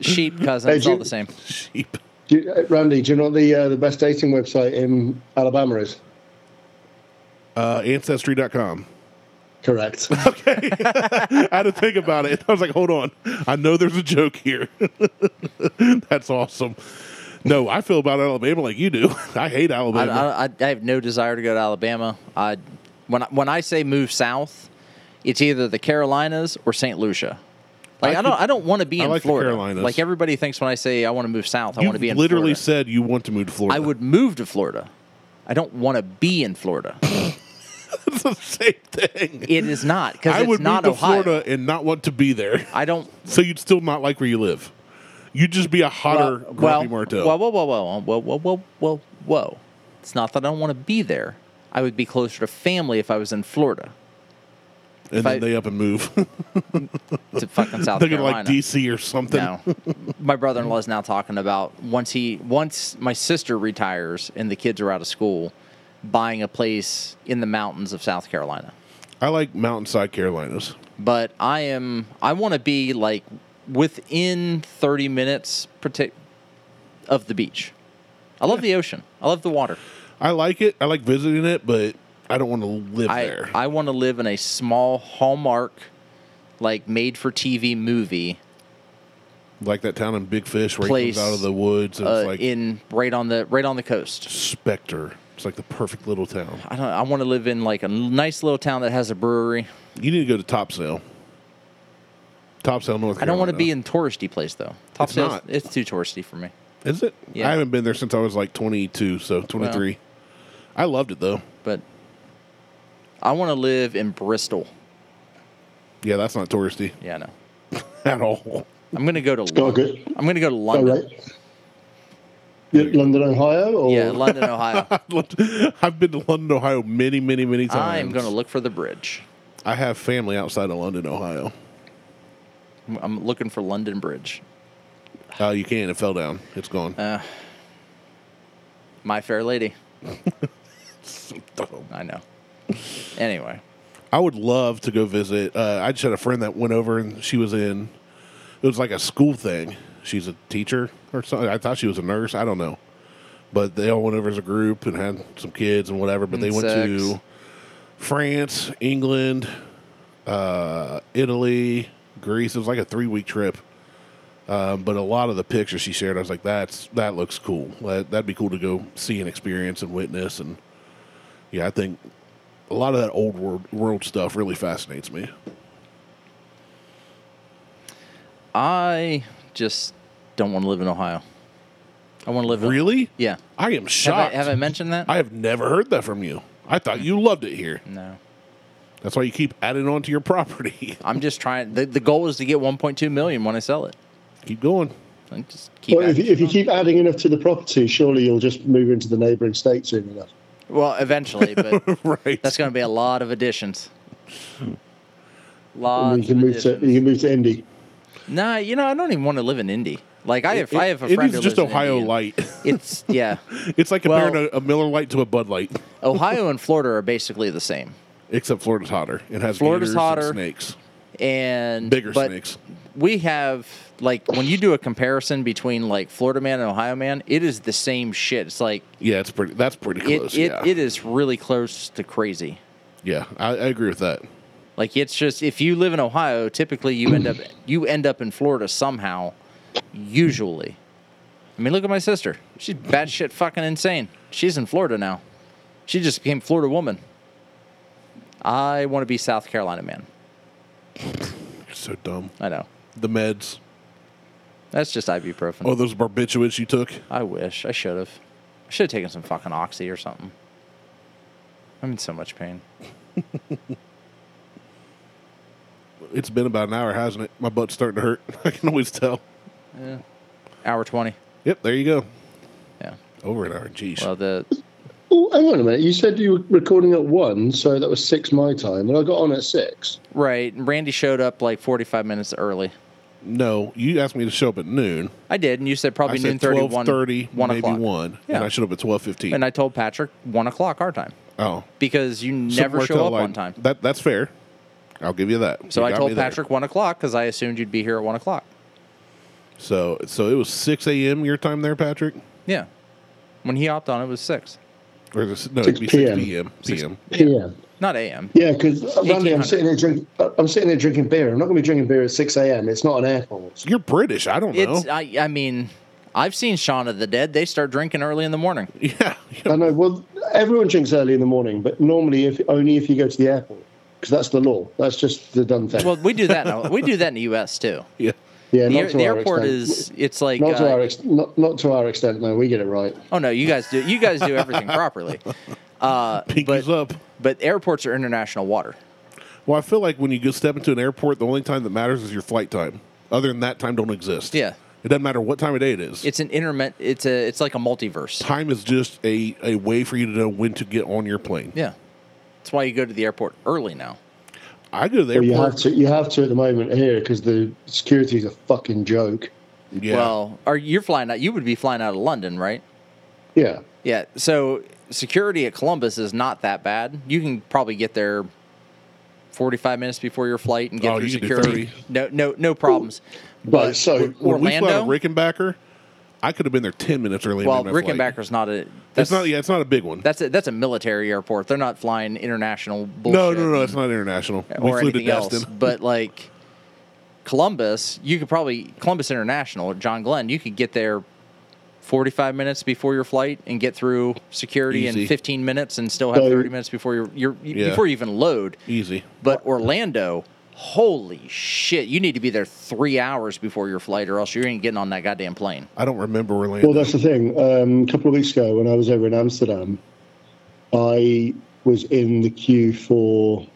Speaker 1: Sheep, cousin,
Speaker 4: Hey,
Speaker 1: it's all
Speaker 4: Jim-
Speaker 1: the same.
Speaker 2: Sheep.
Speaker 4: Do you, uh, Randy, do you know what the uh, the best dating website in Alabama is?
Speaker 2: Uh, ancestry.com.
Speaker 4: Correct.
Speaker 2: I had to think about it. I was like, hold on. I know there's a joke here. That's awesome. No, I feel about Alabama like you do. I hate
Speaker 1: I,
Speaker 2: Alabama.
Speaker 1: I, I I have no desire to go to Alabama. I when I, when I say move south, it's either the Carolinas or St. Lucia. Like
Speaker 2: I
Speaker 1: I, don't
Speaker 2: could-
Speaker 1: I don't want to be
Speaker 2: I
Speaker 1: in
Speaker 2: like the
Speaker 1: Florida.
Speaker 2: Carolinas.
Speaker 1: Like everybody thinks when I say I want to move south, I
Speaker 2: you
Speaker 1: want to be in
Speaker 2: literally
Speaker 1: Florida.
Speaker 2: said you want to move to Florida.
Speaker 1: I would move to Florida. I don't want to be in Florida.
Speaker 2: it's the same thing.
Speaker 1: It is not because
Speaker 2: I
Speaker 1: it's
Speaker 2: would
Speaker 1: not
Speaker 2: move
Speaker 1: Ohio.
Speaker 2: to Florida and not want to be there.
Speaker 1: I don't.
Speaker 2: So you'd still not like where you live. You'd just be a hotter
Speaker 1: Well,
Speaker 2: grumpy
Speaker 1: well,
Speaker 2: Marteau.
Speaker 1: whoa, whoa, whoa, whoa, whoa, whoa, whoa, whoa, whoa. It's not that I don't want to be there. I would be closer to family if I was in Florida.
Speaker 2: and
Speaker 1: if
Speaker 2: then
Speaker 1: I-
Speaker 2: they up and move. They're
Speaker 1: To fucking South
Speaker 2: gonna
Speaker 1: Carolina.
Speaker 2: like DC or something.
Speaker 1: No, my brother-in-law is now talking about once he once my sister retires and the kids are out of school, buying a place in the mountains of South Carolina.
Speaker 2: I like mountainside Carolinas.
Speaker 1: But I am I want to be like within thirty minutes partic- of the beach. I love the ocean. I love the water.
Speaker 2: I like it. I like visiting it, but I don't want to live
Speaker 1: I
Speaker 2: there.
Speaker 1: I want to live in a small Hallmark, like made for TV movie
Speaker 2: like that town in Big Fish where he
Speaker 1: Place,
Speaker 2: comes out of the woods. And
Speaker 1: uh,
Speaker 2: it's like
Speaker 1: in right on the right on the coast.
Speaker 2: Spectre. It's like the perfect little town.
Speaker 1: I don't. I want to live in like a nice little town that has a brewery.
Speaker 2: You need to go to Topsail. Topsail, North Carolina.
Speaker 1: I don't want to be in touristy place though. Top
Speaker 2: It's
Speaker 1: sales,
Speaker 2: not.
Speaker 1: it's too touristy for me.
Speaker 2: Is it?
Speaker 1: Yeah.
Speaker 2: I haven't been there since I was like 22, so 23. I loved it though.
Speaker 1: But I want to live in Bristol.
Speaker 2: Yeah, that's not touristy
Speaker 1: Yeah, I know.
Speaker 2: at all.
Speaker 1: I'm gonna go to.
Speaker 4: got a
Speaker 1: Lon-
Speaker 4: good-
Speaker 1: I'm gonna go to
Speaker 4: All
Speaker 1: London.
Speaker 4: right. You- London, Ohio, or
Speaker 1: Yeah, London, Ohio.
Speaker 2: I've been to London, Ohio many, many, many times.
Speaker 1: I'm gonna look for the bridge.
Speaker 2: I have family outside of London, Ohio.
Speaker 1: I'm- I'm looking for London Bridge.
Speaker 2: Uh, you can't. It fell down. It's gone.
Speaker 1: My Fair Lady. I know. Anyway,
Speaker 2: I would love to go visit. Uh, I just had a friend that went over and she was in. It was like a school thing. She's a teacher or something. I thought she was a nurse. I don't know. But they all went over as a group and had some kids and whatever. But they went to
Speaker 1: Insects.
Speaker 2: France, England, uh, Italy, Greece. It was like a three week trip. Um, but a lot of the pictures she shared, I was like, "That's that looks cool. That, that'd be cool to go see and experience and witness." And yeah, I think a lot of that old world, world stuff really fascinates me.
Speaker 1: I just don't want to live in Ohio. I want to live. in-
Speaker 2: Really?
Speaker 1: Yeah.
Speaker 2: I am
Speaker 1: Have I,
Speaker 2: shocked.
Speaker 1: have I mentioned that?
Speaker 2: I have never heard that from you. I thought you loved it here.
Speaker 1: no.
Speaker 2: That's why you keep adding on to your property.
Speaker 1: I'm just trying. The, the goal is to get 1.2 million when I sell it.
Speaker 2: keep going.
Speaker 1: Like, just keep.
Speaker 4: Well, if,
Speaker 1: adding
Speaker 4: you- if you
Speaker 1: on.
Speaker 4: keep adding enough to the property, surely you'll just move into the neighbouring state soon enough.
Speaker 1: Well, eventually, but
Speaker 2: Right.
Speaker 1: that's going to be a lot of additions.
Speaker 4: And
Speaker 1: Lots
Speaker 4: you can
Speaker 1: of
Speaker 4: move to
Speaker 1: additions.
Speaker 4: you can move to Indy.
Speaker 1: Nah, you know, I don't even want to live in Indy. Like I have, I have a
Speaker 2: it
Speaker 1: friend
Speaker 2: is
Speaker 1: who
Speaker 2: just
Speaker 1: lives in
Speaker 2: Ohio
Speaker 1: Indy and
Speaker 2: light.
Speaker 1: It's yeah,
Speaker 2: it's like
Speaker 1: Well-
Speaker 2: comparing a, a Miller Light to a Bud Light,
Speaker 1: Ohio and Florida are basically the same,
Speaker 2: except Florida's hotter. It has
Speaker 1: Florida's
Speaker 2: gators and
Speaker 1: hotter.
Speaker 2: snakes,
Speaker 1: and
Speaker 2: bigger
Speaker 1: but
Speaker 2: snakes.
Speaker 1: We have like when you do a comparison between like Florida man and Ohio man, it is the same shit. It's like
Speaker 2: Yeah, it's pretty. That's pretty
Speaker 1: it,
Speaker 2: close.
Speaker 1: it,
Speaker 2: yeah,
Speaker 1: it is really close to crazy.
Speaker 2: yeah. I, I agree with that.
Speaker 1: Like it's just if you live in Ohio, typically you end up you end up in Florida somehow, usually. I mean, look at my sister. She's batshit fucking insane. She's in Florida now. She just became Florida woman. I want to be South Carolina man.
Speaker 2: You're so dumb.
Speaker 1: I know.
Speaker 2: The meds.
Speaker 1: That's just ibuprofen.
Speaker 2: Oh, those barbiturates you took.
Speaker 1: I wish I should have. I should have taken some fucking oxy or something. I'm in so much pain.
Speaker 2: It's been about an hour, hasn't it? My butt's starting to hurt. I can always tell.
Speaker 1: Hour twenty.
Speaker 2: Yep, there you go.
Speaker 1: Yeah.
Speaker 2: Over an hour. Jeez.
Speaker 1: Well, the
Speaker 4: Oh, hang on a minute. You said you were recording at one, so that was six my time, and I got on at six.
Speaker 1: right. Randy showed up like 45 minutes early.
Speaker 2: no, you asked me to show up at noon.
Speaker 1: I did, and you said
Speaker 2: I
Speaker 1: probably
Speaker 2: said
Speaker 1: noon thirty,
Speaker 2: twelve
Speaker 1: one,
Speaker 2: thirty,
Speaker 1: one
Speaker 2: maybe
Speaker 1: o'clock.
Speaker 2: one,
Speaker 1: Yeah.
Speaker 2: and I showed up at twelve fifteen.
Speaker 1: And I told Patrick one o'clock our time
Speaker 2: oh,
Speaker 1: because you
Speaker 2: So
Speaker 1: never show
Speaker 2: Martell,
Speaker 1: up
Speaker 2: I-
Speaker 1: on time.
Speaker 2: That that's fair. I'll give you that.
Speaker 1: So
Speaker 2: You
Speaker 1: I
Speaker 2: got
Speaker 1: told
Speaker 2: me there.
Speaker 1: Patrick one o'clock because I assumed you'd be here at one o'clock.
Speaker 2: So so it was six a.m. your time there, Patrick.
Speaker 1: Yeah, when he hopped on, it was six,
Speaker 2: Or is it, no, it'd
Speaker 4: 6
Speaker 2: be six
Speaker 4: p.m.
Speaker 2: p.m. p.m.
Speaker 4: Yeah,
Speaker 1: not a.m.
Speaker 4: yeah. Because Randy, I'm
Speaker 1: 1800.
Speaker 4: sitting here drinking. I'm sitting here drinking beer. I'm not going to be drinking beer at six a.m. It's not an airport.
Speaker 1: uh,
Speaker 2: You're British. I don't know.
Speaker 1: It's I, I mean I've seen Shaun of the Dead. They start drinking early in the morning.
Speaker 2: Yeah.
Speaker 4: I know. Well, everyone drinks early in the morning, but normally if only if you go to the airport because that's the law. That's just the done thing.
Speaker 1: Well, we do that. In, we do that in the U.S. too.
Speaker 2: Yeah.
Speaker 4: yeah,
Speaker 1: The,
Speaker 4: not
Speaker 1: air-
Speaker 4: to
Speaker 1: the
Speaker 4: our
Speaker 1: airport
Speaker 4: extent.
Speaker 1: is it's like
Speaker 4: not to
Speaker 1: uh,
Speaker 4: our ex- not, not to our extent. No, we get it right.
Speaker 1: oh no, you guys do you guys do everything properly. Uh,
Speaker 2: Pinkies
Speaker 1: but
Speaker 2: up.
Speaker 1: but airports are international water.
Speaker 2: Well, I feel like when you go step into an airport, the only time that matters is your flight time. Other than that, time don't exist.
Speaker 1: Yeah.
Speaker 2: It doesn't matter what time of day it is.
Speaker 1: It's an interment. It's a it's like a multiverse.
Speaker 2: time is just a, a way for you to know when to get on your plane.
Speaker 1: Yeah, that's why you go to the airport early now.
Speaker 2: I go to the
Speaker 4: But you
Speaker 2: airport.
Speaker 4: have to. You have to at the moment here because the security's a fucking joke.
Speaker 2: yeah.
Speaker 1: Well, are you're flying out? You would be flying out of London, right?
Speaker 4: Yeah.
Speaker 1: Yeah. So security at Columbus is not that bad. You can probably get there 45 minutes before your flight and get
Speaker 2: Oh,
Speaker 1: through
Speaker 2: you can do
Speaker 1: security.
Speaker 2: 30.
Speaker 1: No, no, no problems.
Speaker 4: Right. so
Speaker 2: when we flew out
Speaker 1: Orlando.
Speaker 2: of Rickenbacker, I could have been there ten minutes early. and
Speaker 1: well,
Speaker 2: made my flight.
Speaker 1: Rickenbacker's not a.
Speaker 2: It's
Speaker 1: That's
Speaker 2: not. Yeah, it's not a big one.
Speaker 1: That's a, that's a military airport. They're not flying international bullshit.
Speaker 2: No, no, no. It's not international. We
Speaker 1: or
Speaker 2: flew to
Speaker 1: anything else.
Speaker 2: Destin.
Speaker 1: But like Columbus, you could probably Columbus International, John Glenn, you could get there 45 minutes before your flight and get through security
Speaker 2: Easy.
Speaker 1: in 15 minutes and still have
Speaker 4: So-
Speaker 1: 30 minutes before your, your
Speaker 2: Yeah.
Speaker 1: before you even load.
Speaker 2: Easy.
Speaker 1: But Orlando, holy shit, you need to be there 3 hours before your flight or else you ain't getting on that goddamn plane.
Speaker 2: I don't remember Orlando.
Speaker 4: Well, that's the thing. Um, a couple of weeks ago, when I was over in Amsterdam, I was in the queue for.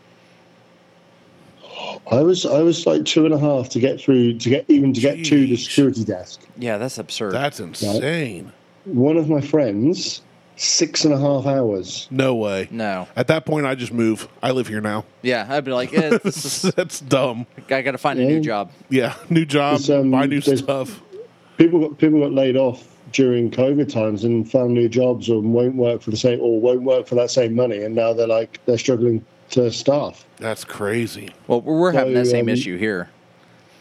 Speaker 4: I was I was like two and a half to get through to get even to get to the
Speaker 2: Jeez.
Speaker 4: security desk.
Speaker 1: Yeah, that's absurd.
Speaker 2: that's insane.
Speaker 4: One of my friends, six and a half hours.
Speaker 2: No way.
Speaker 1: no.
Speaker 2: At that point, I just move. I live here now.
Speaker 1: Yeah, I'd be like, eh, this is,
Speaker 2: that's dumb.
Speaker 1: I got to find a new
Speaker 4: Yeah.
Speaker 1: job.
Speaker 2: Yeah, new job,
Speaker 4: It's, um,
Speaker 2: buy new
Speaker 4: there's-
Speaker 2: stuff.
Speaker 4: People got people got laid off during COVID times and found new jobs or won't work for the same or won't work for that same money, and now they're like they're struggling to staff.
Speaker 2: That's crazy.
Speaker 1: Well, we're having that
Speaker 4: So,
Speaker 1: same
Speaker 4: um,
Speaker 1: issue here.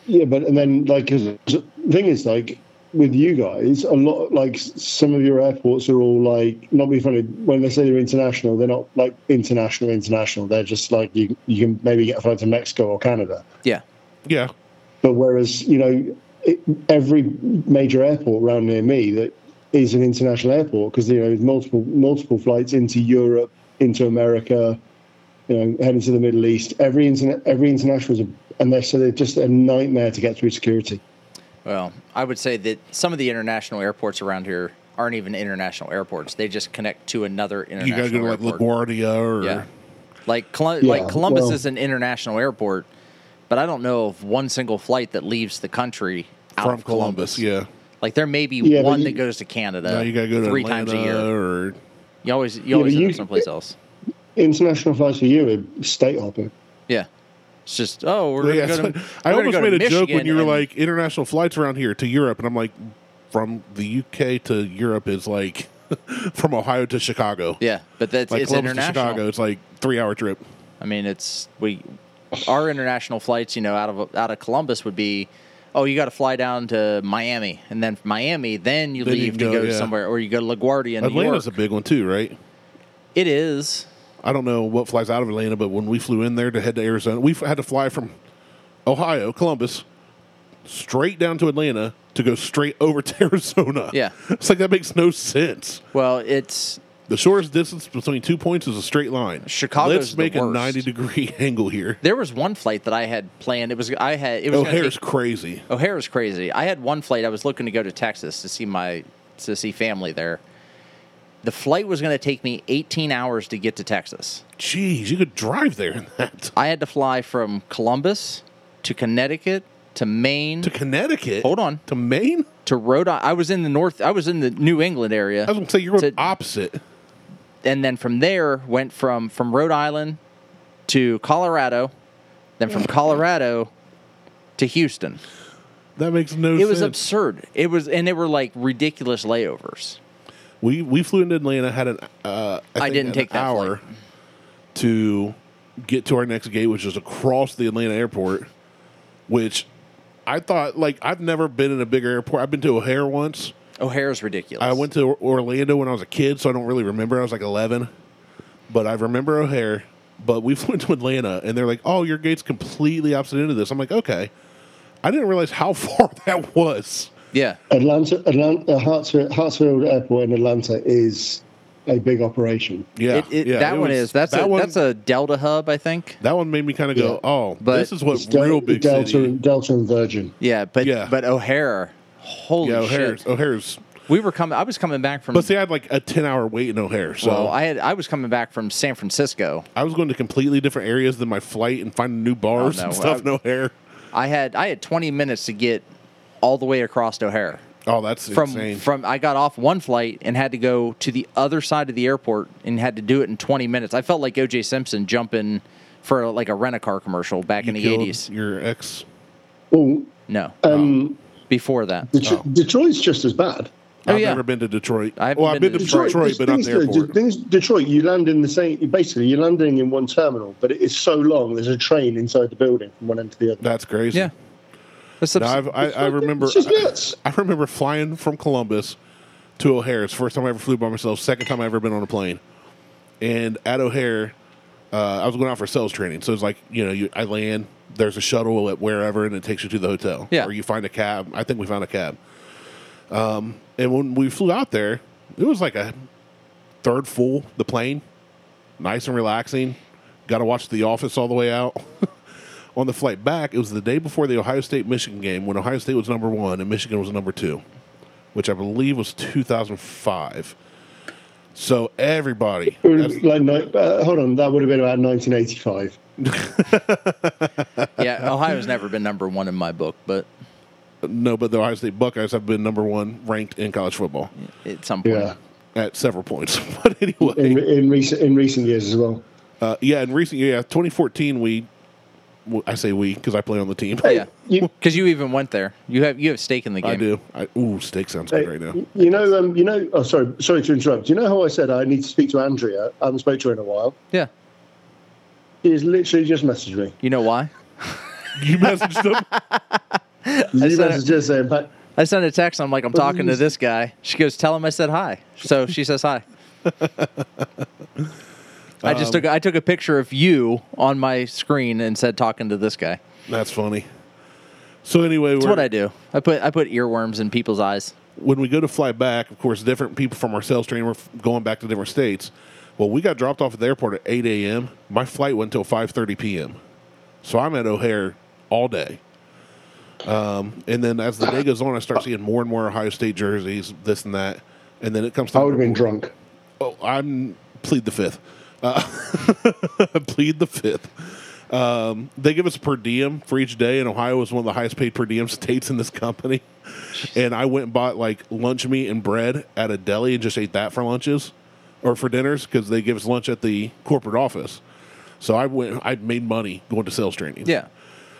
Speaker 4: Yeah, but and then like 'cause the thing is like with you guys, a lot like s- some of your airports are all like not be funny when they say they're international, they're not like international international. They're just like you you can maybe get a flight to Mexico or Canada.
Speaker 1: Yeah.
Speaker 2: Yeah,
Speaker 4: But whereas you know it, every major airport around near me that is an international airport because you know there's multiple multiple flights into Europe, into America, you know heading to the Middle East. Every internet every international is a and they're so they're just a nightmare to get through security.
Speaker 1: Well, I would say that some of the international airports around here aren't even international airports. They just connect to another
Speaker 2: you
Speaker 1: international
Speaker 2: gotta go to like
Speaker 1: airport.
Speaker 2: LaGuardia or
Speaker 1: yeah. Like Colu-
Speaker 4: Yeah,
Speaker 1: like Columbus
Speaker 4: well-
Speaker 1: is an international airport, but I don't know of one single flight that leaves the country out
Speaker 2: from
Speaker 1: of Columbus.
Speaker 2: Columbus. Yeah,
Speaker 1: Like there may be
Speaker 4: Yeah, but
Speaker 1: one
Speaker 4: you-
Speaker 1: that goes to Canada
Speaker 2: now you gotta go to
Speaker 1: three
Speaker 2: Atlanta
Speaker 1: times a year.
Speaker 2: or
Speaker 1: You always you
Speaker 4: but
Speaker 1: always end
Speaker 4: you-
Speaker 1: up someplace else.
Speaker 4: International flights for you are state hopping.
Speaker 1: Yeah. It's just oh we're
Speaker 2: Yeah,
Speaker 1: gonna go to,
Speaker 2: so I
Speaker 1: we're gonna
Speaker 2: almost
Speaker 1: go to
Speaker 2: made a joke when
Speaker 1: Michigan
Speaker 2: you were
Speaker 1: and-
Speaker 2: like international flights around here to Europe, and I'm like, from the UK to Europe is like from Ohio to Chicago.
Speaker 1: Yeah, but that's
Speaker 2: like
Speaker 1: it's
Speaker 2: Columbus to
Speaker 1: international.
Speaker 2: Chicago, it's like three hour trip.
Speaker 1: I mean, it's we our international flights, you know, out of out of Columbus would be, oh, you got to fly down to Miami, and then from Miami, then you
Speaker 2: Then you
Speaker 1: leave
Speaker 2: can
Speaker 1: to
Speaker 2: go,
Speaker 1: go,
Speaker 2: yeah.
Speaker 1: somewhere, or you go to LaGuardia in
Speaker 2: Atlanta's
Speaker 1: New York.
Speaker 2: a big one too, right?
Speaker 1: It is.
Speaker 2: I don't know what flies out of Atlanta, but when we flew in there to head to Arizona, we had to fly from Ohio, Columbus, straight down to Atlanta to go straight over to Arizona.
Speaker 1: Yeah.
Speaker 2: It's like that makes no sense.
Speaker 1: Well, it's
Speaker 2: The shortest distance between two points is a straight line.
Speaker 1: Chicago's
Speaker 2: Let's make
Speaker 1: the
Speaker 2: a
Speaker 1: worst.
Speaker 2: 90 degree angle here.
Speaker 1: there was one flight that I had planned. It was I had it was gonna
Speaker 2: O'Hare's
Speaker 1: take-
Speaker 2: crazy.
Speaker 1: O'Hara's crazy. I had one flight. I was looking to go to Texas to see my to see family there. The flight was going to take me 18 hours to get to Texas.
Speaker 2: Jeez, you could drive there in that.
Speaker 1: I had to fly from Columbus to Connecticut to Maine
Speaker 2: To Connecticut.
Speaker 1: Hold on.
Speaker 2: To Maine?
Speaker 1: to Rhode Island. I was in the north. I was in the New England
Speaker 2: I was
Speaker 1: area,
Speaker 2: going to say, you're going
Speaker 1: To-
Speaker 2: opposite.
Speaker 1: and then from there went from from Rhode Island to Colorado, then from Colorado to Houston.
Speaker 2: That makes no sense.
Speaker 1: It was absurd. It was, and they were like ridiculous layovers.
Speaker 2: We we flew into Atlanta, had an uh,
Speaker 1: I
Speaker 2: think
Speaker 1: didn't
Speaker 2: an
Speaker 1: take that
Speaker 2: hour to get to our next gate, which is across the Atlanta airport. Which I thought, like, I've never been in a bigger airport. I've been to O'Hare once.
Speaker 1: O'Hare's ridiculous.
Speaker 2: I went to Or- Orlando when I was a kid, so I don't really remember. I was like eleven, but I remember O'Hare. But we flew into Atlanta, and they're like, "Oh, your gate's completely opposite end of this." I'm like, "Okay," I didn't realize how far that was.
Speaker 1: Yeah.
Speaker 4: Atlanta, Atlanta Hartsfield, Hartsfield Airport in Atlanta is a big operation.
Speaker 2: Yeah,
Speaker 1: It- it-
Speaker 2: yeah,
Speaker 1: that
Speaker 2: it
Speaker 1: one
Speaker 2: was-
Speaker 1: is. That's
Speaker 2: that
Speaker 1: a
Speaker 2: one,
Speaker 1: that's a Delta hub, I think.
Speaker 2: that one made me kind of go,
Speaker 4: Yeah.
Speaker 2: oh,
Speaker 1: But
Speaker 2: this is what
Speaker 4: It's Del-
Speaker 2: real big
Speaker 4: Delta,
Speaker 2: city.
Speaker 4: Delta and Virgin.
Speaker 1: Yeah, but
Speaker 2: Yeah.
Speaker 1: but O'Hare, holy
Speaker 2: Yeah,
Speaker 1: shit!
Speaker 2: O'Hare's. O'Hare's.
Speaker 1: We were coming. I was coming back from.
Speaker 2: But see, I had like a ten hour wait in O'Hare, so
Speaker 1: well, I had I was coming back from San Francisco.
Speaker 2: I was going to completely different areas than my flight and finding new bars
Speaker 1: no,
Speaker 2: and stuff.
Speaker 1: I-
Speaker 2: no hair.
Speaker 1: I had I had 20 minutes to get all the way across O'Hare.
Speaker 2: Oh, that's
Speaker 1: From
Speaker 2: insane.
Speaker 1: from I got off one flight and had to go to the other side of the airport and had to do it in 20 minutes. I felt like OJ Simpson jumping for like a rent a car commercial back in the
Speaker 2: killed
Speaker 1: 80s.
Speaker 2: Your ex.
Speaker 4: Well,
Speaker 1: No,
Speaker 4: um,
Speaker 1: before that.
Speaker 4: Detro-
Speaker 2: Oh.
Speaker 4: Detroit's just as bad.
Speaker 1: Oh,
Speaker 2: I've
Speaker 1: yeah.
Speaker 2: never been to Detroit.
Speaker 1: I haven't
Speaker 2: well, I've
Speaker 1: been
Speaker 2: been
Speaker 1: to
Speaker 2: to Detroit,
Speaker 4: there's
Speaker 2: but not
Speaker 4: things
Speaker 2: the
Speaker 4: to-
Speaker 2: airport.
Speaker 4: things- Detroit, you land in the same. Basically, you're landing in one terminal, but it is so long. There's a train inside the building from one end to the other.
Speaker 2: That's crazy.
Speaker 1: Yeah. That's
Speaker 2: No, I've, I, I remember.
Speaker 4: It's just
Speaker 2: I-
Speaker 4: nuts.
Speaker 2: I remember flying from Columbus to O'Hare. It's the first time I ever flew by myself. Second time I ever been on a plane. And at O'Hare, uh, I was going out for sales training. So it's like you know, you, I land. There's a shuttle at wherever, and it takes you to the hotel.
Speaker 1: Yeah.
Speaker 2: Or you find a cab. I think we found a cab. Um, and when we flew out there, it was like a third full the plane, nice and relaxing. Got to watch The Office all the way out. On the flight back, it was the day before the Ohio State Michigan game when Ohio State was number one and Michigan was number two, which I believe was 2005. So everybody,
Speaker 4: It was like, ni- uh, hold on, that would have been about 1985.
Speaker 1: yeah, Ohio's never been number 1 in my book, but
Speaker 2: no, but the Ohio State Buckeyes have been number one ranked in college football
Speaker 1: at some point.
Speaker 4: Yeah,
Speaker 2: at several points. But anyway,
Speaker 4: in, in recent in recent years as well.
Speaker 2: Uh, yeah, in recent yeah, 2014 we, w- I say we because I play on the team.
Speaker 1: Yeah.
Speaker 4: You,
Speaker 1: Cuz you even went there. You have you have stake in the game.
Speaker 2: I do. I, ooh, steak sounds
Speaker 4: hey,
Speaker 2: good right now.
Speaker 4: you know, um, you know. Oh, sorry, sorry to interrupt. You know how I said I need to speak to Andrea. I haven't spoke to her in a while.
Speaker 1: Yeah.
Speaker 4: She has literally just messaged me.
Speaker 1: You know why?
Speaker 2: You messaged them.
Speaker 4: She
Speaker 1: said-
Speaker 4: messaged just saying, "Pa-
Speaker 1: I sent a text. I'm like, I'm talking to this guy. She goes, tell him I said hi. So she says hi. I just took I took a picture of you on my screen and said talking to this guy.
Speaker 2: That's funny. So anyway,
Speaker 1: That's
Speaker 2: we're-
Speaker 1: what I do. I put I put earworms in people's eyes.
Speaker 2: when we go to fly back, of course, different people from our sales training were f- going back to different states. Well, we got dropped off at the airport at 8 a.m. My flight went until 5:30 p.m. So I'm at O'Hare all day. Um, and then as the day goes on, I start seeing more and more Ohio State jerseys, this and that. And then it comes.
Speaker 4: I
Speaker 2: time
Speaker 4: would have
Speaker 2: to-
Speaker 4: been drunk.
Speaker 2: Oh, I'm plead the fifth. Uh, plead the fifth. Um, they give us per diem for each day, and Ohio is one of the highest paid per diem states in this company. And I went and bought like lunch meat and bread at a deli and just ate that for lunches or for dinners because they give us lunch at the corporate office. So I went, I made money going to sales training.
Speaker 1: Yeah.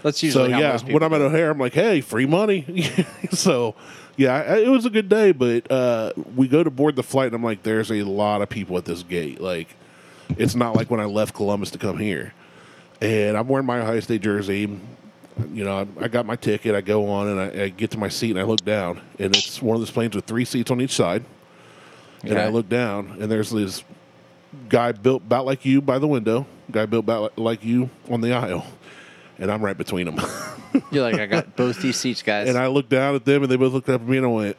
Speaker 1: That's
Speaker 2: So
Speaker 1: usually how
Speaker 2: yeah,
Speaker 1: most people
Speaker 2: when I'm at O'Hare, I'm like, hey, free money. so yeah, I- it was a good day, but uh, we go to board the flight, and I'm like, there's a lot of people at this gate. Like, it's not like when I left Columbus to come here. And I'm wearing my Ohio State jersey. You know, I, I got my ticket. I go on and I, I get to my seat and I look down, and it's one of those planes with three seats on each side. And I
Speaker 1: Okay.
Speaker 2: look down, and there's this guy built about like you by the window, guy built about like you on the aisle, and I'm right between them.
Speaker 1: You're like, I got both these seats, guys.
Speaker 2: And I looked down at them, and they both looked up at me, and I went,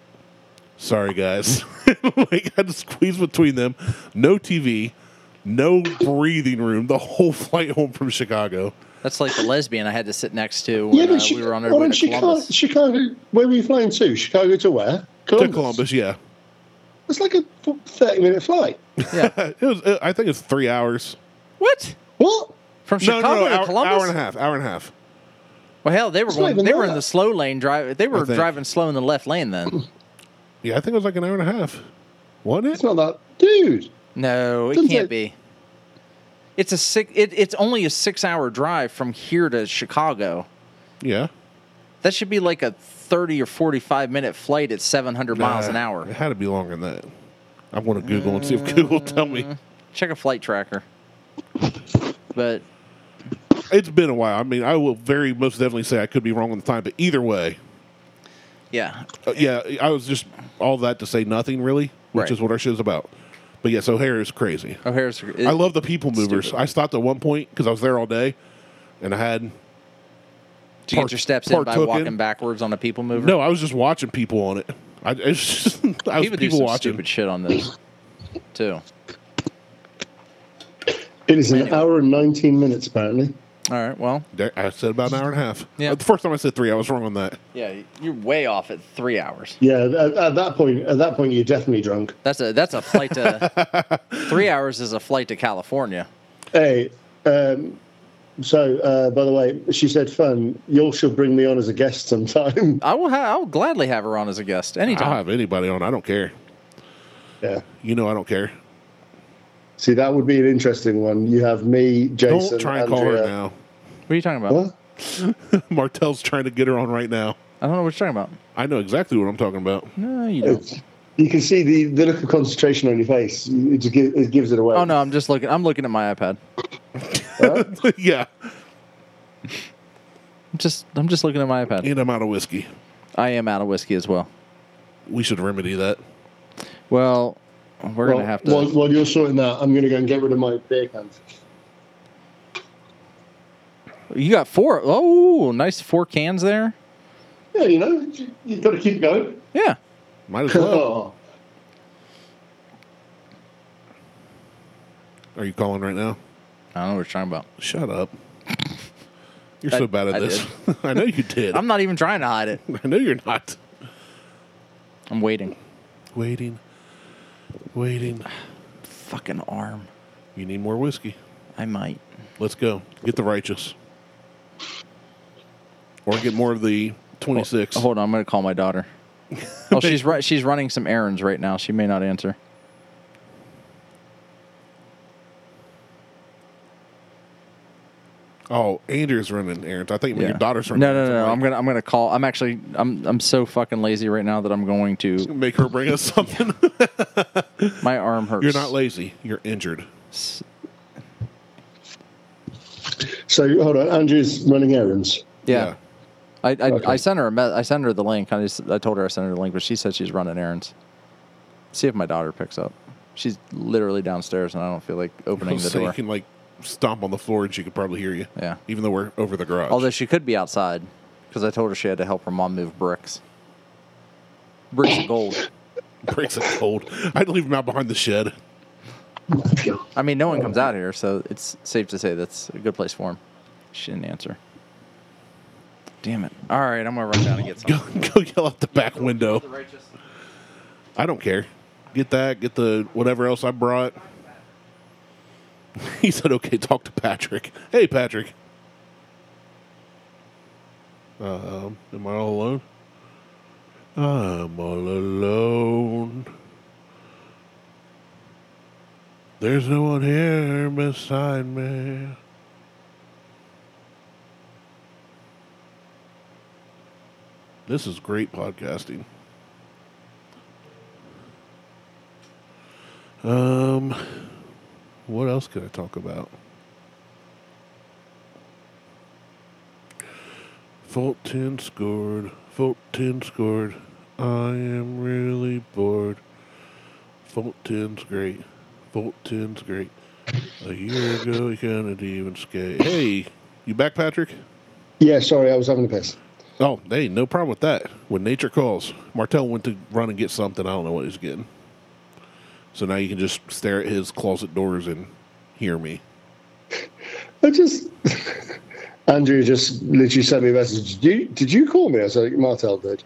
Speaker 2: "Sorry, guys." like I had to squeeze between them. No TV, no breathing room. The whole flight home from Chicago.
Speaker 1: That's like the lesbian I had to sit next to
Speaker 4: Yeah,
Speaker 1: when
Speaker 4: but
Speaker 1: uh,
Speaker 4: she,
Speaker 1: we were on our
Speaker 4: well,
Speaker 1: way
Speaker 4: in
Speaker 1: to
Speaker 4: Chicago,
Speaker 1: Columbus.
Speaker 4: Chicago, where were you flying to? Chicago to where?
Speaker 2: To Columbus, yeah.
Speaker 4: It's like a thirty-minute flight.
Speaker 2: It was. uh, I think it's three hours.
Speaker 1: What?
Speaker 4: What?
Speaker 1: From Chicago
Speaker 2: no, no, no,
Speaker 1: to
Speaker 2: hour,
Speaker 1: Columbus?
Speaker 2: hour and a half. Hour and a half.
Speaker 1: Well, hell, they were
Speaker 4: not
Speaker 1: going,
Speaker 4: even
Speaker 1: they were
Speaker 4: that.
Speaker 1: in the slow lane drive. They were
Speaker 2: think.
Speaker 1: driving slow in the left lane then.
Speaker 2: Yeah, I think it was like an hour and a half. Wasn't
Speaker 4: It's
Speaker 2: it?
Speaker 4: not that, dude.
Speaker 1: No, it
Speaker 4: Doesn't
Speaker 1: can't
Speaker 4: it-
Speaker 1: be. It's a six. It, it's only a six-hour drive from here to Chicago.
Speaker 2: Yeah.
Speaker 1: That should be like a thirty or forty-five minute flight at seven hundred miles an
Speaker 2: Nah,
Speaker 1: hour.
Speaker 2: It had to be longer than that. I'm going to Google and see if Google tell me.
Speaker 1: Mm. Check a flight tracker. But
Speaker 2: It's been a while. I mean, I will very most definitely say I could be wrong on the time, but either way,
Speaker 1: yeah,
Speaker 2: Uh, yeah, I was just all that to say nothing really, which
Speaker 1: Right.
Speaker 2: is what our show's about. But yes, O'Hare is crazy.
Speaker 1: O'Hare's.
Speaker 2: I love the people movers.
Speaker 1: stupid.
Speaker 2: I stopped at one point because I was there all day, and I had
Speaker 1: Do you get your steps in by
Speaker 2: partook
Speaker 1: walking backwards on a people mover?
Speaker 2: No, I was just watching people on it. I, it's just, I was
Speaker 1: people do
Speaker 2: people
Speaker 1: some
Speaker 2: watching.
Speaker 1: stupid shit on this too.
Speaker 4: It is an hour and 19 minutes, apparently.
Speaker 1: All right, well,
Speaker 2: Da- I said about an hour and a half.
Speaker 1: Yeah.
Speaker 2: Uh, The first time I said three, I was wrong on that.
Speaker 1: yeah, you're way off at three hours.
Speaker 4: Yeah, at, at that point, at that point, you're definitely drunk.
Speaker 1: That's a that's a flight to three hours is a flight to California.
Speaker 4: Hey, um, so uh, by the way, she said fun. Y'all should bring me on as a guest sometime.
Speaker 1: I will ha- I will gladly have her on as a guest
Speaker 2: I'll
Speaker 1: anytime.
Speaker 2: have anybody on. I don't care.
Speaker 4: yeah.
Speaker 2: You know, I don't care.
Speaker 4: See, that would be an interesting one. You have me, Jason,
Speaker 2: don't try and
Speaker 4: Andrea.
Speaker 2: call her now.
Speaker 1: What are you talking about?
Speaker 4: What?
Speaker 2: Martel's trying to get her on right now.
Speaker 1: I don't know what you're talking about.
Speaker 2: I know exactly what I'm talking about.
Speaker 1: No, you don't.
Speaker 4: It's- you can see the, the look of concentration on your face. It, just gi- it gives it away.
Speaker 1: Oh no, I'm just looking. I'm looking at my iPad.
Speaker 2: yeah,
Speaker 1: I'm just I'm just looking at my iPad.
Speaker 2: and I'm out of whiskey.
Speaker 1: I am out of whiskey as well.
Speaker 2: We should remedy that.
Speaker 1: Well, we're
Speaker 4: Well,
Speaker 1: gonna have to.
Speaker 4: While, while you're sorting that, I'm going to go and get rid of my beer cans.
Speaker 1: you got four. Oh, nice four cans there.
Speaker 4: Yeah, you know, you've got to keep going.
Speaker 1: Yeah.
Speaker 2: Might as well. Are you calling right now?
Speaker 1: I don't know what you're talking about.
Speaker 2: Shut up. You're
Speaker 1: I-
Speaker 2: so bad at
Speaker 1: I
Speaker 2: this. I know you did.
Speaker 1: I'm not even trying to hide it.
Speaker 2: I know you're not.
Speaker 1: I'm waiting.
Speaker 2: Waiting. Waiting.
Speaker 1: Fucking arm.
Speaker 2: You need more whiskey.
Speaker 1: I might.
Speaker 2: Let's go. Get the righteous. Or get more of the 26.
Speaker 1: Hold on, I'm gonna call my daughter. Oh, she's ru- she's running some errands right now. She may not answer.
Speaker 2: Oh, Andrew's running errands. I think
Speaker 1: Yeah.
Speaker 2: your daughter's running
Speaker 1: No, no,
Speaker 2: errands.
Speaker 1: no, no.
Speaker 2: like,
Speaker 1: I'm gonna I'm gonna call. I'm actually I'm I'm so fucking lazy right now that I'm going to.
Speaker 2: Make her bring us something.
Speaker 1: My arm hurts.
Speaker 2: You're not lazy. You're injured.
Speaker 4: So hold on, Andrew's running errands.
Speaker 1: Yeah. I I, I
Speaker 4: Okay.
Speaker 1: sent her a me- I sent her the link. I just, I told her I sent her the link, but she said she's running errands. See if my daughter picks up. She's literally downstairs, and I don't feel like opening the
Speaker 2: so you
Speaker 1: door.
Speaker 2: can like stomp on the floor and she could probably hear you.
Speaker 1: Yeah.
Speaker 2: Even though we're over the garage.
Speaker 1: Although she could be outside because I told her she had to help her mom move bricks. Bricks of gold.
Speaker 2: breaks a cold. I'd leave him out behind the shed.
Speaker 1: I mean, no one comes out here, so it's safe to say that's a good place for him. She didn't answer. Damn it. All right, I'm going to run down and get
Speaker 2: Go,
Speaker 1: some.
Speaker 2: go yell out the back window. I don't care. Get that. Get the whatever else I brought. He said, "Okay, talk to Patrick." Hey, Patrick. Um, am I all alone? I'm all alone. There's no one here beside me. This is great podcasting. Um, what else can I talk about? Fulton scored. Fulton scored. I am really bored. Fulton's great. Fulton's great. A year ago, he couldn't even skate. Hey, you back, Patrick?
Speaker 4: Yeah, sorry, I was having a piss.
Speaker 2: Oh, hey, no problem with that. When nature calls, Martel went to run and get something. I don't know what he's getting. So now you can just stare at his closet doors and hear me.
Speaker 4: I just Andrew just literally sent me a message. Did you did you call me? I said Martel did.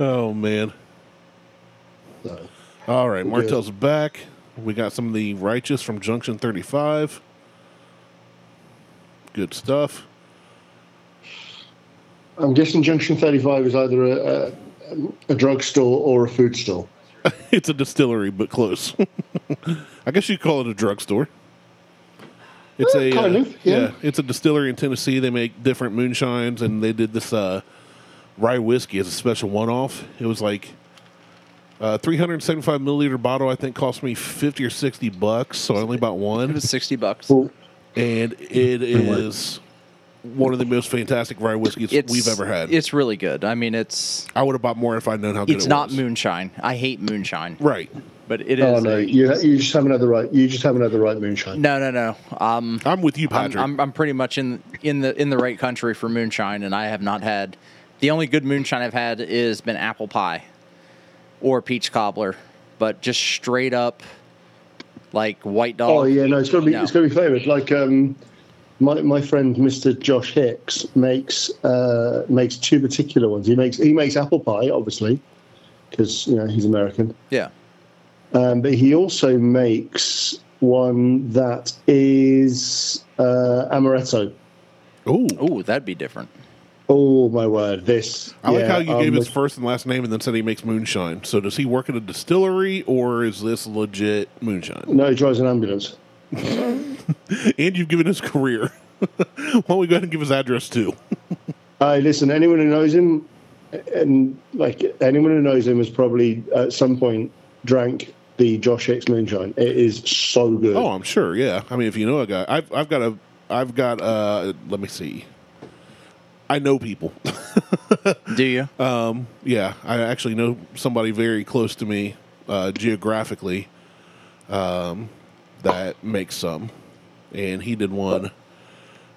Speaker 2: Oh man!
Speaker 4: So,
Speaker 2: All right, Martel's back. We got some of the righteous from Junction Thirty Five. Good stuff.
Speaker 4: I'm guessing Junction 35 is either a, a, a drugstore or a food store.
Speaker 2: It's a distillery, but close. I guess you'd call it a drugstore. It's
Speaker 1: Eh,
Speaker 2: a
Speaker 4: kind
Speaker 2: uh,
Speaker 4: of, yeah.
Speaker 2: It's a distillery in Tennessee. They make different moonshines, and they did this uh, rye whiskey as a special one-off. It was like uh, a 375 milliliter bottle. I think cost me 50 or 60 bucks, so I only bought
Speaker 1: It
Speaker 2: one,
Speaker 1: was 60 bucks.
Speaker 4: Well,
Speaker 2: and it is one of the most fantastic rye whiskeys
Speaker 1: It's,
Speaker 2: we've ever had.
Speaker 1: It's really good. I mean, it's
Speaker 2: I would have bought more if I'd known how good
Speaker 1: it's
Speaker 2: it
Speaker 1: not
Speaker 2: was.
Speaker 1: moonshine. I hate moonshine.
Speaker 2: right.
Speaker 1: But it is.
Speaker 4: Oh no,
Speaker 1: a-
Speaker 4: you you just haven't had the right you just haven't had the right moonshine.
Speaker 1: no, no, no. Um,
Speaker 2: I'm with you,
Speaker 1: I'm,
Speaker 2: Patrick.
Speaker 1: I'm I'm pretty much in in the in the right country for moonshine, and I have not had the only good moonshine I've had is been apple pie or peach cobbler, but just straight up like white dog.
Speaker 4: Oh yeah, no, it's gonna be
Speaker 1: No.
Speaker 4: it's gonna be flavoured. Like um, my my friend Mr. Josh Hicks makes uh makes two particular ones. He makes he makes apple pie, obviously, because you know he's American.
Speaker 1: yeah.
Speaker 4: Um, but he also makes one that is uh amaretto.
Speaker 2: Ooh.
Speaker 1: Oh, that'd be different.
Speaker 4: Oh my word! This
Speaker 2: I um, like
Speaker 4: yeah, um,
Speaker 2: how you
Speaker 4: I'm
Speaker 2: gave his
Speaker 4: look-
Speaker 2: first and last name and then said he makes moonshine. So does he work at a distillery or is this legit moonshine?
Speaker 4: No, he drives an ambulance.
Speaker 2: And you've given his career. Why don't we go ahead and give his address too?
Speaker 4: I Uh, listen. Anyone who knows him, and like anyone who knows him, has probably at some point drank the Josh Hicks moonshine. It is so good.
Speaker 2: Oh, I'm sure. Yeah. I mean, if you know a guy, I've I've got a I've got uh. Let me see. I know people.
Speaker 1: Do you?
Speaker 5: Uh,
Speaker 2: Um, yeah, I actually know somebody very close to me uh, geographically um, that makes some, and he did one.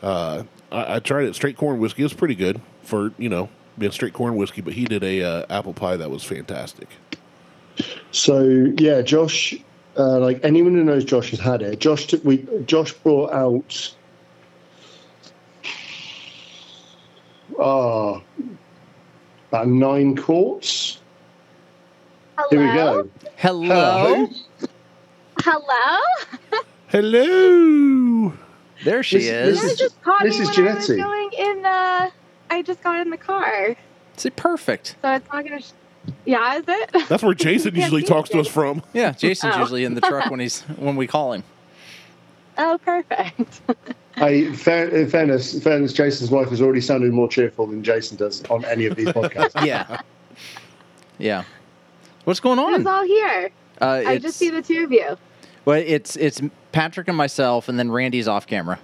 Speaker 2: Uh, I, I tried it straight corn whiskey. It was pretty good for you know being straight corn whiskey, but he did a uh, apple pie that was fantastic.
Speaker 4: So yeah, Josh. Uh, like anyone who knows Josh has had it. Josh, took- we Josh brought out. Ah, about nine quarts. Here
Speaker 5: Hello?
Speaker 4: we go. Uh,
Speaker 5: uh,
Speaker 1: Hello.
Speaker 5: Hello?
Speaker 2: Hello.
Speaker 1: There she is.
Speaker 4: This- this
Speaker 5: You guys
Speaker 4: is-
Speaker 5: just caught
Speaker 4: this
Speaker 5: me
Speaker 4: is
Speaker 5: when I was
Speaker 4: Janetti.
Speaker 5: going in the. I just got in the car,
Speaker 1: See, perfect.
Speaker 5: so it's not gonna. Sh- yeah, is it?
Speaker 2: That's where Jason
Speaker 5: Yeah,
Speaker 2: usually
Speaker 5: he
Speaker 2: talks to
Speaker 5: did.
Speaker 2: us from.
Speaker 1: Yeah, Jason's
Speaker 5: Oh.
Speaker 1: usually in the truck when he's when we call him.
Speaker 5: Oh, perfect.
Speaker 4: I, fair, in fairness, in fairness, Jason's wife has already sounded more cheerful than Jason does on any of these podcasts.
Speaker 1: Yeah. Yeah. What's going on?
Speaker 5: It's all here.
Speaker 1: Uh,
Speaker 5: I
Speaker 1: it's-
Speaker 5: just see the two of you.
Speaker 1: Well, it's it's Patrick and myself, and then Randy's off camera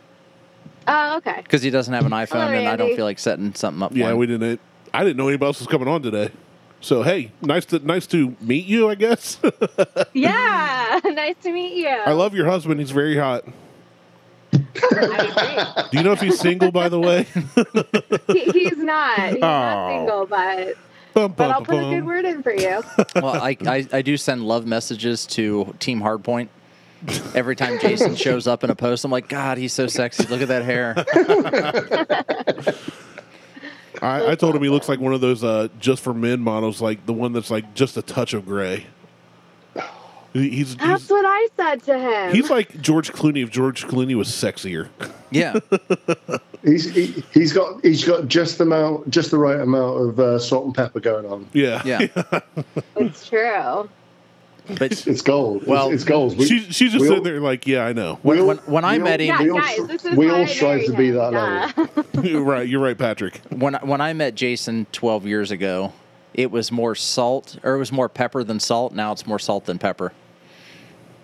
Speaker 5: Oh, okay.
Speaker 1: because he doesn't have an iPhone,
Speaker 4: Oh,
Speaker 1: and I don't
Speaker 5: Randy.
Speaker 1: feel like setting something up. for
Speaker 2: Yeah,
Speaker 1: him.
Speaker 2: we didn't. I didn't know anybody else was coming on today. So hey, nice to nice to meet you. I guess
Speaker 5: Yeah, nice to meet you.
Speaker 2: I love your husband. He's very hot.
Speaker 5: I
Speaker 2: Do you know if he's single, by the way?
Speaker 5: agree. he, he's not. He's not
Speaker 2: Oh.
Speaker 5: single, but
Speaker 2: Bum,
Speaker 5: but
Speaker 2: bum,
Speaker 5: I'll put a
Speaker 2: bum.
Speaker 5: good word in for you.
Speaker 1: well, I, I I do send love messages to Team Hardpoint. Every time Jason shows up in a post, I'm like, God, he's so sexy. Look at that hair.
Speaker 2: I, I told him he looks like one of those uh, just for men models, like the one that's like just a touch of gray. He- He's
Speaker 5: That's
Speaker 2: he's,
Speaker 5: what I said to him.
Speaker 2: he's like George Clooney if George Clooney was sexier.
Speaker 1: Yeah,
Speaker 4: He's he, he's got he's got just the amount, just the right amount of uh, salt and pepper going on.
Speaker 2: Yeah,
Speaker 1: yeah.
Speaker 5: it's true.
Speaker 1: But
Speaker 4: It's gold.
Speaker 1: Well,
Speaker 4: it's, it's gold. We,
Speaker 2: She's she's just
Speaker 4: we all-
Speaker 2: sitting there like, yeah, I know.
Speaker 1: when,
Speaker 4: We'll-
Speaker 1: when, when I
Speaker 4: we'll-
Speaker 1: met him,
Speaker 5: Yeah,
Speaker 4: We all
Speaker 5: guys,
Speaker 4: str-
Speaker 5: this is
Speaker 4: we
Speaker 5: why
Speaker 4: all
Speaker 5: I
Speaker 4: strive
Speaker 5: married
Speaker 4: to be
Speaker 5: him.
Speaker 4: that
Speaker 5: Duh.
Speaker 2: you're right. You're right, Patrick.
Speaker 1: when when I met Jason 12 years ago, it was more salt or it was more pepper than salt. Now it's more salt than pepper.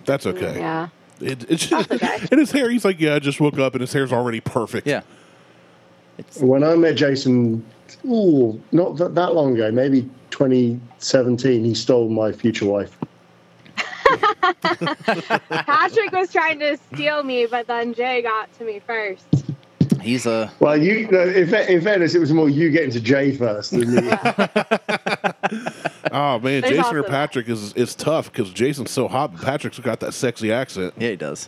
Speaker 2: That's okay.
Speaker 5: Yeah.
Speaker 2: It, it's
Speaker 5: okay.
Speaker 2: And his hair, he's like, yeah, I just woke up and his hair's already perfect.
Speaker 1: Yeah,
Speaker 4: When I met Jason, ooh, not that, that long ago, maybe 2017, he stole my future wife.
Speaker 5: Patrick was trying to steal me, but then Jay got to me first.
Speaker 1: he's a
Speaker 4: Well, you no, in, fa- in fairness, it was more you getting to Jay first than me.
Speaker 2: Oh man,
Speaker 5: There's
Speaker 2: Jason or
Speaker 5: also that.
Speaker 2: Patrick is is tough because Jason's so hot, but Patrick's got that sexy accent.
Speaker 1: yeah he does.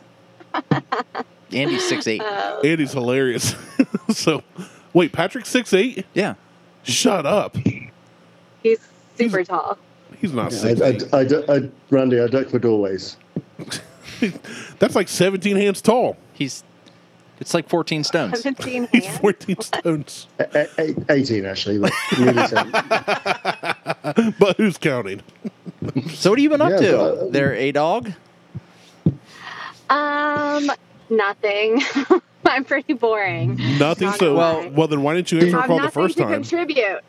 Speaker 1: Andy's six eight.
Speaker 4: Uh,
Speaker 2: And he's hilarious. so, wait, Patrick's six eight?
Speaker 1: Yeah.
Speaker 2: Shut up.
Speaker 5: He's super tall.
Speaker 2: He's not
Speaker 4: I,
Speaker 2: six
Speaker 4: I,
Speaker 2: eight.
Speaker 4: I, I- Randy, I duck my doorways.
Speaker 2: That's like seventeen hands tall.
Speaker 1: He's it's like 14 stones.
Speaker 5: 17
Speaker 2: He's
Speaker 5: hands.
Speaker 2: fourteen stones.
Speaker 4: A- a- a- 18, actually. But nearly 17.
Speaker 2: But who's counting?
Speaker 1: So what have you been up
Speaker 4: Yeah,
Speaker 1: to?
Speaker 4: but, uh,
Speaker 1: there, a dog.
Speaker 5: Um, nothing. I'm pretty boring.
Speaker 2: Nothing.
Speaker 5: Not
Speaker 2: so
Speaker 5: gonna lie.
Speaker 2: well, then why didn't you answer her
Speaker 5: Have
Speaker 2: call
Speaker 5: nothing
Speaker 2: the first
Speaker 5: to
Speaker 2: time?
Speaker 5: contribute.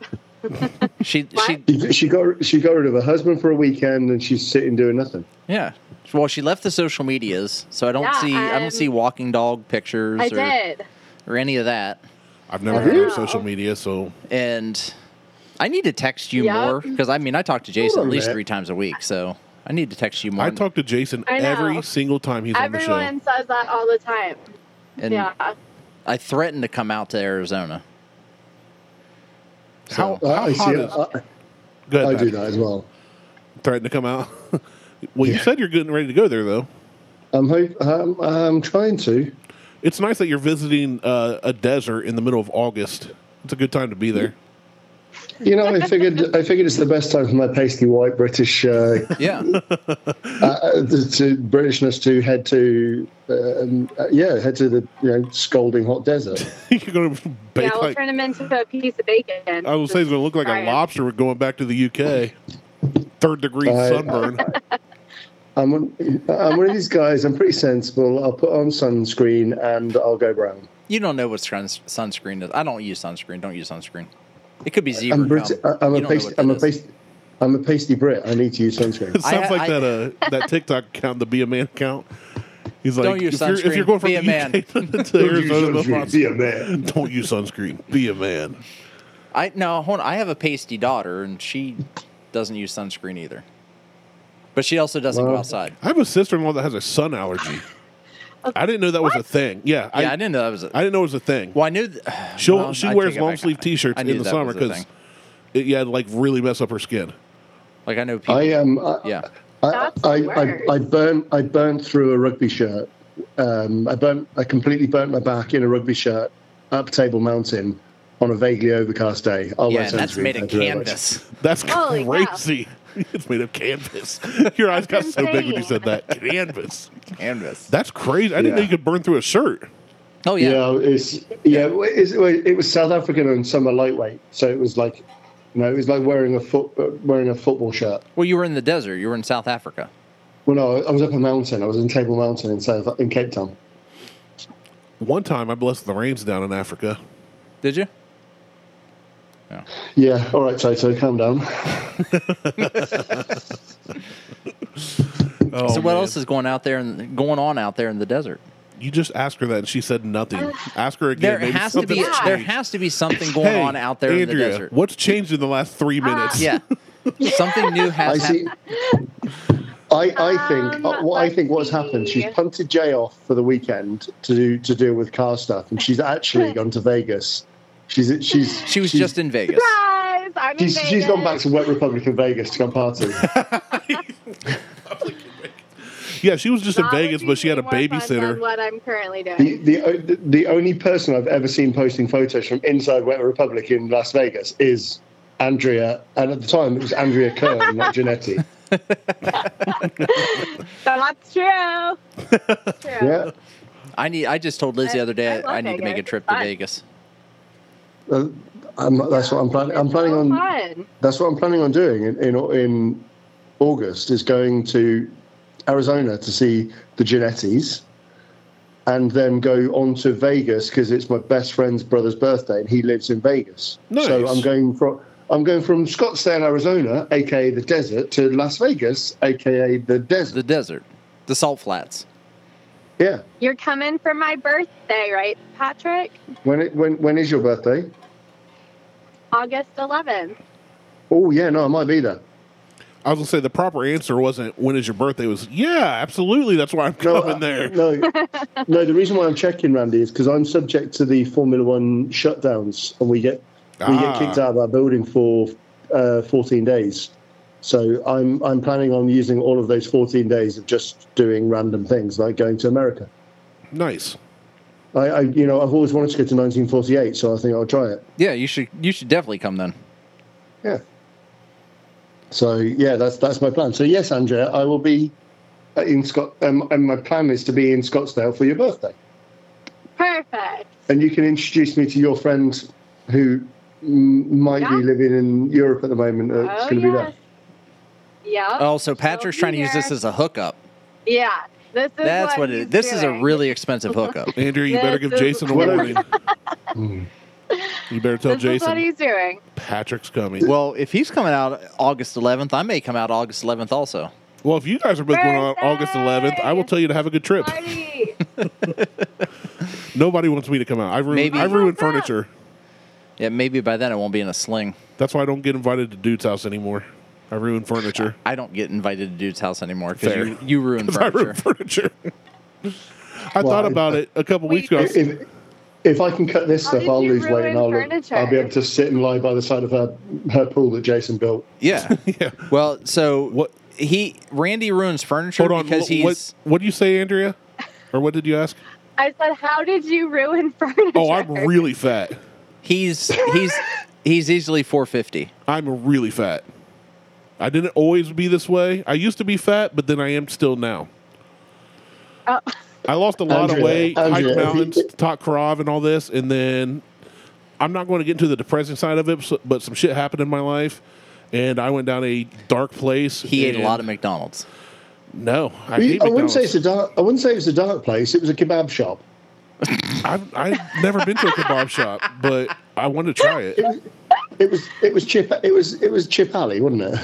Speaker 1: She she
Speaker 5: What?
Speaker 4: She- she got she got rid of her husband for a weekend, and she's sitting doing nothing.
Speaker 1: yeah. Well, she left the social medias, so I don't
Speaker 5: Yeah,
Speaker 1: see I
Speaker 5: um,
Speaker 1: don't see walking dog pictures
Speaker 5: I
Speaker 1: or,
Speaker 5: did.
Speaker 1: or any of that.
Speaker 2: I've never heard of
Speaker 5: Wow.
Speaker 2: social media, so
Speaker 1: And I need to text you
Speaker 5: Yeah.
Speaker 1: more because I mean I talk to Jason
Speaker 4: Hold
Speaker 1: at
Speaker 4: on a
Speaker 1: least
Speaker 4: minute.
Speaker 1: three times a week. So I need to text you more.
Speaker 2: I talk to Jason
Speaker 5: I know.
Speaker 2: every single time he's on
Speaker 5: Everyone says that all the time.
Speaker 1: and
Speaker 5: yeah.
Speaker 1: I threatened to come out to Arizona.
Speaker 2: the show. How,
Speaker 4: I,
Speaker 2: how
Speaker 4: I
Speaker 2: hot
Speaker 4: see
Speaker 2: is?
Speaker 4: it.
Speaker 2: Go
Speaker 4: I,
Speaker 2: ahead,
Speaker 4: I do
Speaker 2: Patrick.
Speaker 4: that as well.
Speaker 2: Threaten to come out. well, you said you're getting ready to go there though.
Speaker 4: I'm, hope, I'm, I'm trying to.
Speaker 2: It's nice that you're visiting uh, a desert in the middle of August. It's a good time to be there.
Speaker 4: You know, I figured I figured it's the best time for my pasty white British uh,
Speaker 1: Yeah.
Speaker 4: uh, to Britishness to head to um, uh, yeah head to the you know scalding hot desert.
Speaker 2: you're going to
Speaker 5: Yeah,
Speaker 2: bake
Speaker 5: we'll
Speaker 2: like
Speaker 5: turn them into a piece of bacon.
Speaker 2: I would say it's going to look like
Speaker 5: Try
Speaker 2: a
Speaker 5: it.
Speaker 2: lobster with going back to the UK. Third degree
Speaker 4: I-
Speaker 2: sunburn.
Speaker 4: I'm one, I'm one of these guys. I'm pretty sensible. I'll put on sunscreen and I'll go brown.
Speaker 1: you don't know what suns- sunscreen is. I don't use sunscreen. Don't use sunscreen. It could be zebra.
Speaker 4: I'm, Brit-
Speaker 1: gum. You don't
Speaker 4: I'm a
Speaker 1: know
Speaker 4: pasty.
Speaker 1: what that
Speaker 4: I'm a
Speaker 1: is.
Speaker 4: pasty. I'm a pasty Brit. I need to use sunscreen.
Speaker 2: It sounds
Speaker 1: I-
Speaker 2: like
Speaker 1: I-
Speaker 2: that uh, that TikTok account, the Be a Man account. He's like,
Speaker 1: Don't use
Speaker 2: if, you're, if
Speaker 1: sunscreen,
Speaker 2: you're going from
Speaker 1: be a
Speaker 2: the
Speaker 1: man."
Speaker 2: UK to Arizona,
Speaker 4: Don't use
Speaker 2: that's
Speaker 4: sunscreen,
Speaker 2: awesome.
Speaker 4: be a man.
Speaker 2: don't use sunscreen. Be a man.
Speaker 1: I no, hold on. I have a pasty daughter, and she doesn't use sunscreen either. But she also doesn't go
Speaker 4: Well,
Speaker 1: outside.
Speaker 2: I have a sister-in-law that has a sun allergy. I didn't know that was a thing. Yeah,
Speaker 1: Yeah, I,
Speaker 2: I,
Speaker 1: didn't know that was. A,
Speaker 2: I didn't know it was a thing.
Speaker 1: well, I knew. Th-
Speaker 2: She'll,
Speaker 1: well,
Speaker 2: she
Speaker 1: I
Speaker 2: wears
Speaker 1: take it back.
Speaker 2: long sleeve T-shirts
Speaker 1: I
Speaker 2: in
Speaker 1: knew
Speaker 2: the
Speaker 1: that
Speaker 2: summer
Speaker 1: was a
Speaker 2: because
Speaker 1: thing.
Speaker 2: it yeah, like really mess up her skin.
Speaker 1: like I know
Speaker 2: uh,
Speaker 1: people.
Speaker 4: I am. Um, I-
Speaker 1: yeah,
Speaker 4: I,
Speaker 5: That's the
Speaker 4: I, I,
Speaker 5: worst.
Speaker 4: I burnt I burnt through a rugby shirt. Um, I burnt I completely burnt my back in a rugby shirt up Table Mountain on a vaguely overcast day. I'll wear
Speaker 1: yeah, and that's
Speaker 4: sunscreen,
Speaker 1: made of
Speaker 4: thank you very much.
Speaker 1: canvas.
Speaker 2: That's
Speaker 5: Holy cow.
Speaker 2: crazy. it's made of canvas. Your eyes got so big when you said that canvas.
Speaker 1: Canvas.
Speaker 2: That's crazy. I didn't know
Speaker 4: Yeah.
Speaker 2: you could burn through a shirt.
Speaker 1: Oh
Speaker 4: Yeah,
Speaker 1: yeah.
Speaker 4: it's yeah. It's, it was South African and summer lightweight, so it was like, you know, it was like wearing a foot uh, wearing a football shirt.
Speaker 1: Well, you were in the desert. You were in South Africa.
Speaker 4: Well, no, I was up a mountain. I was in Table Mountain in South in Cape Town.
Speaker 2: One time, I blessed the rains down in Africa.
Speaker 1: Did you?
Speaker 4: Yeah, all right, Toto, calm down.
Speaker 2: Oh,
Speaker 1: so what
Speaker 2: man.
Speaker 1: else is going out there and going on out there in the desert?
Speaker 2: You just asked her that, and she said nothing. Ask her again.
Speaker 1: There
Speaker 2: Maybe
Speaker 1: has to be
Speaker 2: something's
Speaker 1: there
Speaker 2: changed.
Speaker 1: has to be something going
Speaker 2: Hey,
Speaker 1: on out there
Speaker 2: Andrea,
Speaker 1: in the desert.
Speaker 2: What's changed in the last three
Speaker 5: Ah.
Speaker 2: minutes?
Speaker 1: Yeah, something new
Speaker 4: I
Speaker 1: has
Speaker 4: see.
Speaker 1: happened.
Speaker 4: I, I think uh,
Speaker 5: Um,
Speaker 4: what I think what's
Speaker 5: let's
Speaker 4: happened. She's
Speaker 5: see.
Speaker 4: punted Jay off for the weekend to do to deal with car stuff, and she's actually gone to Vegas. She's she's
Speaker 1: She was
Speaker 4: she's,
Speaker 1: just in Vegas.
Speaker 5: Guys, I'm
Speaker 4: she's,
Speaker 5: in
Speaker 4: she's gone back
Speaker 5: Vegas.
Speaker 4: to Wet Republic in Vegas to go party.
Speaker 2: Yeah, she was just in
Speaker 5: That would
Speaker 2: Vegas,
Speaker 5: be
Speaker 2: but she had a
Speaker 5: way more fun than
Speaker 2: babysitter.
Speaker 5: What I'm currently
Speaker 4: the,
Speaker 5: doing.
Speaker 4: the o- the the only person I've ever seen posting photos from inside Wet Republic in Las Vegas is Andrea, and at the time it was Andrea Kern, not Janetti.
Speaker 5: That's true. That's true.
Speaker 4: Yeah,
Speaker 1: I need. I just told Liz the
Speaker 5: I-
Speaker 1: other day
Speaker 5: I love
Speaker 1: I, need to make a
Speaker 5: Vegas.
Speaker 1: trip
Speaker 5: It's
Speaker 1: to
Speaker 5: fun.
Speaker 1: Vegas.
Speaker 4: Uh, I'm not, that's what I'm planning. I'm planning
Speaker 5: So
Speaker 4: on.
Speaker 5: fun.
Speaker 4: That's what I'm planning on doing in, in in August is going to Arizona to see the Genettis and then go on to Vegas because it's my best friend's brother's birthday and he lives in Vegas. So
Speaker 2: Nice.
Speaker 4: I'm going from I'm going from Scottsdale, Arizona, aka the desert, to Las Vegas, aka the
Speaker 1: The
Speaker 4: desert.
Speaker 1: desert, the salt flats.
Speaker 4: Yeah.
Speaker 5: You're coming for my birthday, right, Patrick?
Speaker 4: When it when when is your birthday?
Speaker 5: August 11th.
Speaker 4: Oh yeah, no, I might be there.
Speaker 2: I was gonna say the proper answer wasn't when is your birthday. It was yeah, absolutely. That's why I'm coming
Speaker 4: uh,
Speaker 2: there.
Speaker 4: No, no. The reason why I'm checking, Randy, is because I'm subject to the Formula One shutdowns, and we get we
Speaker 2: Ah.
Speaker 4: get kicked out of our building for uh, 14 days. So I'm I'm planning on using all of those 14 days of just doing random things, like going to America.
Speaker 2: Nice.
Speaker 4: I, I you know I've always wanted to go to 1948, so I think I'll try it.
Speaker 1: Yeah, you should. You should definitely come then.
Speaker 4: Yeah. So yeah, that's that's my plan. So yes, Andrea, I will be in Scott, um, and my plan is to be in Scottsdale for your birthday.
Speaker 5: Perfect.
Speaker 4: and you can introduce me to your friend who m- might
Speaker 5: Yeah.
Speaker 4: be living in Europe at the moment. That's
Speaker 5: Oh,
Speaker 4: going to be there.
Speaker 5: yes. Yep.
Speaker 1: Oh, so Patrick's
Speaker 5: be
Speaker 1: trying to use
Speaker 5: there.
Speaker 1: this as a hookup.
Speaker 5: Yeah. This is
Speaker 1: That's what, it
Speaker 5: he's
Speaker 1: is. This is a
Speaker 5: doing.
Speaker 1: really expensive hookup.
Speaker 2: Andrew, you
Speaker 5: This
Speaker 2: better give
Speaker 5: is-
Speaker 2: Jason a warning. you better tell
Speaker 5: This is what
Speaker 2: Jason
Speaker 5: he's doing.
Speaker 2: Patrick's coming. Well,
Speaker 1: well, if he's coming out August 11th, I may come out August 11th also.
Speaker 2: well, if you guys are both going on
Speaker 5: Birthday!
Speaker 2: August 11th, I will tell you to have a good trip.
Speaker 5: Party.
Speaker 2: Nobody wants me to come out. I ruin,
Speaker 1: Maybe-
Speaker 2: I ruin
Speaker 5: Oh, no.
Speaker 2: furniture.
Speaker 1: Yeah, maybe by then I won't be in a sling.
Speaker 2: That's why I don't get invited to dude's house anymore. I ruin furniture.
Speaker 1: I don't get invited to dude's house anymore because
Speaker 2: Fair.
Speaker 1: you, you ruin
Speaker 2: 'Cause I
Speaker 1: furniture.
Speaker 2: ruin furniture. I
Speaker 4: Well,
Speaker 2: thought
Speaker 4: I-
Speaker 2: about it a couple
Speaker 5: Wait,
Speaker 2: weeks ago. I was-
Speaker 4: If, if I can cut this
Speaker 5: How
Speaker 4: stuff,
Speaker 5: did
Speaker 4: I'll
Speaker 5: you
Speaker 4: lose weight and I'll,
Speaker 5: ruin
Speaker 4: I'll be
Speaker 5: furniture?
Speaker 4: able to sit and lie by the side of her, her pool that Jason built.
Speaker 1: Yeah.
Speaker 2: Yeah.
Speaker 1: Well, so
Speaker 2: What-
Speaker 1: he Randy ruins furniture
Speaker 2: Hold on.
Speaker 1: because
Speaker 2: wh-
Speaker 1: he's
Speaker 2: What, what do you say, Andrea? Or what did you ask?
Speaker 5: I said, how did you ruin furniture?
Speaker 2: Oh, I'm really fat.
Speaker 1: he's he's he's easily 450.
Speaker 2: I'm really fat. I didn't always be this way. I used to be fat, but then I am still now.
Speaker 5: Oh.
Speaker 2: I lost a lot of
Speaker 4: Andrea,
Speaker 2: weight,
Speaker 4: Andrea,
Speaker 2: hiked
Speaker 4: if you-
Speaker 2: mountains, taught Krav and all this, and then I'm not going to get into the depressing side of it, so- but some shit happened in my life, and I went down a dark place.
Speaker 1: He ate a
Speaker 2: and-
Speaker 1: lot of McDonald's.
Speaker 2: No, I
Speaker 4: I,
Speaker 2: hate
Speaker 4: wouldn't say it's
Speaker 2: McDonald's.
Speaker 4: a dark. I wouldn't say it was a dark place. It was a kebab shop.
Speaker 2: I've, I've never been to a kebab shop, but I want to try it.
Speaker 4: It was it was chip. It was it was Chip Alley, wasn't it?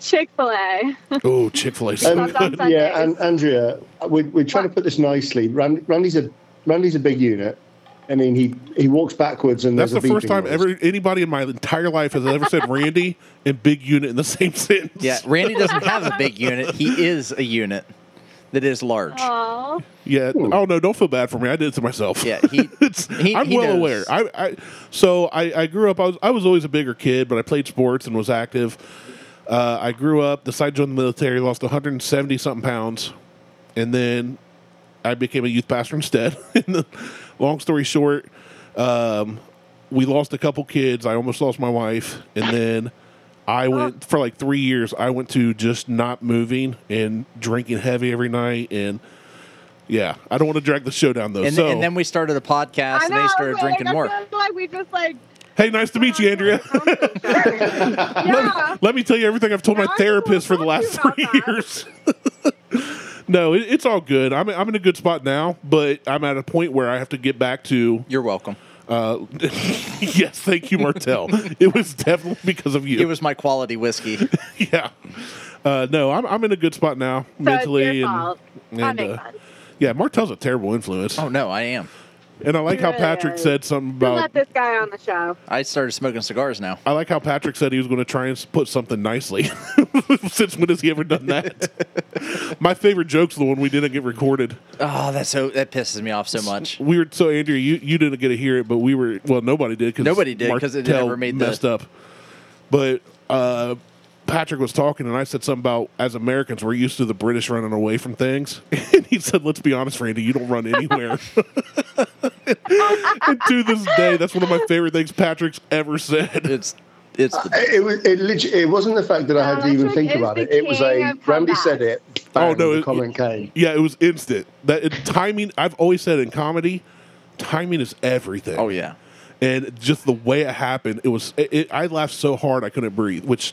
Speaker 5: Chick fil A.
Speaker 2: Oh, Chick Fil
Speaker 5: Um,
Speaker 2: A.
Speaker 5: That's on Sundays.
Speaker 4: yeah, and Andrea, we, we're trying to put this nicely. Rand, Randy's a Randy's a big unit. I mean, he he walks backwards and
Speaker 2: That's the
Speaker 4: there's a
Speaker 2: first
Speaker 4: beeping
Speaker 2: time
Speaker 4: noise.
Speaker 2: ever anybody in my entire life has ever said Randy and big unit in the same sentence.
Speaker 1: Yeah, Randy doesn't have a big unit. He is a unit that is large.
Speaker 5: Oh,
Speaker 2: Yeah.
Speaker 4: Hmm.
Speaker 2: Oh no, don't feel bad for me. I did it to myself.
Speaker 1: Yeah, he-
Speaker 2: It's-
Speaker 1: he-
Speaker 2: I'm
Speaker 1: he
Speaker 2: well
Speaker 1: knows.
Speaker 2: aware. I, I so I, I grew up. I was I was always a bigger kid, but I played sports and was active. Uh, I grew up. Decided to join the military. Lost 170 something pounds, and then I became a youth pastor instead. and the, long story short, um, we lost a couple kids. I almost lost my wife, and then. I went for like three years. I went to just not moving and drinking heavy every night, and yeah, I don't want to drag the show down though.
Speaker 1: And,
Speaker 2: so,
Speaker 1: th- and then we started a podcast
Speaker 5: I
Speaker 1: and
Speaker 5: know. I
Speaker 1: they
Speaker 5: was
Speaker 1: started
Speaker 5: like,
Speaker 1: drinking
Speaker 5: I
Speaker 1: more.
Speaker 5: feel Like we just like.
Speaker 2: hey, nice to meet you, Andrea.
Speaker 5: yeah.
Speaker 2: Let me tell you everything I've told
Speaker 5: Now
Speaker 2: my
Speaker 5: I just
Speaker 2: therapist for
Speaker 5: wanna
Speaker 2: the
Speaker 5: talk
Speaker 2: last
Speaker 5: to you
Speaker 2: three
Speaker 5: about that.
Speaker 2: years. no, it, it's all good. I'm I'm in a good spot now, but I'm at a point where I have to get back to.
Speaker 1: You're welcome.
Speaker 2: Uh, yes, thank you, Martel. it was definitely because of you.
Speaker 1: It was my quality whiskey.
Speaker 2: yeah. Uh, no, I'm I'm in a good spot now mentally
Speaker 5: so it's your
Speaker 2: and
Speaker 5: fault.
Speaker 2: and,
Speaker 5: that makes
Speaker 2: uh,
Speaker 5: sense.
Speaker 2: yeah, Martel's a terrible influence.
Speaker 1: Oh no, I am.
Speaker 2: And I like how
Speaker 5: Really?
Speaker 2: Patrick said something
Speaker 5: Don't
Speaker 2: about
Speaker 5: let this guy on the show.
Speaker 1: I started smoking cigars now.
Speaker 2: I like how Patrick said he was going to try and s- put something nicely. Since when has he ever done that? My favorite joke's the one we didn't get recorded.
Speaker 1: Oh, that's so that pisses me off so much.
Speaker 2: We were so Andrew, you, you didn't get to hear it, but we were well, nobody did because
Speaker 1: Nobody did 'cause it never made the-
Speaker 2: messed up. But uh, Patrick was talking, and I said something about as Americans we're used to the British running away from things, and he said, "Let's be honest, Randy, you don't run anywhere." and to this day, that's one of my favorite things Patrick's ever said.
Speaker 1: It's it's the,
Speaker 4: It, it was it, legit, it wasn't the fact that I had to even
Speaker 5: Patrick
Speaker 4: think
Speaker 5: is
Speaker 4: about
Speaker 5: the
Speaker 4: it. It was
Speaker 5: king
Speaker 4: a
Speaker 5: of
Speaker 4: Randy
Speaker 5: comebacks.
Speaker 4: said it.
Speaker 2: Oh,
Speaker 4: Oh
Speaker 2: no,
Speaker 4: no! The
Speaker 2: it-
Speaker 4: comment came.
Speaker 2: Yeah, it was instant. That it, timing, I've always said in comedy, timing is everything.
Speaker 1: oh yeah.
Speaker 2: and just the way it happened, it was. It, it, I laughed so hard I couldn't breathe, which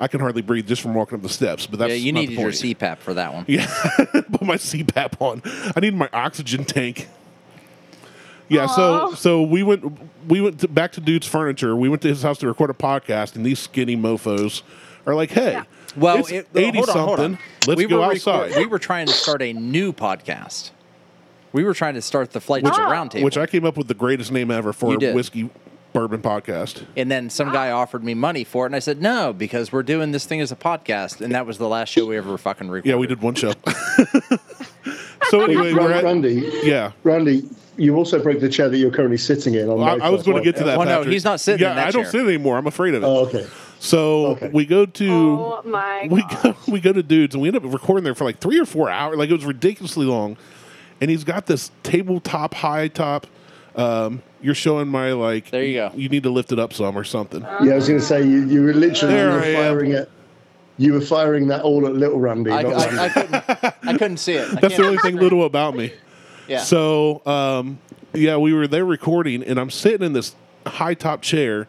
Speaker 2: I can hardly breathe just from walking up the steps. But that's
Speaker 1: yeah, you
Speaker 2: not
Speaker 1: needed
Speaker 2: the
Speaker 1: your
Speaker 2: point.
Speaker 1: CPAP for that one.
Speaker 2: Yeah, put my CPAP on. I need my oxygen tank. Yeah, so
Speaker 5: Aw.
Speaker 2: so we went we went to, back to dude's furniture. We went to his house to record a podcast, and these skinny mofo's are like, "Hey,
Speaker 1: Well,
Speaker 2: it's
Speaker 1: it, oh,
Speaker 2: eighty
Speaker 1: hold on, hold
Speaker 2: something.
Speaker 1: on.
Speaker 2: Let's
Speaker 1: we
Speaker 2: go
Speaker 1: were
Speaker 2: outside."
Speaker 1: record- we were trying to start a new podcast. We were trying to start the flights
Speaker 5: Which-
Speaker 1: around table,
Speaker 2: which I came up with the greatest name ever for
Speaker 1: You
Speaker 2: a
Speaker 1: did.
Speaker 2: whiskey bourbon podcast.
Speaker 1: and then some guy offered me money for it, and I said no because we're doing this thing as a podcast, and that was the last show we ever fucking recorded.
Speaker 2: Yeah, we did one show. so anyway, we're
Speaker 4: Randy,
Speaker 2: at,
Speaker 4: Randy,
Speaker 2: yeah.
Speaker 4: Randy, you also broke the chair that you're currently sitting in. On
Speaker 2: I,
Speaker 4: my
Speaker 2: I was going
Speaker 4: first
Speaker 2: to
Speaker 4: one.
Speaker 2: get to that.
Speaker 1: Well, no,
Speaker 2: Patrick.
Speaker 1: he's not sitting
Speaker 2: Yeah,
Speaker 1: in that
Speaker 2: I don't
Speaker 1: chair.
Speaker 2: sit anymore. I'm afraid of it.
Speaker 4: Oh, okay.
Speaker 2: so
Speaker 4: okay.
Speaker 2: we go to
Speaker 5: Oh my
Speaker 2: we
Speaker 5: God.
Speaker 2: go we go to dudes and we end up recording there for like three or four hours. Like it was ridiculously long. And he's got this tabletop high top. Um, you're showing my like.
Speaker 1: There you go.
Speaker 2: You need to lift it up some or something.
Speaker 5: Uh,
Speaker 4: Yeah, I was going to say you, you were literally
Speaker 2: There
Speaker 4: you were
Speaker 2: I am.
Speaker 4: firing it. You were firing that all at little Randy.
Speaker 1: I,
Speaker 4: not Randy.
Speaker 1: I, I, couldn't, I couldn't see it. I
Speaker 2: That's the
Speaker 1: can't-
Speaker 2: only thing little about me.
Speaker 1: Yeah.
Speaker 2: So, um, yeah, we were there recording, and I'm sitting in this high top chair,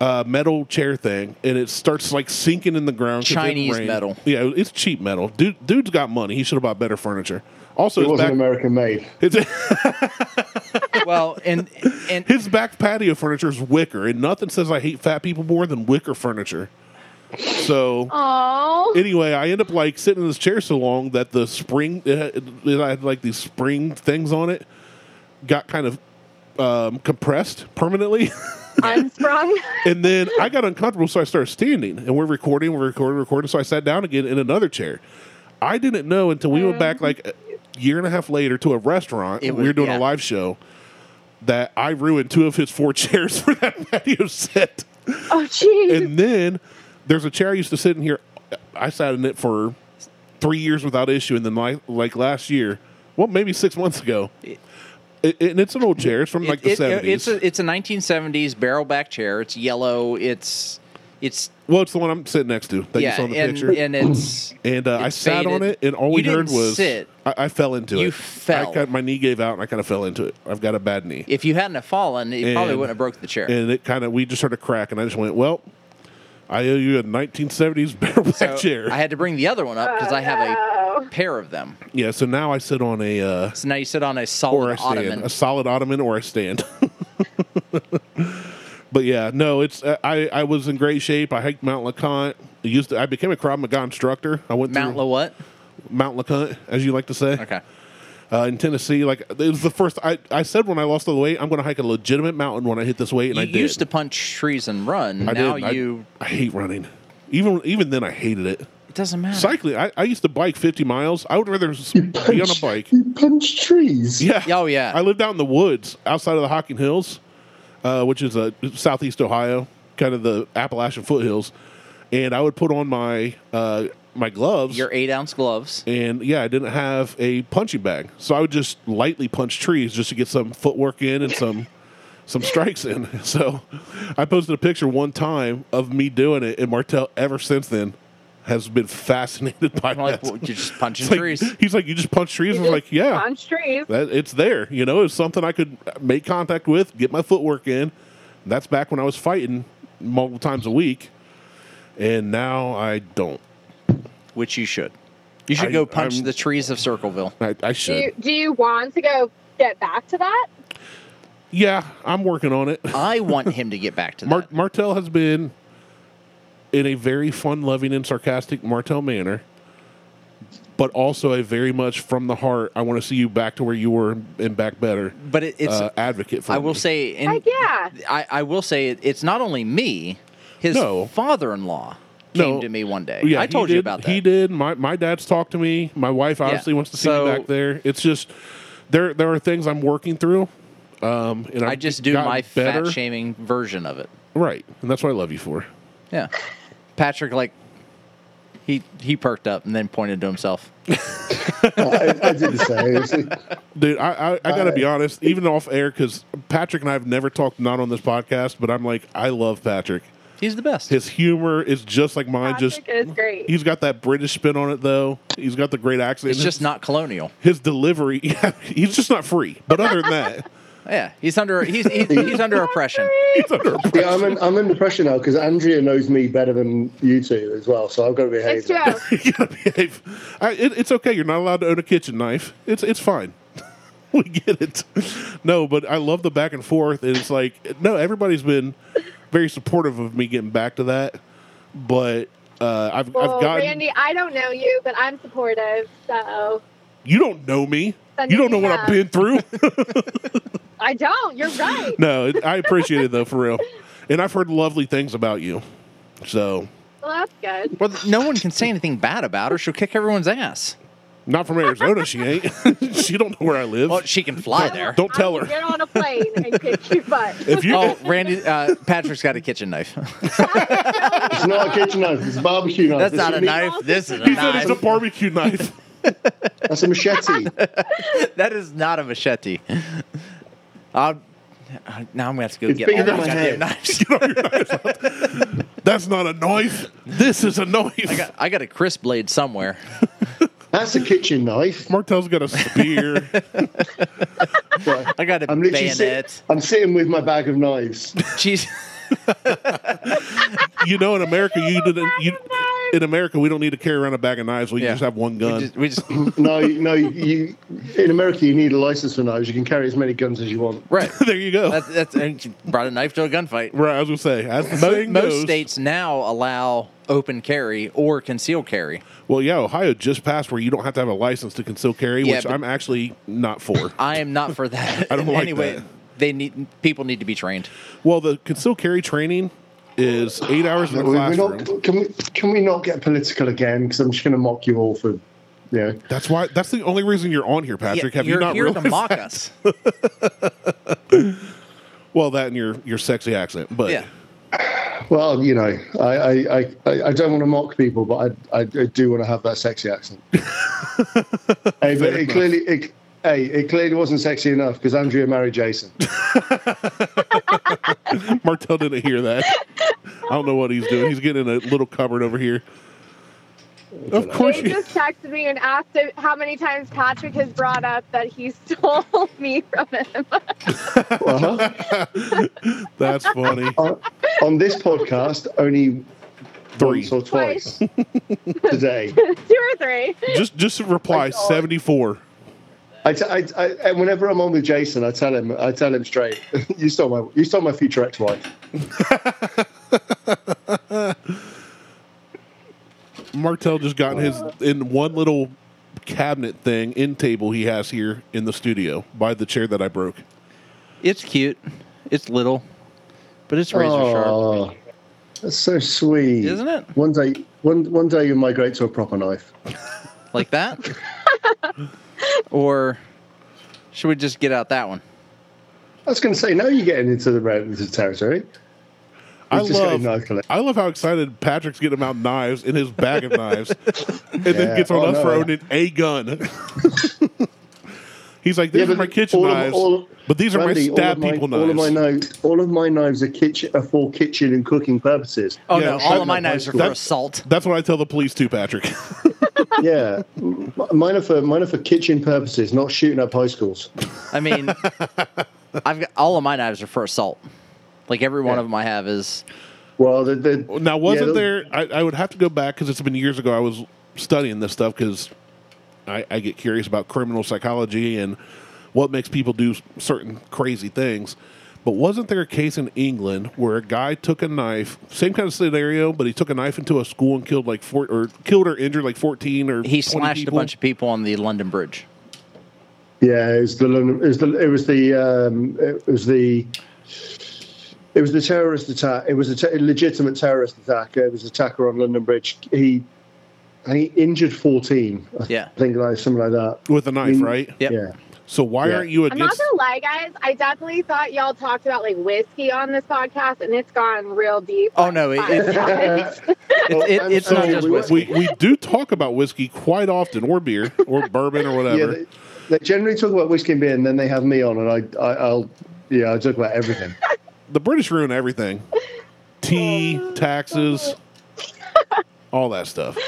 Speaker 2: uh, metal chair thing, and it starts like sinking in the ground. 'cause it
Speaker 1: Chinese
Speaker 2: rained.
Speaker 1: metal.
Speaker 2: Yeah, it's cheap metal. Dude, dude's got money. He should have bought better furniture. Also,
Speaker 4: it
Speaker 2: his
Speaker 4: wasn't
Speaker 2: back,
Speaker 4: American made.
Speaker 2: his,
Speaker 1: well, and and
Speaker 2: his back patio furniture is wicker, and nothing says I hate fat people more than wicker furniture. So,
Speaker 5: Oh.
Speaker 2: anyway, I end up like sitting in this chair so long that the spring it had, it had like these spring things on it got kind of um, compressed permanently.
Speaker 5: unsprung.
Speaker 2: And then I got uncomfortable, so I started standing. And we're recording, we're recording, recording. So I sat down again in another chair. I didn't know until we went back like a year and a half later to a restaurant.
Speaker 1: It
Speaker 2: and
Speaker 1: was-
Speaker 2: we were doing a
Speaker 1: yeah.
Speaker 2: live show that I ruined two of his four chairs for that patio set.
Speaker 5: oh, jeez.
Speaker 2: And then there's a chair I used to sit in here. I sat in it for three years without issue, and then like like last year, well, maybe six months ago. It, and it's an old chair. It's from like
Speaker 1: It-
Speaker 2: the
Speaker 1: it-
Speaker 2: seventies.
Speaker 1: it's a it's a 1970s barrel back chair. It's yellow. It's it's
Speaker 2: well, it's the one I'm sitting next to that you
Speaker 1: yeah,
Speaker 2: saw in the
Speaker 1: and
Speaker 2: picture.
Speaker 1: and it's
Speaker 2: and uh, I
Speaker 1: it's
Speaker 2: sat on
Speaker 1: faded.
Speaker 2: it, and all
Speaker 1: You
Speaker 2: we
Speaker 1: didn't
Speaker 2: heard was
Speaker 1: sit.
Speaker 2: I, I fell into it.
Speaker 1: You fell.
Speaker 2: I got, my knee gave out, and I kind of fell into it. I've got a bad knee,
Speaker 1: If you hadn't have fallen, it probably
Speaker 2: And-
Speaker 1: wouldn't have broke the chair.
Speaker 2: and it kind of we just heard a crack, and I just went, "Well, I owe you a 1970s bareback
Speaker 1: So
Speaker 2: chair."
Speaker 1: I had to bring the other one up because I have a
Speaker 5: Oh.
Speaker 1: pair of them.
Speaker 2: yeah, so now I sit on a uh,
Speaker 1: So now you sit on a
Speaker 2: or
Speaker 1: solid
Speaker 2: a stand,
Speaker 1: ottoman.
Speaker 2: a solid ottoman or a stand. but yeah, no, it's uh, I I was in great shape. I hiked Mount LeConte. I used to, I became a Krav Maga instructor. I went
Speaker 1: Mount
Speaker 2: through
Speaker 1: La what?
Speaker 2: Mount LeConte, as you like to say,
Speaker 1: Okay.
Speaker 2: uh, in Tennessee. Like it was the first I I said when I lost all the weight, I'm going to hike a legitimate mountain when I hit this weight, and
Speaker 1: You
Speaker 2: I did.
Speaker 1: used to punch trees and run.
Speaker 2: I
Speaker 1: now
Speaker 2: did. I-
Speaker 1: you.
Speaker 2: I, hate running. Even even then, I hated it.
Speaker 1: it doesn't matter.
Speaker 2: Cycling, I, I used to bike 50 miles. I would rather s- be on a bike.
Speaker 4: You punch trees.
Speaker 2: Yeah.
Speaker 1: Oh, yeah.
Speaker 2: I lived out in the woods outside of the Hocking Hills, uh, which is uh, southeast Ohio, kind of the Appalachian foothills. And I would put on my uh, my gloves.
Speaker 1: Your eight ounce gloves.
Speaker 2: and yeah, I didn't have a punching bag, so I would just lightly punch trees just to get some footwork in and some some strikes in. So I posted a picture one time of me doing it, and Martel ever since then has been fascinated by
Speaker 1: I'm like,
Speaker 2: that.
Speaker 1: well, you're just punching
Speaker 2: It's like-
Speaker 1: trees.
Speaker 2: He's like, you just punch trees. I was like, yeah,
Speaker 5: On trees.
Speaker 2: that, it's there. You know, it's something I could make contact with, get my footwork in. That's back when I was fighting multiple times a week, and now I don't.
Speaker 1: which you should. You should
Speaker 2: I-
Speaker 1: go punch
Speaker 2: I'm-
Speaker 1: the trees of Circleville.
Speaker 2: I, I
Speaker 5: Do
Speaker 2: should.
Speaker 5: you, do you want to go get back to that?
Speaker 2: Yeah, I'm working on it.
Speaker 1: I want him to get back to that.
Speaker 2: Mar- Martel has been in a very fun-loving and sarcastic Martel manner, but also a very much from the heart. I want to see you back to where you were and back better.
Speaker 1: but it, it's.
Speaker 2: uh, advocate for.
Speaker 1: I will
Speaker 2: me.
Speaker 1: say, and
Speaker 5: Heck yeah.
Speaker 1: I, I will say, it, it's not only me. His
Speaker 2: No.
Speaker 1: father-in-law came
Speaker 2: No.
Speaker 1: to me one day.
Speaker 2: Oh, Yeah,
Speaker 1: I
Speaker 2: he
Speaker 1: told you
Speaker 2: did-
Speaker 1: about that.
Speaker 2: He did. My my dad's talked to me. My wife obviously wants to see
Speaker 1: So-
Speaker 2: me back there. It's just there. There are things I'm working through. Um, and
Speaker 1: I
Speaker 2: I've
Speaker 1: just do
Speaker 2: gotten
Speaker 1: my
Speaker 2: better.
Speaker 1: fat shaming version of it.
Speaker 2: right, and that's what I love you for.
Speaker 1: Yeah. Patrick, like, he he perked up and then pointed to himself.
Speaker 4: I, I did the same. It's like-
Speaker 2: Dude, I I, I gotta
Speaker 4: Uh,
Speaker 2: be honest, even off air, because Patrick and I have never talked not on this podcast, but I'm like, I love Patrick.
Speaker 1: He's the best.
Speaker 2: His humor is just like mine.
Speaker 5: Patrick
Speaker 2: just
Speaker 5: is great.
Speaker 2: he's got that British spin on it though. He's got the great accent.
Speaker 1: it's just not colonial.
Speaker 2: his delivery. Yeah, he's just not free. But other than that,
Speaker 1: Yeah, he's under he's he's, he's under oppression.
Speaker 2: he's under
Speaker 4: yeah, I'm, in, I'm under pressure now because Andrea knows me better than you two as well, so I've got to behave.
Speaker 5: It's true.
Speaker 2: you gotta behave. I, it, it's okay. You're not allowed to own a kitchen knife. It's it's fine. we get it. No, but I love the back and forth, and it's like no, everybody's been very supportive of me getting back to that. But uh, I've
Speaker 5: Well,
Speaker 2: I've gotten
Speaker 5: Randy, I don't know you, but I'm supportive, so
Speaker 2: you don't know me.
Speaker 5: Send
Speaker 2: You don't
Speaker 5: me
Speaker 2: know what
Speaker 5: up.
Speaker 2: I've been through.
Speaker 5: I don't. You're right.
Speaker 2: no, it- I appreciate it though for real, and I've heard lovely things about you. So
Speaker 5: Well, that's good.
Speaker 1: Well, no one can say anything bad about her. She'll kick everyone's ass.
Speaker 2: not from Arizona, she ain't. she don't know where I live.
Speaker 1: Well, she can fly
Speaker 2: Don't-
Speaker 1: there.
Speaker 2: Don't tell
Speaker 5: I
Speaker 2: her.
Speaker 5: will Get on a plane and kick your butt.
Speaker 2: If you
Speaker 1: Oh, Randy, uh, Patrick's got a kitchen knife.
Speaker 4: It's not a kitchen knife. It's a barbecue knife.
Speaker 1: That's
Speaker 4: It's
Speaker 1: not a
Speaker 4: meat-
Speaker 1: knife. This is a
Speaker 2: he said it's a
Speaker 1: knife.
Speaker 2: barbecue knife.
Speaker 4: That's a machete.
Speaker 1: That is not a machete. I'll, uh, now I'm gonna have to go
Speaker 4: It's
Speaker 1: get
Speaker 4: bigger
Speaker 1: all
Speaker 4: than
Speaker 1: my
Speaker 4: my
Speaker 1: goddamn
Speaker 4: head.
Speaker 1: knives.
Speaker 2: That's not a knife. This is a knife.
Speaker 1: I got, I got a crisp blade somewhere.
Speaker 4: That's a kitchen knife.
Speaker 2: Martel's got a spear.
Speaker 4: Right.
Speaker 1: I got a
Speaker 4: I'm literally sitting,
Speaker 1: bayonet.
Speaker 4: I'm sitting with my bag of knives.
Speaker 1: Jeez.
Speaker 2: you know, in America, you didn't. You, in America, we don't need to carry around a bag of knives. We
Speaker 1: Yeah.
Speaker 2: just have one
Speaker 1: We
Speaker 2: gun.
Speaker 1: just, we just
Speaker 4: No, no. You in America, you need a license for knives. You can carry as many guns as you want.
Speaker 1: right.
Speaker 2: there you go.
Speaker 1: That's, that's and she brought a knife to a gunfight.
Speaker 2: right, I was gonna say. As the saying
Speaker 1: Most
Speaker 2: goes-
Speaker 1: states now allow open carry or concealed carry.
Speaker 2: Well, yeah, Ohio just passed where you don't have to have a license to conceal carry,
Speaker 1: Yeah,
Speaker 2: which
Speaker 1: but-
Speaker 2: I'm actually not for.
Speaker 1: I am not for that.
Speaker 2: I don't
Speaker 1: in
Speaker 2: like
Speaker 1: any way.
Speaker 2: that.
Speaker 1: they need people need to be trained.
Speaker 2: Well, the conceal carry training is eight hours in the
Speaker 4: We, we
Speaker 2: classroom.
Speaker 4: not, can we can we not get political again? Because I'm just going to mock you all for, you know,
Speaker 2: That's why. That's the only reason you're on here, Patrick.
Speaker 1: Yeah,
Speaker 2: Have you
Speaker 1: you're
Speaker 2: not
Speaker 1: here
Speaker 2: realized?
Speaker 1: to mock us?
Speaker 2: Well, that and your your sexy accent, but
Speaker 1: Yeah.
Speaker 4: well, you know, I I, I- I, I don't want to mock people, but I, I do want to have that sexy accent. hey, but it
Speaker 2: enough.
Speaker 4: clearly it, hey it clearly wasn't sexy enough because Andrea married Jason.
Speaker 2: Martell didn't hear that. I don't know what he's doing. He's getting in a little cupboard over here. Of course,
Speaker 5: They
Speaker 2: you,
Speaker 5: just texted me and asked if- how many times Patrick has brought up that he stole me from him.
Speaker 4: Uh-huh.
Speaker 2: that's funny.
Speaker 4: on, Uh, on this podcast, only
Speaker 2: Three.
Speaker 4: once or twice today.
Speaker 5: Two or three.
Speaker 2: Just just reply
Speaker 4: God.
Speaker 2: seventy four.
Speaker 4: I, t- I, I and whenever I'm on with Jason, I tell him, I tell him straight, you stole my, you stole my future ex-wife.
Speaker 2: Martell just got in his in one little cabinet thing end table he has here in the studio by the chair that I broke.
Speaker 1: It's cute. It's little, but it's razor sharp.
Speaker 4: Aw, that's so sweet,
Speaker 1: Isn't it?
Speaker 4: One day, one one day you'll migrate to a proper knife.
Speaker 1: Like that? or should we just get out that one?
Speaker 4: I was going to say, now you're getting into the re- into the territory.
Speaker 2: I
Speaker 4: just got a knife
Speaker 2: love,
Speaker 4: collection.
Speaker 2: I love how excited Patrick's getting about knives in his bag of knives, and then
Speaker 4: Yeah.
Speaker 2: gets on
Speaker 4: Oh,
Speaker 2: us
Speaker 4: no.
Speaker 2: for owning a gun. He's like, "These
Speaker 4: Yeah,
Speaker 2: are
Speaker 4: but
Speaker 2: my kitchen
Speaker 4: all of-
Speaker 2: knives,
Speaker 4: all-
Speaker 2: but these are my
Speaker 4: Randy, all
Speaker 2: stab
Speaker 4: of my-
Speaker 2: people
Speaker 4: All of
Speaker 2: knives."
Speaker 4: my knives, all of my knives are kitchen, are for kitchen and cooking purposes.
Speaker 1: Oh
Speaker 2: Yeah,
Speaker 1: no! All of
Speaker 2: that-
Speaker 1: my knives are for
Speaker 2: that-
Speaker 1: assault.
Speaker 2: That's what I tell the police too, Patrick.
Speaker 4: yeah, M- mine are for mine are for kitchen purposes, not shooting up high schools.
Speaker 1: I mean, I've got all of my knives are for assault. Like every one
Speaker 4: Yeah.
Speaker 1: of them I have is.
Speaker 4: Well, the, the,
Speaker 2: now, wasn't
Speaker 4: yeah, those-
Speaker 2: there? I, I would have to go back because it's been years ago. I was studying this stuff because I, I get curious about criminal psychology and what makes people do certain crazy things. But wasn't there a case in England where a guy took a knife, same kind of scenario, but he took a knife into a school and killed like four or killed or injured like fourteen or 20
Speaker 1: He slashed
Speaker 2: people?
Speaker 1: a bunch of people on the London Bridge.
Speaker 4: Yeah, it was the London, it was the it was the um, it was the it was the terrorist attack. It was a te- legitimate terrorist attack. It was an attacker on London Bridge. He and he injured fourteen. I
Speaker 1: Yeah.
Speaker 4: think like something like that.
Speaker 2: with a knife,
Speaker 4: Mm.
Speaker 2: right?
Speaker 1: Yep.
Speaker 4: Yeah,
Speaker 2: So why
Speaker 4: Yeah.
Speaker 2: aren't you
Speaker 5: I'm not
Speaker 2: against?
Speaker 5: gonna lie, guys. I definitely thought y'all talked about like whiskey on this podcast, and it's gone real deep.
Speaker 1: Oh no! It, it,
Speaker 4: Well,
Speaker 1: it-
Speaker 4: I'm
Speaker 1: it's not
Speaker 4: sorry,
Speaker 1: just
Speaker 4: we-
Speaker 1: whiskey.
Speaker 2: We we do talk about whiskey quite often, or beer, or bourbon, or
Speaker 4: yeah.
Speaker 2: whatever.
Speaker 4: They, they generally talk about whiskey and beer, and then they have me on, and I, I I'll yeah, I talk about everything.
Speaker 2: the British ruin everything. Tea, taxes, all that stuff.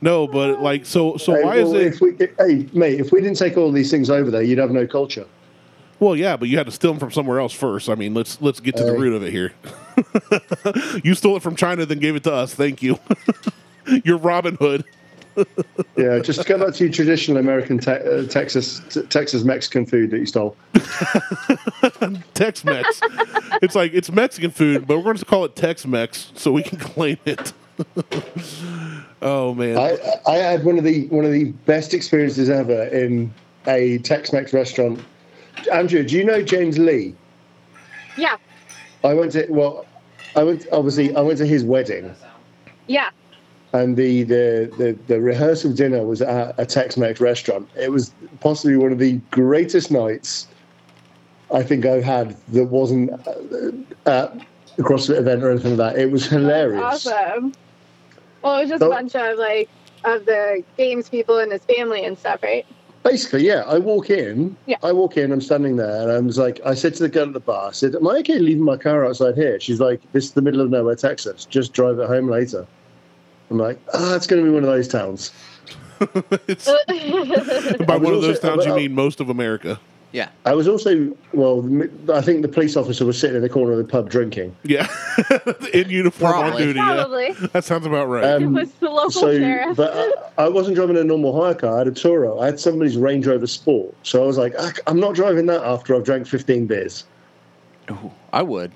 Speaker 2: No, but like so so
Speaker 4: Hey,
Speaker 2: why is
Speaker 4: well,
Speaker 2: it
Speaker 4: If we, hey, mate, if we didn't take all these things over there, you'd have no culture.
Speaker 2: Well, yeah, but you had to steal them from somewhere else first. I mean, let's let's get to the
Speaker 4: Hey.
Speaker 2: root of it here. you stole it from China then gave it to us. Thank you. You're Robin Hood.
Speaker 4: Yeah, just go back to your traditional American te- uh, Texas t- Texas Mexican food that you stole.
Speaker 2: Tex Mex. it's like it's Mexican food, but we're going to call it Tex Mex so we can claim it. oh man.
Speaker 4: I, I had one of the one of the best experiences ever in a Tex-Mex restaurant. Andrew, do you know James Lee?
Speaker 5: Yeah,
Speaker 4: I went to well, I went obviously I went to his wedding,
Speaker 5: yeah.
Speaker 4: and the the the, the rehearsal dinner was at a Tex-Mex restaurant. It was possibly one of the greatest nights I think I've had that wasn't uh, at a CrossFit event or anything like that. It was hilarious.
Speaker 5: Awesome. Well, it was just
Speaker 4: So-
Speaker 5: a bunch of like of the games people and his family and stuff, right?
Speaker 4: Basically, yeah. I walk in.
Speaker 5: Yeah.
Speaker 4: I walk in. I'm standing there, and I was like, I said to the girl at the bar, I said, "Am I okay leaving my car outside here?" She's like, "This is the middle of nowhere, Texas. Just drive it home later." I'm like, "Ah, it's going to be one of those towns."
Speaker 2: It's- by
Speaker 4: I was
Speaker 2: one of those
Speaker 4: also-
Speaker 2: towns you
Speaker 4: well-
Speaker 2: mean most of America.
Speaker 1: Yeah.
Speaker 4: I was also, well, I think the police officer was sitting in the corner of the pub drinking.
Speaker 2: Yeah, in uniform on
Speaker 1: Probably.
Speaker 2: duty. yeah.
Speaker 5: Probably.
Speaker 2: That sounds about right.
Speaker 5: It
Speaker 4: Um,
Speaker 5: was the local
Speaker 4: so,
Speaker 5: Oh, sheriff.
Speaker 4: but I, I wasn't driving a normal hire car. I had a Toro. I had somebody's Range Rover Sport. So I was like, I, am not driving that after I've drank 15 beers.
Speaker 1: Ooh, I would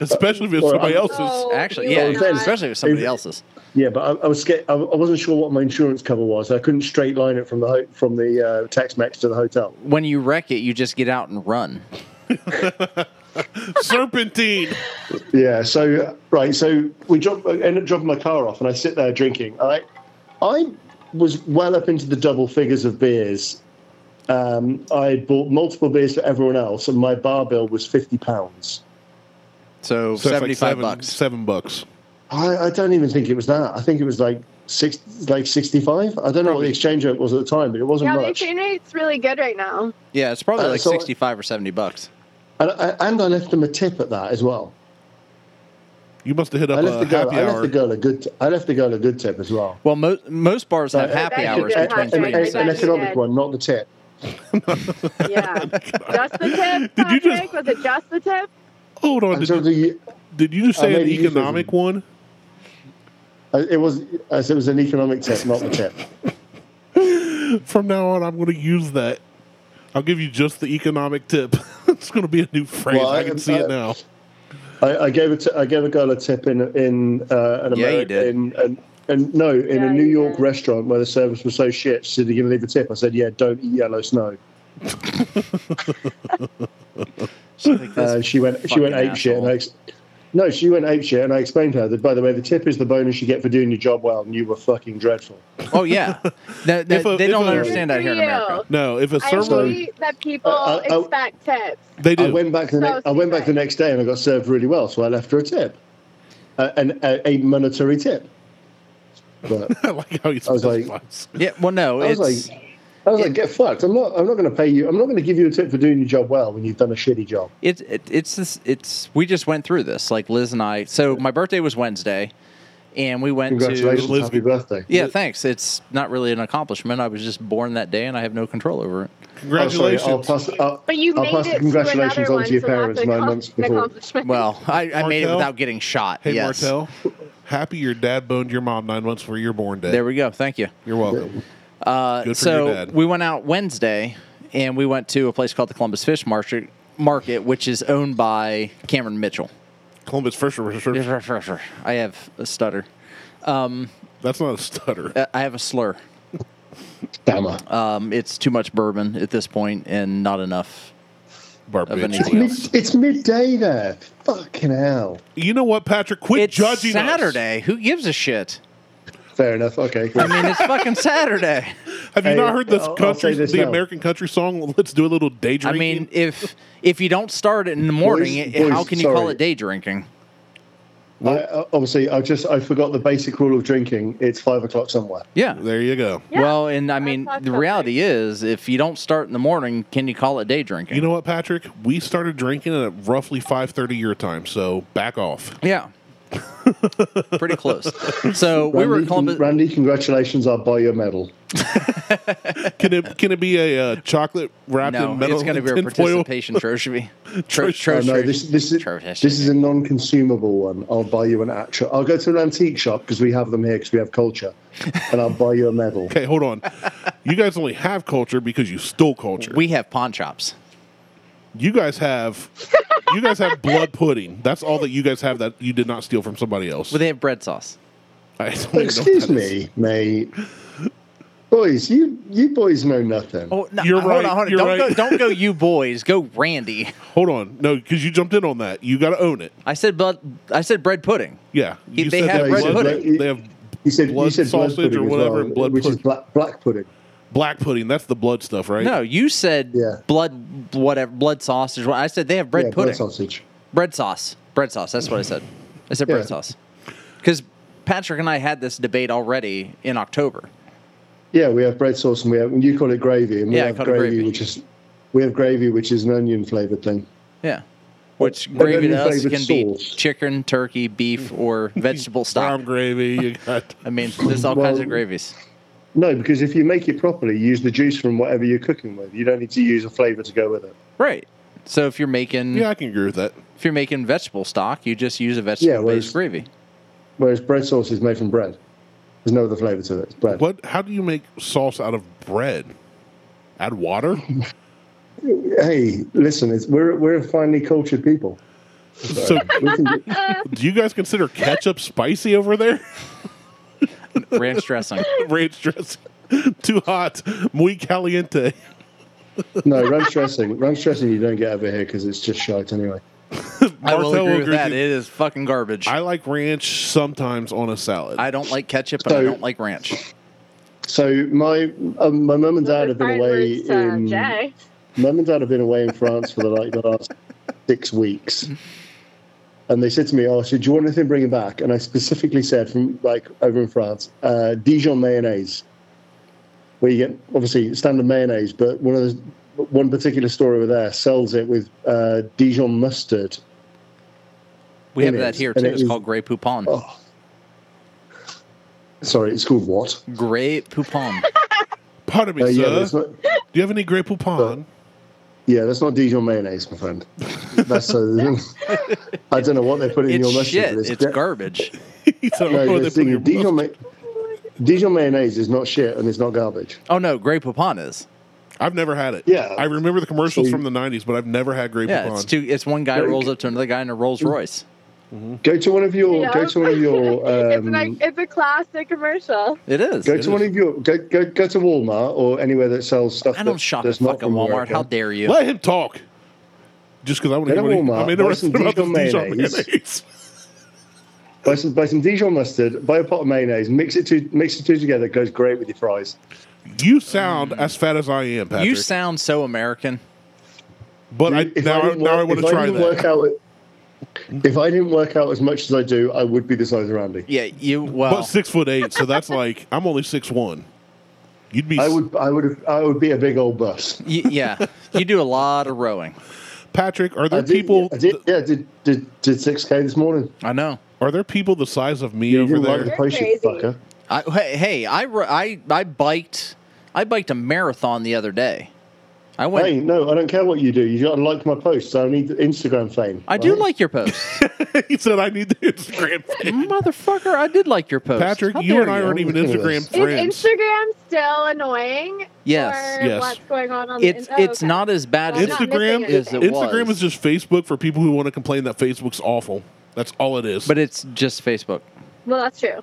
Speaker 2: Especially if it's
Speaker 4: well,
Speaker 2: somebody
Speaker 4: I'm-
Speaker 2: else's.
Speaker 5: Oh,
Speaker 1: actually.
Speaker 5: you
Speaker 1: Yeah.
Speaker 5: would not.
Speaker 1: Especially with somebody
Speaker 4: If-
Speaker 1: else's.
Speaker 4: Yeah, but I, I was scared. I, I wasn't sure what my insurance cover was. I couldn't straight line it from the ho- from the uh, Tex Mex to the hotel.
Speaker 1: When you wreck it, you just get out and run.
Speaker 2: Serpentine.
Speaker 4: Yeah. So right. So we drop, end up dropping my car off, and I sit there drinking. I, I was well up into the double figures of beers. Um, I had bought multiple beers for everyone else, and my bar bill was fifty pounds.
Speaker 1: So,
Speaker 2: So it's like
Speaker 1: 75
Speaker 2: seven-
Speaker 1: bucks.
Speaker 2: Seven bucks.
Speaker 4: I, I don't even think it was that. I think it was like six, like sixty-five. I don't know what the exchange rate was at the time, but it wasn't
Speaker 5: Yeah, the
Speaker 4: much.
Speaker 5: exchange rate's really good right now.
Speaker 1: yeah, it's probably
Speaker 4: Uh,
Speaker 1: like
Speaker 4: so-
Speaker 1: 65 or 70 bucks.
Speaker 4: And I, and I left them a tip at that as well.
Speaker 2: You must have hit
Speaker 4: I
Speaker 2: up
Speaker 4: left
Speaker 2: a
Speaker 4: the girl.
Speaker 2: happy
Speaker 4: I left
Speaker 2: hour.
Speaker 4: the girl a good. I left the girl a good tip as well.
Speaker 1: Well, mo- most bars have
Speaker 4: Uh,
Speaker 1: happy
Speaker 5: that
Speaker 1: hours
Speaker 5: should get
Speaker 1: between
Speaker 5: hot
Speaker 1: three
Speaker 4: an,
Speaker 5: drinks.
Speaker 1: and
Speaker 5: Right.
Speaker 1: six.
Speaker 4: an economic
Speaker 5: did.
Speaker 4: one, not the tip.
Speaker 1: Oh
Speaker 5: Yeah. just the tip,
Speaker 2: Did you
Speaker 5: Patrick?
Speaker 2: just-
Speaker 5: Was it just the tip?
Speaker 2: Hold on.
Speaker 4: And
Speaker 2: Did
Speaker 4: so
Speaker 2: you,
Speaker 4: the,
Speaker 2: did you just
Speaker 4: I
Speaker 2: say an
Speaker 4: made a euphemism.
Speaker 2: economic one?
Speaker 4: uh, it was as it was an economic tip, not the tip.
Speaker 2: From now on, I'm going to use that. I'll give you just the economic tip. it's going to be a new phrase.
Speaker 4: Well,
Speaker 2: I,
Speaker 4: I-
Speaker 2: can see
Speaker 4: I-
Speaker 2: it now.
Speaker 4: I, I gave a t- I gave a girl a tip in in uh, an American
Speaker 1: Yeah, you did.
Speaker 4: in, in, in- no in
Speaker 5: Yeah,
Speaker 4: a New
Speaker 5: you
Speaker 4: York
Speaker 5: did.
Speaker 4: restaurant where the service was so shit. She said, "Are you gonna leave a tip?" I said, "Yeah, don't eat yellow snow."
Speaker 1: She's like,
Speaker 4: Uh,
Speaker 1: this
Speaker 4: she went she went
Speaker 1: fucking
Speaker 4: ape shit. And I
Speaker 1: asshole.
Speaker 4: ex- no, she went ape shit, and I explained to her that by the way, the tip is the bonus you get for doing your job well, and you were fucking dreadful.
Speaker 1: Oh yeah, That- that-
Speaker 2: If a-
Speaker 1: they
Speaker 2: if
Speaker 1: don't
Speaker 2: a-
Speaker 1: understand that here in
Speaker 5: Good for you.
Speaker 1: America.
Speaker 2: No, if a
Speaker 5: I
Speaker 2: server,
Speaker 5: hate that people
Speaker 4: Uh, uh, uh,
Speaker 5: expect tips.
Speaker 2: they
Speaker 4: I
Speaker 2: do.
Speaker 4: went back the
Speaker 5: So
Speaker 4: next I went back the
Speaker 5: secret.
Speaker 4: next day, and I got served really well, so I left her a tip, uh, an a, a monetary tip. But
Speaker 2: I like how you
Speaker 4: I was like- oh,
Speaker 2: specifies.
Speaker 1: Yeah, well, no,
Speaker 4: I was
Speaker 1: it's
Speaker 4: like, I was like, get fucked. I'm not. I'm not going to pay you. I'm not going to give you a tip for doing your job well when you've done a shitty job.
Speaker 1: it, it it's this it's we just went through this like Liz and I. So my birthday was Wednesday, and we went
Speaker 4: Congratulations,
Speaker 1: to
Speaker 2: Liz-
Speaker 4: happy birthday.
Speaker 1: yeah. Thanks. It's not really an accomplishment. I was just born that day, and I have no control over it.
Speaker 4: Oh, sorry,
Speaker 2: Congratulations.
Speaker 4: I'll pass. I'll,
Speaker 5: But you
Speaker 4: I'll
Speaker 5: made
Speaker 4: pass the
Speaker 5: it to
Speaker 4: congratulations
Speaker 5: another
Speaker 4: on
Speaker 5: one,
Speaker 4: to your
Speaker 5: so that's
Speaker 4: parents
Speaker 5: an
Speaker 4: nine
Speaker 5: accom-
Speaker 4: months
Speaker 5: an
Speaker 4: before.
Speaker 5: accomplishment.
Speaker 1: Well, I, I made it
Speaker 2: Martel?
Speaker 1: without getting shot.
Speaker 2: hey,
Speaker 1: yes.
Speaker 2: Martel. Happy your dad boned your mom nine months for your born day.
Speaker 1: There we go. Thank you.
Speaker 2: You're welcome.
Speaker 1: Uh,
Speaker 2: Good for
Speaker 1: so
Speaker 2: your dad.
Speaker 1: we went out Wednesday, and we went to a place called the Columbus Fish Market, market which is owned by Cameron Mitchell.
Speaker 2: Columbus first research.
Speaker 1: I have a stutter.
Speaker 2: That's not a stutter.
Speaker 1: Uh, I have a slur.
Speaker 4: Damn it.
Speaker 1: Um, it's too much bourbon at this point, and not enough.
Speaker 4: it's,
Speaker 1: anything
Speaker 2: Barbiturate.
Speaker 4: mid,
Speaker 1: else.
Speaker 4: it's midday there. Fucking hell.
Speaker 2: You know what, Patrick? Quit
Speaker 1: It's
Speaker 2: judging us.
Speaker 1: Saturday. Who gives a shit?
Speaker 4: Fair enough. Okay. Cool.
Speaker 1: I mean, it's fucking Saturday.
Speaker 2: Have you
Speaker 4: Hey,
Speaker 2: not heard this
Speaker 4: I'll- I'll
Speaker 2: country,
Speaker 4: say this
Speaker 2: the
Speaker 4: now.
Speaker 2: American country song? Let's do a little day
Speaker 1: I
Speaker 2: drinking.
Speaker 1: mean, if if you don't start it in the morning,
Speaker 4: Boys-
Speaker 1: it- how
Speaker 4: boys,
Speaker 1: can you call
Speaker 4: sorry.
Speaker 1: it day drinking?
Speaker 4: I, I- obviously, I just I forgot the basic rule of drinking. It's five o'clock somewhere.
Speaker 1: Yeah.
Speaker 2: there you go.
Speaker 5: Yeah,
Speaker 1: Well, and I mean,
Speaker 5: that's
Speaker 1: the reality is, if you don't start in the morning, can you call it day drinking?
Speaker 2: You know what, Patrick? We started drinking at roughly five thirty your time, so back off.
Speaker 1: yeah. Pretty close. So we were
Speaker 4: Randy,
Speaker 1: in Columbus.
Speaker 4: con- Randy, congratulations! I'll buy you a medal.
Speaker 2: Can it can it be a uh, chocolate wrapped
Speaker 1: no,
Speaker 2: in metal? uh,
Speaker 1: it's going to be a
Speaker 2: tin foil?
Speaker 1: participation trophy.
Speaker 2: Trophy.
Speaker 1: Tro-
Speaker 4: Oh,
Speaker 1: trophy.
Speaker 4: no, this this is
Speaker 1: Trevor Fish.
Speaker 4: this is a non-consumable one. I'll buy you an actual. I'll go to an antique shop because we have them here because we have culture, and I'll buy you a medal.
Speaker 2: Okay, hold on. you guys only have culture because you stole culture.
Speaker 1: we have pawn shops.
Speaker 2: you guys have you guys have blood pudding. That's all that you guys have that you did not steal from somebody else.
Speaker 1: Well, they have bread sauce.
Speaker 2: I don't even know what
Speaker 4: Excuse
Speaker 2: that
Speaker 4: me,
Speaker 2: is.
Speaker 4: mate. Boys, you you boys know nothing.
Speaker 1: Oh, no,
Speaker 2: You're
Speaker 1: hold
Speaker 2: right,
Speaker 1: on, hold on.
Speaker 2: you're
Speaker 1: don't, go,
Speaker 2: right.
Speaker 1: don't go, you boys. Go, Randy.
Speaker 2: Hold on. No, because you jumped in on that. You got to own it.
Speaker 1: I said, but I said bread pudding.
Speaker 2: Yeah.
Speaker 1: He-
Speaker 2: you
Speaker 1: they have
Speaker 2: that
Speaker 1: bread
Speaker 2: blood-
Speaker 4: pudding.
Speaker 2: They have
Speaker 4: you said
Speaker 2: blood
Speaker 4: you said blood
Speaker 2: sausage or
Speaker 4: pudding as
Speaker 2: whatever
Speaker 4: well,
Speaker 2: and blood
Speaker 4: which is
Speaker 2: pudding.
Speaker 4: black black pudding.
Speaker 2: black pudding. That's the blood stuff, right?
Speaker 1: No, you said
Speaker 4: Yeah.
Speaker 1: blood, whatever, blood sausage. Well, I said they have bread
Speaker 4: yeah,
Speaker 1: pudding,
Speaker 4: blood sausage.
Speaker 1: bread sauce, bread sauce. That's what I said. I said
Speaker 4: Yeah.
Speaker 1: bread sauce because Patrick and I had this debate already in October.
Speaker 4: Yeah, we have bread sauce and we have and you call it gravy and we
Speaker 1: Yeah, I
Speaker 4: have
Speaker 1: call it
Speaker 4: gravy,
Speaker 1: gravy.
Speaker 4: which is we have gravy which is an onion flavored thing.
Speaker 1: Yeah, which
Speaker 4: But
Speaker 1: gravy
Speaker 4: then
Speaker 1: to
Speaker 4: you
Speaker 1: us
Speaker 4: say
Speaker 1: can
Speaker 4: with
Speaker 1: be
Speaker 4: sauce.
Speaker 1: chicken, turkey, beef, or vegetable
Speaker 2: Brown
Speaker 1: stock.
Speaker 2: gravy. You got
Speaker 1: I mean, there's all
Speaker 4: Well-
Speaker 1: kinds of gravies.
Speaker 4: No, because if you make it properly, you use the juice from whatever you're cooking with. You don't need to use a flavor to go with it.
Speaker 1: Right. So if you're making
Speaker 2: Yeah, I can agree with that.
Speaker 1: if you're making vegetable stock, you just use a vegetable based
Speaker 4: whereas-
Speaker 1: gravy.
Speaker 4: Whereas bread sauce is made from bread. There's no other flavour to it. It's bread.
Speaker 2: What how do you make sauce out of bread? Add water?
Speaker 4: Hey, listen, it's, we're we're finely cultured people.
Speaker 2: so
Speaker 4: We can get,
Speaker 2: do you guys consider ketchup spicy over there?
Speaker 1: Ranch dressing.
Speaker 2: Ranch dressing. Too hot. Muy caliente.
Speaker 4: No, ranch dressing. Ranch dressing you don't get over here because it's just shite anyway.
Speaker 1: I will
Speaker 2: Martha will
Speaker 1: agree with
Speaker 2: agree
Speaker 1: that.
Speaker 2: with
Speaker 1: It is fucking garbage.
Speaker 2: I
Speaker 1: I,
Speaker 2: like ranch sometimes on a salad.
Speaker 1: don't like ketchup and I
Speaker 4: So-
Speaker 1: don't like ranch.
Speaker 4: So my um, my mum and dad have been
Speaker 5: Fine
Speaker 4: away
Speaker 5: words, uh,
Speaker 4: in
Speaker 5: Jay.
Speaker 4: Mum and Dad have been away in France for the, like the last six weeks, and they said to me, "Oh, so do you want anything bringing back?" And I specifically said, from like over in France, uh, Dijon mayonnaise, where you get obviously standard mayonnaise, but one of those, one particular store over there sells it with uh, Dijon mustard.
Speaker 1: We have
Speaker 4: It
Speaker 1: that
Speaker 4: is,
Speaker 1: here
Speaker 4: and
Speaker 1: too.
Speaker 4: it
Speaker 1: It's
Speaker 4: is-
Speaker 1: called Grey Poupon.
Speaker 4: Oh, sorry, it's called what?
Speaker 1: Grey Poupon.
Speaker 2: Pardon me,
Speaker 4: Uh, yeah, but
Speaker 2: sir.
Speaker 4: it's not,
Speaker 2: Do you have any Grey Poupon?
Speaker 4: yeah, that's not Dijon mayonnaise, my friend. That's uh, I don't know what they put in your
Speaker 1: it's
Speaker 4: mustard.
Speaker 1: shit.
Speaker 4: but
Speaker 1: It's
Speaker 4: de-
Speaker 1: garbage.
Speaker 2: He told me,
Speaker 4: No,
Speaker 2: "Oh,
Speaker 4: the
Speaker 2: they put
Speaker 4: thing,
Speaker 2: your
Speaker 4: Dijon,
Speaker 2: mustard."
Speaker 4: ma- Dijon mayonnaise is not shit and it's not garbage.
Speaker 1: Oh no, Grey Poupon is.
Speaker 2: I've never had it.
Speaker 4: Yeah.
Speaker 2: I remember the commercials
Speaker 4: So-
Speaker 2: from the '90s, but I've never had Grey
Speaker 1: Yeah,
Speaker 2: Poupon.
Speaker 1: it's two. It's one guy
Speaker 4: Like-
Speaker 1: rolls up to another guy in a Rolls Royce.
Speaker 4: Go to one of your
Speaker 5: Yeah.
Speaker 4: go to one of your
Speaker 5: it's,
Speaker 4: um,
Speaker 5: like, it's a classic commercial.
Speaker 1: It is.
Speaker 4: go to one of your go, go go to Walmart or anywhere that sells stuff.
Speaker 1: I don't
Speaker 4: that-
Speaker 1: shop at
Speaker 4: that's not
Speaker 1: fucking
Speaker 4: from
Speaker 1: Walmart.
Speaker 4: America.
Speaker 1: How dare you?
Speaker 2: Let him talk. Just because I want to
Speaker 4: Go
Speaker 2: hear
Speaker 4: to
Speaker 2: what he,
Speaker 4: Walmart,
Speaker 2: I'm
Speaker 4: buy
Speaker 2: interested
Speaker 4: some
Speaker 2: about this
Speaker 4: Dijon
Speaker 2: Dijon
Speaker 4: mayonnaise.
Speaker 2: mayonnaise.
Speaker 4: Buy some, buy some Dijon mustard, buy a pot of mayonnaise, mix it two mix the two together, goes great with your fries.
Speaker 2: You sound as fat as I am, Patrick.
Speaker 1: You sound so American.
Speaker 2: but I,
Speaker 4: If
Speaker 2: now, I,
Speaker 4: didn't
Speaker 2: now
Speaker 4: work-
Speaker 2: I want
Speaker 4: if
Speaker 2: to try
Speaker 4: didn't
Speaker 2: that.
Speaker 4: Work out, if I didn't work out as much as I do, I would be the size of Randy.
Speaker 1: Yeah, you
Speaker 2: But
Speaker 1: well.
Speaker 2: six foot eight, so that's like I'm only six one. You'd be
Speaker 4: I would I would I would be a big old bus.
Speaker 1: y- yeah, you do a lot of rowing.
Speaker 2: Patrick. Are
Speaker 4: I
Speaker 2: there
Speaker 4: did,
Speaker 2: people?
Speaker 4: I did, yeah, did did did six k this morning.
Speaker 1: I know.
Speaker 2: Are there people the size of me
Speaker 4: You
Speaker 2: over
Speaker 4: didn't like the
Speaker 2: there?
Speaker 5: You're
Speaker 4: post, you
Speaker 5: crazy.
Speaker 4: fucker.
Speaker 1: I, hey, hey, I, ro- I I biked. I biked a marathon the other day. I went.
Speaker 4: Hey, no, I don't care what you do. You gotta like my posts. I need Instagram fame.
Speaker 1: I do
Speaker 4: right?
Speaker 1: like your posts,
Speaker 2: he said, "I need the Instagram." page."
Speaker 1: motherfucker. I did like your posts.
Speaker 2: Patrick,
Speaker 1: How
Speaker 2: you
Speaker 1: dare
Speaker 2: and I aren't even
Speaker 4: Look at
Speaker 2: Instagram
Speaker 4: this.
Speaker 2: friends.
Speaker 5: Is Instagram still annoying?
Speaker 1: Yes.
Speaker 5: Or
Speaker 2: Yes.
Speaker 5: What's going on on the
Speaker 1: It's
Speaker 5: in- oh,
Speaker 1: it's
Speaker 5: okay.
Speaker 1: not as bad
Speaker 5: Well,
Speaker 1: as
Speaker 5: I'm not missing
Speaker 2: Instagram
Speaker 1: is
Speaker 5: anything.
Speaker 1: it
Speaker 2: Instagram
Speaker 1: was.
Speaker 2: is just Facebook for people who want to complain that Facebook's awful. That's all it is.
Speaker 1: but it's just Facebook.
Speaker 5: Well, that's true.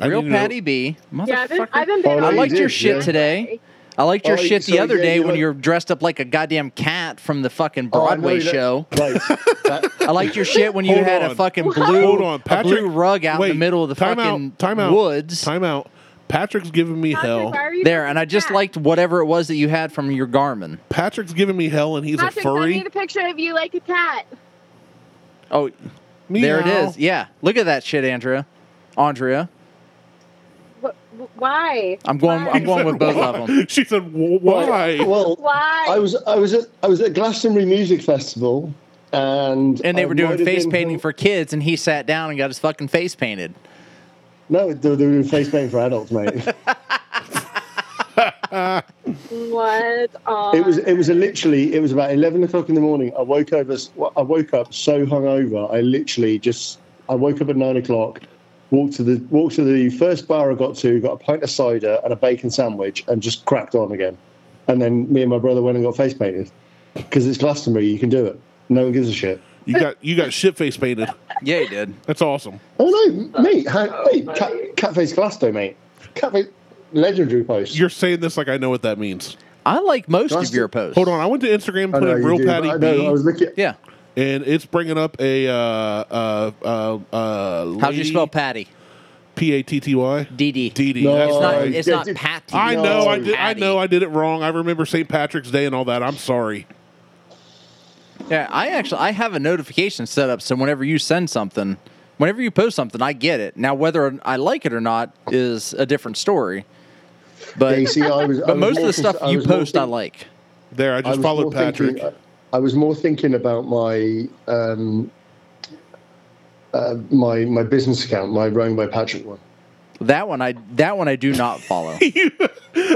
Speaker 2: I
Speaker 1: Real
Speaker 2: need to know-
Speaker 1: Patty B. Motherfucker.
Speaker 5: Yeah, I've been, I've been
Speaker 4: Oh,
Speaker 5: banned
Speaker 4: no,
Speaker 1: I
Speaker 5: on
Speaker 4: you
Speaker 1: liked
Speaker 4: did,
Speaker 1: your shit
Speaker 4: yeah.
Speaker 1: today. I liked your
Speaker 4: Oh,
Speaker 1: shit the
Speaker 4: so
Speaker 1: other
Speaker 4: yeah,
Speaker 1: day
Speaker 4: you
Speaker 1: when
Speaker 4: like-
Speaker 1: you were dressed up like a goddamn cat from the fucking
Speaker 4: Oh, I know
Speaker 1: Broadway
Speaker 4: you don't-
Speaker 1: show.
Speaker 4: Right. That-
Speaker 1: I liked your shit when you
Speaker 2: Hold
Speaker 1: had a
Speaker 2: on.
Speaker 1: fucking
Speaker 5: What?
Speaker 1: blue,
Speaker 2: Hold on,
Speaker 1: a
Speaker 2: Patrick.
Speaker 1: blue rug out
Speaker 2: wait,
Speaker 1: in the middle of the
Speaker 2: time
Speaker 1: fucking
Speaker 2: out, time out,
Speaker 1: woods.
Speaker 2: Time out. Patrick's giving me
Speaker 5: Patrick,
Speaker 2: hell.
Speaker 5: why are you
Speaker 1: There, and I
Speaker 5: fucking
Speaker 1: just
Speaker 5: mad?
Speaker 1: liked whatever it was that you had from your Garmin.
Speaker 2: Patrick's giving me hell, and he's
Speaker 5: Patrick,
Speaker 2: a
Speaker 5: send me
Speaker 2: furry.
Speaker 5: the picture of you like a cat.
Speaker 1: Oh, there it
Speaker 2: Meow.
Speaker 1: is. Yeah, look at that shit, Andrea. Andrea,
Speaker 5: Wh- wh- why?
Speaker 1: I'm going.
Speaker 5: Why?
Speaker 1: I'm going with both of them.
Speaker 2: She said, "Wh- "Why?"
Speaker 4: Well,
Speaker 5: Why?
Speaker 4: I was I was at I was at Glastonbury Music Festival, and
Speaker 1: And they
Speaker 4: I
Speaker 1: were
Speaker 4: might
Speaker 1: doing
Speaker 4: have
Speaker 1: face
Speaker 4: been-
Speaker 1: painting for kids, and he sat down and got his fucking face painted.
Speaker 4: No, they were doing face painting for adults, mate.
Speaker 5: What? on
Speaker 4: it was it was a literally it was about eleven o'clock in the morning. I woke over. I woke up so hungover. I literally just I woke up at nine o'clock, walked to the walked to the first bar I got to, got a pint of cider and a bacon sandwich, and just cracked on again. And then me and my brother went and got face painted because it's Glastonbury. You can do it. No one gives a shit.
Speaker 2: You got you got shit face painted.
Speaker 1: Yeah, he did.
Speaker 2: That's awesome.
Speaker 4: Oh no, mate! How, mate, cat, catface Glasto, mate. Catface legendary post.
Speaker 2: You're saying this like I know what that means.
Speaker 1: I like most of
Speaker 4: Justin-
Speaker 1: your posts.
Speaker 2: Hold on, I went to Instagram,
Speaker 4: I
Speaker 2: put
Speaker 4: know
Speaker 2: in
Speaker 4: you
Speaker 2: real
Speaker 4: do,
Speaker 2: Patty
Speaker 4: but I know, I was
Speaker 2: B,
Speaker 4: looking.
Speaker 1: Yeah.
Speaker 2: and it's bringing up a uh uh uh uh.
Speaker 1: How'd you spell Patty?
Speaker 2: P A T T Y?
Speaker 1: DD.
Speaker 2: D D. That's
Speaker 1: It's
Speaker 4: No,
Speaker 1: not.
Speaker 4: Uh,
Speaker 1: It's
Speaker 4: yeah,
Speaker 1: not
Speaker 4: dude.
Speaker 1: Patty.
Speaker 2: I
Speaker 4: No.
Speaker 2: know I did. I
Speaker 1: Patty.
Speaker 2: know I did it wrong. I remember St. Patrick's Day and all that. I'm sorry.
Speaker 1: Yeah, I actually I have a notification set up so whenever you send something, whenever you post something, I get it. Now whether I like it or not is a different story.
Speaker 4: Yeah, you
Speaker 1: But
Speaker 4: see, I was. I
Speaker 1: but
Speaker 4: was
Speaker 1: most of
Speaker 4: more
Speaker 1: the stuff
Speaker 4: con- I
Speaker 1: you
Speaker 4: was more
Speaker 1: post I
Speaker 4: thinking-
Speaker 1: like.
Speaker 2: There, I
Speaker 4: I
Speaker 2: just
Speaker 4: was
Speaker 2: followed
Speaker 4: more
Speaker 2: Patrick.
Speaker 4: Thinking, uh, I was more thinking about my um, uh, my my business account, my Rowing by Patrick one.
Speaker 1: That one I that one I do not follow.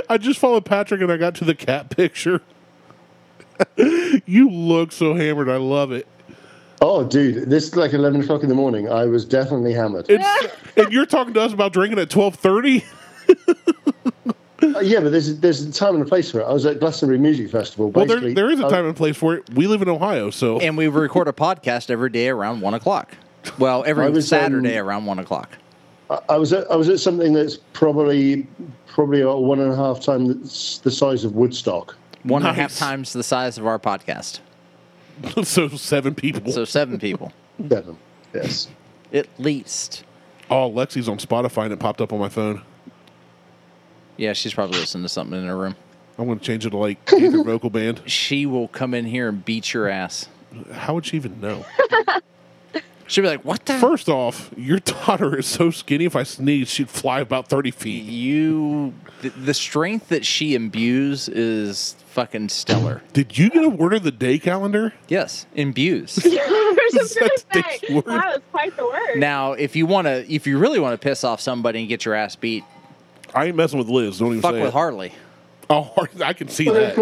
Speaker 2: I just followed Patrick and I got to the cat picture. you look so hammered. I love it.
Speaker 4: Oh, dude, this is like eleven o'clock in the morning. I was definitely hammered.
Speaker 2: It's, and you're talking to us about drinking at 12:30.
Speaker 4: Uh, yeah, but there's there's a time and a place for it. I was at Glastonbury Music Festival.
Speaker 2: Well, there,
Speaker 4: Basically, uh,
Speaker 2: there is a
Speaker 4: I-
Speaker 2: time and place for it. We live in Ohio, so
Speaker 1: and we record a podcast every day around one o'clock. Well,
Speaker 4: I
Speaker 1: every
Speaker 4: was,
Speaker 1: Saturday
Speaker 4: um,
Speaker 1: around one o'clock.
Speaker 4: I- I was at, I was at something that's probably probably about one and a half times the size of Woodstock.
Speaker 1: One and a half
Speaker 2: Nice.
Speaker 1: times the size of our podcast.
Speaker 2: so seven people.
Speaker 1: So seven people,
Speaker 4: Devon. Yes.
Speaker 1: at least.
Speaker 2: oh, Lexi's on Spotify and it popped up on my phone.
Speaker 1: Yeah, she's probably listening to something in her room.
Speaker 2: I'm going to change it to like Gaither Vocal Band.
Speaker 1: She will come in here and beat your ass.
Speaker 2: How would she even know?
Speaker 1: She'll be like, "What the?
Speaker 2: First off, your daughter is so skinny. If I sneeze, she'd fly about 30 feet.
Speaker 1: you the, the strength that she imbues is fucking stellar
Speaker 2: Did you get a word of the day calendar?
Speaker 1: yes imbues
Speaker 5: I was just
Speaker 2: That's
Speaker 5: gonna
Speaker 2: a
Speaker 5: say,
Speaker 2: big word.
Speaker 5: that was quite the word.
Speaker 1: now if you want to if you really want to piss off somebody and get your ass beat
Speaker 2: I ain't messing with Liz. Don't even
Speaker 1: fuck
Speaker 2: say
Speaker 1: with
Speaker 2: it.
Speaker 1: harley
Speaker 2: Oh, Harley, I can see that.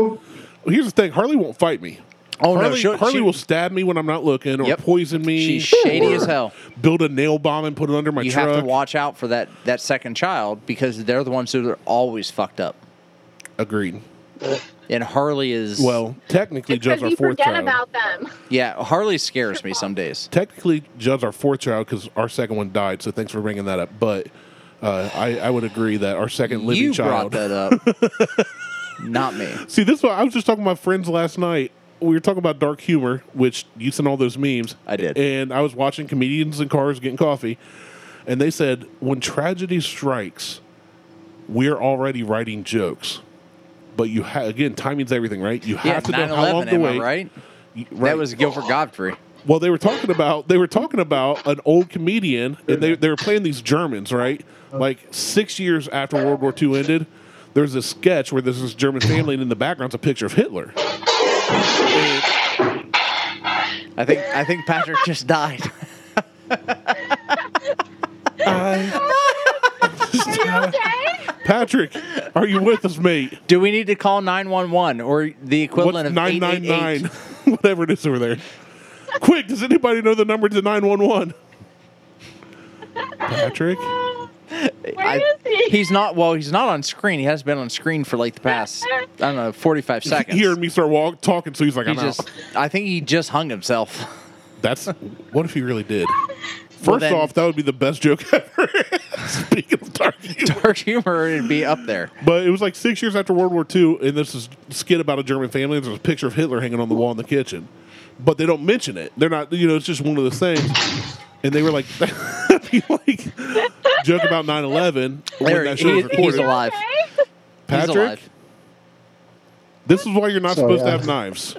Speaker 2: Here's the thing: Harley won't fight me.
Speaker 1: Oh, no,
Speaker 2: Harley,
Speaker 1: she'll-
Speaker 2: Harley
Speaker 1: she-
Speaker 2: will stab me when I'm not looking, or
Speaker 1: Yep.
Speaker 2: poison me.
Speaker 1: She's shady
Speaker 2: or
Speaker 1: as hell.
Speaker 2: Build a nail bomb and put it under my
Speaker 1: you
Speaker 2: truck.
Speaker 1: have to watch out for that that second child because they're the ones who are always fucked up
Speaker 2: Agreed.
Speaker 1: and harley is
Speaker 2: Well, technically, Judd's
Speaker 5: because
Speaker 2: our
Speaker 5: you
Speaker 2: fourth
Speaker 5: forget
Speaker 2: child.
Speaker 5: about them.
Speaker 1: yeah harley scares me some days
Speaker 2: technically, Judd's our fourth child because our second one died. So thanks for bringing that up. But uh, I, I would agree that our second living
Speaker 1: you
Speaker 2: child.
Speaker 1: brought that up not me
Speaker 2: See, this one, I was just talking to my friends last night. We were talking about dark humor, which you sent all those memes.
Speaker 1: I did.
Speaker 2: And I was watching comedians in cars getting coffee. And they said, when tragedy strikes, we're already writing jokes. But you ha- again, timing's everything, right? You
Speaker 1: yeah
Speaker 2: have to know how long
Speaker 1: 9-11
Speaker 2: to
Speaker 1: am
Speaker 2: wait.
Speaker 1: i right
Speaker 2: You-
Speaker 1: that was Gilbert Godfrey.
Speaker 2: well, they were talking about they were talking about an old comedian, and they they were playing these Germans, right? Like six years after World War II ended, there's this sketch where there's this German family, and in the background's a picture of Hitler.
Speaker 1: I think I think Patrick just died.
Speaker 5: Okay?
Speaker 2: Patrick, are you with us, mate?
Speaker 1: Do we need to call 911 or the equivalent
Speaker 2: What's
Speaker 1: of
Speaker 2: nine nine
Speaker 1: 888?
Speaker 2: nine? Whatever it is over there. Quick, does anybody know the number to nine one one? Patrick,
Speaker 5: Where is he?
Speaker 1: He's not well. He's not on screen. He has been on screen for like the past I don't know, forty five seconds.
Speaker 2: he heard me start walk, talking, so he's like,
Speaker 1: He
Speaker 2: "I'm
Speaker 1: just,
Speaker 2: out."
Speaker 1: I think he just hung himself.
Speaker 2: That's what if he really did? First
Speaker 1: Well, then-
Speaker 2: off, that would be the best joke ever. Speaking of dark humor.
Speaker 1: Dark humor would be up there.
Speaker 2: But it was like six years after World War II, and this is skit about a German family. There's a picture of Hitler hanging on the wall in the kitchen, but they don't mention it. They're not, you know, it's just one of those things. And they were like, they, like joke about 9 11 when
Speaker 1: There,
Speaker 2: that show
Speaker 1: he,
Speaker 2: was
Speaker 1: he's
Speaker 2: recorded.
Speaker 1: alive.
Speaker 5: Okay?
Speaker 1: He's
Speaker 2: Patrick,
Speaker 1: alive.
Speaker 2: this is why you're not
Speaker 4: Sorry,
Speaker 2: supposed to
Speaker 4: I-
Speaker 2: have knives.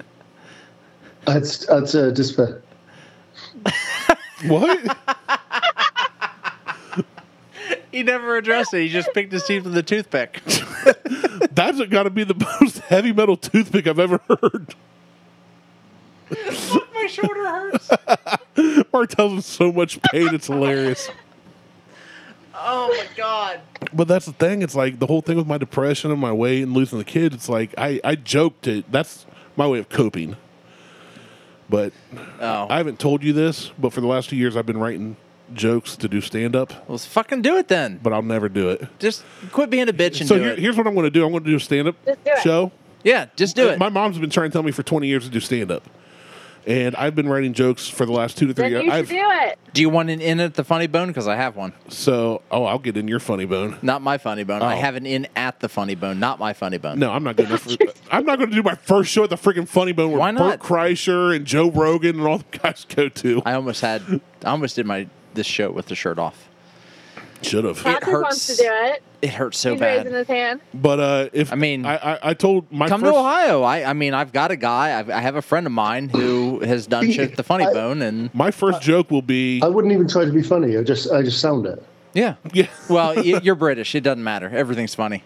Speaker 4: That's that's uh, despair.
Speaker 2: What?
Speaker 1: He never addressed it. He just picked his teeth with a toothpick.
Speaker 2: That's got to be the most heavy metal toothpick I've ever heard.
Speaker 1: My shoulder hurts.
Speaker 2: Martel's in so much pain, it's hilarious.
Speaker 1: Oh my god.
Speaker 2: But that's the thing. It's like the whole thing with my depression and my weight and losing the kid. It's like I, I joked it. That's my way of coping. But
Speaker 1: Oh,
Speaker 2: I haven't told you this, but for the last two years, I've been writing jokes to do stand up,
Speaker 1: let's fucking do it then.
Speaker 2: but I'll never do it.
Speaker 1: Just quit being a bitch and
Speaker 2: So
Speaker 1: do
Speaker 2: here,
Speaker 1: it.
Speaker 2: here's what I'm going to do I'm going to do a stand up
Speaker 5: Just do it.
Speaker 2: show.
Speaker 1: yeah, just do it.
Speaker 2: My mom's been trying to tell me for 20 years to do stand up. And I've been writing jokes for the last two to three
Speaker 5: Then you
Speaker 2: years.
Speaker 5: should
Speaker 2: I've,
Speaker 5: do it.
Speaker 1: do you want an in at the funny bone? Because I have one.
Speaker 2: so, oh, I'll get in your funny bone.
Speaker 1: Not my funny bone. I
Speaker 2: Oh.
Speaker 1: have an in at the funny bone, not my funny bone.
Speaker 2: No, I'm not good enough. For, I'm not going to do my first show at the freaking Funny Bone where
Speaker 1: Why
Speaker 2: Bert
Speaker 1: not?
Speaker 2: Kreischer and Joe Rogan and all the guys go to.
Speaker 1: I almost had I almost did my this show with the shirt off.
Speaker 2: Should have.
Speaker 1: It
Speaker 5: Patrick wants to
Speaker 1: hurts
Speaker 5: do it.
Speaker 1: It hurts so
Speaker 5: He's raising
Speaker 1: bad.
Speaker 5: his hand.
Speaker 2: But uh, if
Speaker 1: I mean-
Speaker 2: I, I, I told my
Speaker 1: Come
Speaker 2: first,
Speaker 1: to Ohio. I, I mean, I've got a guy. I've, I have a friend of mine who has done shit at the Funny Bone, and
Speaker 2: My first joke will be
Speaker 4: I wouldn't even try to be funny. I just I just sound it.
Speaker 1: yeah.
Speaker 2: yeah.
Speaker 1: Well, y- you're British. It doesn't matter. Everything's funny.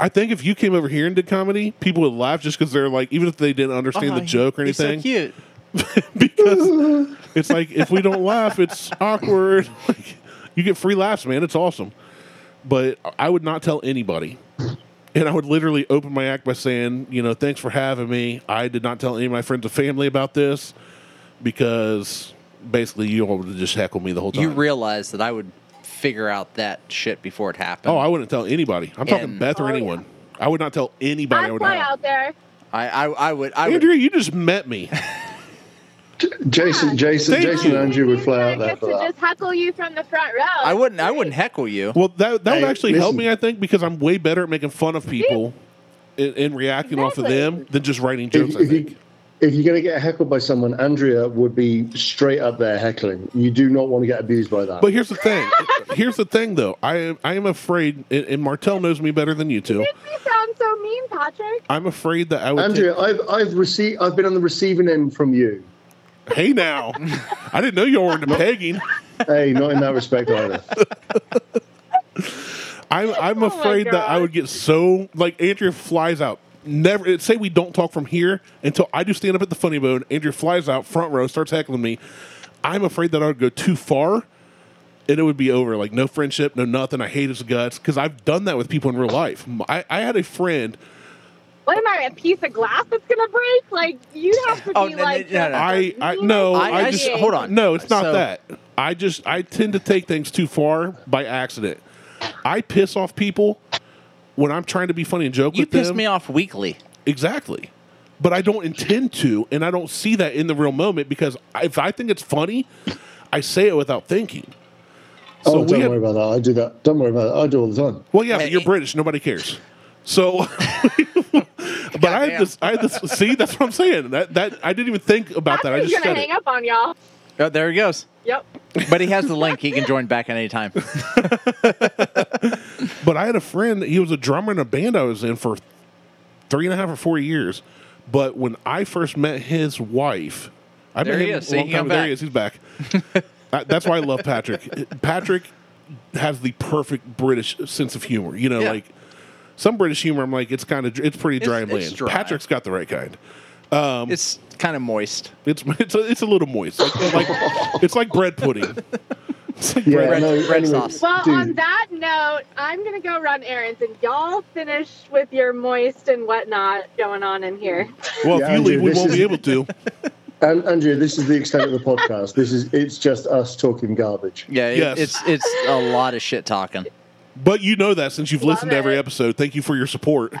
Speaker 2: I think if you came over here and did comedy, people would laugh just because they're like, even if they didn't understand
Speaker 1: Uh-huh.
Speaker 2: the joke or anything,
Speaker 1: Oh, He's so cute.
Speaker 2: because it's like if we don't laugh, it's awkward. Like, you get free laughs, man. It's awesome. But I would not tell anybody. And I would literally open my act by saying, you know, thanks for having me. I did not tell any of my friends or family about this because basically you all would just heckle me the whole time.
Speaker 1: You realize that I would figure out that shit before it happened.
Speaker 2: oh, I wouldn't tell anybody. I'm talking
Speaker 1: And-
Speaker 2: Beth or
Speaker 5: Oh, yeah.
Speaker 2: anyone. I would not tell anybody. I
Speaker 5: I'd
Speaker 2: would
Speaker 5: fly
Speaker 2: not.
Speaker 5: out there.
Speaker 1: I I, I would I would
Speaker 2: Andrea, you just met me.
Speaker 4: J- Jason, Jason,
Speaker 2: Thank
Speaker 4: Jason,
Speaker 2: you.
Speaker 4: and Andrew would fly out
Speaker 5: I
Speaker 4: there
Speaker 5: get
Speaker 4: for
Speaker 5: to
Speaker 4: that.
Speaker 5: just heckle you from the front row.
Speaker 1: I wouldn't. I wouldn't heckle you.
Speaker 2: Well, that that would
Speaker 4: Hey,
Speaker 2: actually help
Speaker 4: listen.
Speaker 2: me, I think, because I'm way better at making fun of people and, and reacting off of
Speaker 5: Exactly.
Speaker 2: them than just writing jokes.
Speaker 4: If,
Speaker 2: I
Speaker 4: if
Speaker 2: think.
Speaker 4: you if you're going to get heckled by someone, Andrea would be straight up there heckling. You do not want to get abused by that.
Speaker 2: But here's the thing. here's the thing, though. I am I am afraid, and, and Martel knows me better than you two.
Speaker 5: You sound so mean, Patrick.
Speaker 2: I'm afraid that I would.
Speaker 4: Andrea, I've I've received I've been on the receiving end from you.
Speaker 2: take- hey now, I didn't know you were into pegging.
Speaker 4: Hey, not in that respect either.
Speaker 2: I'm I'm
Speaker 5: Oh my
Speaker 2: afraid that I
Speaker 5: gosh.
Speaker 2: would get so like Andrea flies out. Never say we don't talk from here until I do stand up at the funny bone. Andrea flies out front row, starts heckling me. I'm afraid that I would go too far, and it would be over. Like no friendship, no nothing. I hate his guts because I've done that with people in real life. M- I, I had a friend.
Speaker 5: What am I, a piece of glass that's gonna break? Like you have to be
Speaker 1: Oh, no, no,
Speaker 5: like.
Speaker 1: no, no.
Speaker 2: I I no.
Speaker 1: I-
Speaker 2: I,
Speaker 1: I
Speaker 2: just
Speaker 1: see. Hold on.
Speaker 2: No, it's not
Speaker 1: Uh, So-
Speaker 2: that. I just I tend to take things too far by accident. I piss off people when I'm trying to be funny and joke
Speaker 1: You
Speaker 2: with them.
Speaker 1: piss me off weekly.
Speaker 2: Exactly. But I don't intend to, and I don't see that in the real moment because if I think it's funny, I say it without thinking. So
Speaker 4: oh,
Speaker 2: we
Speaker 4: don't
Speaker 2: had,
Speaker 4: worry about that. I do that. Don't worry about that. I do all the time.
Speaker 2: well, yeah, but
Speaker 1: Hey.
Speaker 2: you're British. Nobody cares. So, but I had
Speaker 1: Goddamn.
Speaker 2: this. I had this. See, that's what I'm saying. That that I didn't even think about that. I
Speaker 5: Patrick's
Speaker 2: just
Speaker 5: gonna
Speaker 2: said
Speaker 5: hang
Speaker 2: it.
Speaker 5: up on y'all.
Speaker 1: Oh, there he goes.
Speaker 5: Yep.
Speaker 1: But he has the link. He can join back at any time.
Speaker 2: But I had a friend. He was a drummer in a band I was in for three and a half or four years. But when I first met his wife, I
Speaker 1: There
Speaker 2: met
Speaker 1: he
Speaker 2: him
Speaker 1: is.
Speaker 2: a
Speaker 1: See,
Speaker 2: long
Speaker 1: he
Speaker 2: time.
Speaker 1: come
Speaker 2: There he
Speaker 1: back.
Speaker 2: is. He's back. That- That's why I love Patrick. Patrick has the perfect British sense of humor. You know,
Speaker 1: Yeah.
Speaker 2: like some British humor, I'm like, it's kind of it's pretty dry
Speaker 1: It's-
Speaker 2: and
Speaker 1: it's
Speaker 2: bland.
Speaker 1: dry.
Speaker 2: Patrick's got the right kind. Um,
Speaker 1: It's kind of moist.
Speaker 2: It's it's a, it's a little moist. Like, it's like it's like bread pudding. It's like bread.
Speaker 4: Yeah,
Speaker 1: Red-
Speaker 4: no,
Speaker 1: red
Speaker 4: anyway,
Speaker 1: sauce.
Speaker 5: Well,
Speaker 4: dude,
Speaker 5: on that note, I'm gonna go run errands, and y'all finish with your moist and whatnot going on in here.
Speaker 2: Well,
Speaker 4: Yeah,
Speaker 2: if you
Speaker 4: Andrew,
Speaker 2: leave, we
Speaker 4: this
Speaker 2: won't
Speaker 4: is-
Speaker 2: be able to.
Speaker 4: and Andrea, this is the extent of the podcast. This is it's just us talking garbage.
Speaker 1: Yeah, it-
Speaker 2: Yes.
Speaker 1: it's it's a lot of shit talking.
Speaker 2: But you know that since you've
Speaker 5: Love
Speaker 2: listened to every
Speaker 5: it.
Speaker 2: episode. Thank you for your support.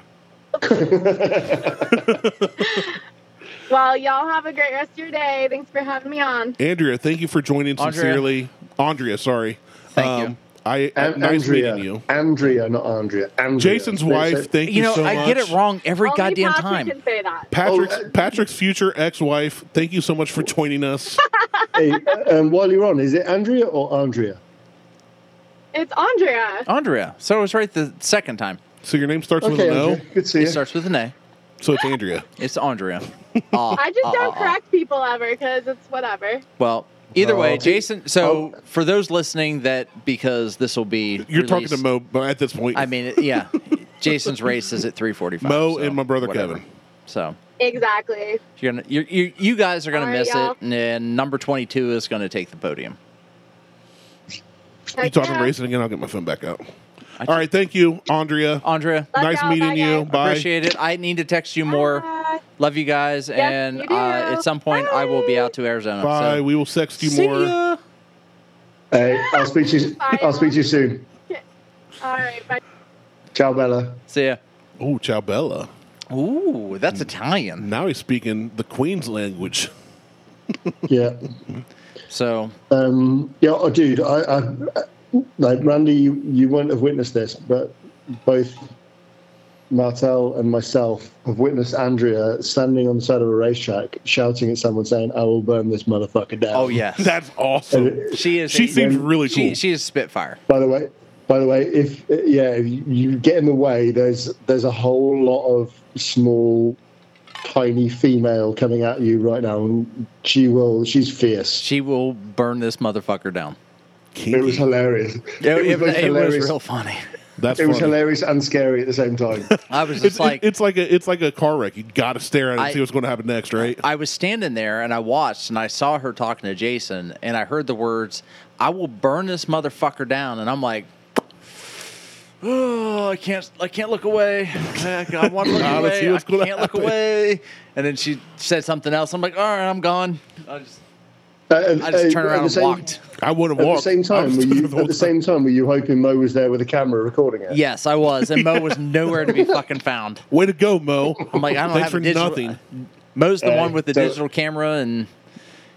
Speaker 5: Well, y'all have a great rest of your day. Thanks for having me on.
Speaker 2: Andrea, thank you for joining
Speaker 1: Andrea.
Speaker 2: sincerely. Andrea, sorry. Um,
Speaker 1: Thank you.
Speaker 2: I
Speaker 4: And
Speaker 2: nice
Speaker 4: Andrea,
Speaker 2: meeting you.
Speaker 4: Andrea, not Andrea. Andrea.
Speaker 2: Jason's
Speaker 4: They
Speaker 2: wife,
Speaker 4: said-
Speaker 2: thank you,
Speaker 1: You know,
Speaker 2: so
Speaker 1: I
Speaker 2: much.
Speaker 1: get it wrong every
Speaker 5: Only
Speaker 1: goddamn
Speaker 5: Patrick
Speaker 1: time.
Speaker 5: can say that.
Speaker 2: Patrick's
Speaker 4: Oh, uh,
Speaker 2: Patrick's future ex-wife, thank you so much for joining us.
Speaker 4: hey, um, while you're on, is it Andrea or Andrea?
Speaker 5: It's Andrea.
Speaker 1: Andrea. So I was right the second time.
Speaker 2: so your name starts with
Speaker 4: Okay,
Speaker 2: an O,
Speaker 4: Andrea, good to see
Speaker 1: It
Speaker 4: you.
Speaker 1: starts with an A.
Speaker 2: so it's Andrea.
Speaker 1: It's Andrea. Ah,
Speaker 5: I just
Speaker 1: ah,
Speaker 5: don't
Speaker 1: ah, ah.
Speaker 5: correct people ever because it's whatever.
Speaker 1: Well, either
Speaker 4: Oh.
Speaker 2: uh,
Speaker 1: way, Jason. So for those listening, that because this will be
Speaker 2: oh. You're talking to
Speaker 1: released-
Speaker 2: Mo but at this point.
Speaker 1: I mean, yeah. Jason's race is at 3:45.
Speaker 2: Mo
Speaker 1: so
Speaker 2: and my brother
Speaker 1: whatever.
Speaker 2: Kevin.
Speaker 1: So
Speaker 5: Exactly.
Speaker 1: you're gonna you you you guys are gonna
Speaker 5: All right,
Speaker 1: miss
Speaker 5: y'all.
Speaker 1: it, and then number 22 is gonna take the podium.
Speaker 2: You
Speaker 5: Heck
Speaker 2: talking
Speaker 5: yeah.
Speaker 2: racing again? I'll get my phone back out.
Speaker 1: I
Speaker 2: All right, thank you, Andrea.
Speaker 1: Andrea,
Speaker 5: Love
Speaker 2: nice
Speaker 5: y'all,
Speaker 2: meeting
Speaker 5: bye,
Speaker 2: you.
Speaker 5: guys.
Speaker 2: Bye.
Speaker 1: appreciate it. I need to text you more.
Speaker 5: Bye.
Speaker 1: Love you guys,
Speaker 5: Yes,
Speaker 1: and
Speaker 5: you do.
Speaker 1: uh, at some point I will be out to Arizona.
Speaker 2: Bye.
Speaker 1: So.
Speaker 2: We will sext you
Speaker 1: See
Speaker 2: more.
Speaker 1: ya.
Speaker 4: Hey, I'll speak to you. I'll speak to you soon.
Speaker 5: All right. Bye.
Speaker 4: Ciao, Bella.
Speaker 1: See ya.
Speaker 2: Oh, ciao Bella.
Speaker 1: Ooh, that's Italian.
Speaker 2: Now he's speaking the Queen's language.
Speaker 4: Yeah.
Speaker 1: So
Speaker 4: Um, yeah, oh, dude, I, I like Randy. You, you won't have witnessed this, but both Martel and myself have witnessed Andrea standing on the side of a racetrack, shouting at someone, saying, "I will burn this motherfucker down."
Speaker 1: Oh yes,
Speaker 2: That's
Speaker 4: And
Speaker 2: awesome.
Speaker 4: it-
Speaker 1: she is.
Speaker 2: She
Speaker 1: a-
Speaker 2: seems really
Speaker 1: she,
Speaker 2: cool.
Speaker 1: She is Spitfire.
Speaker 4: by the way, by the way, if yeah, if you get in the way, there's there's a whole lot of small, tiny female coming at you right now, and she will. She's fierce.
Speaker 1: She will burn this motherfucker down.
Speaker 4: It
Speaker 2: Kinky.
Speaker 4: was hilarious.
Speaker 1: It, it-
Speaker 4: both
Speaker 1: it was
Speaker 4: hilarious.
Speaker 1: real funny.
Speaker 2: That's
Speaker 4: It was
Speaker 2: funny.
Speaker 4: hilarious and scary at the same time.
Speaker 1: I was just
Speaker 2: It's like
Speaker 1: like,
Speaker 2: it's like a it's like a car wreck. You got to stare at it and
Speaker 1: I-
Speaker 2: see what's going to happen next, right?
Speaker 1: I was standing there and I watched and I saw her talking to Jason and I heard the words, "I will burn this motherfucker down," and I'm like. Oh, I can't! I can't look away. I I want to look
Speaker 2: I don't see
Speaker 1: away. I
Speaker 2: what's gonna
Speaker 1: can't look
Speaker 2: happen.
Speaker 1: away. And then she said something else. I'm like, all right, I'm gone. I just,
Speaker 4: And-
Speaker 1: I just
Speaker 4: and
Speaker 1: turned
Speaker 4: Uh, at
Speaker 1: around
Speaker 4: the
Speaker 1: and
Speaker 4: same-
Speaker 1: walked.
Speaker 2: I would
Speaker 4: At
Speaker 2: have walked.
Speaker 4: the same
Speaker 2: I was
Speaker 4: time, were
Speaker 2: doing
Speaker 4: you,
Speaker 2: the whole
Speaker 4: at the
Speaker 2: thing.
Speaker 4: same time, were you hoping Mo was there with a camera recording it?
Speaker 1: Yes, I was, and Mo was nowhere to be fucking found.
Speaker 2: Way to go, Mo!
Speaker 1: I'm like, I don't
Speaker 2: Thanks
Speaker 1: have
Speaker 2: for
Speaker 1: a digital,
Speaker 2: nothing.
Speaker 1: Mo's the
Speaker 4: Hey,
Speaker 1: one with the
Speaker 4: don't-
Speaker 1: digital camera, and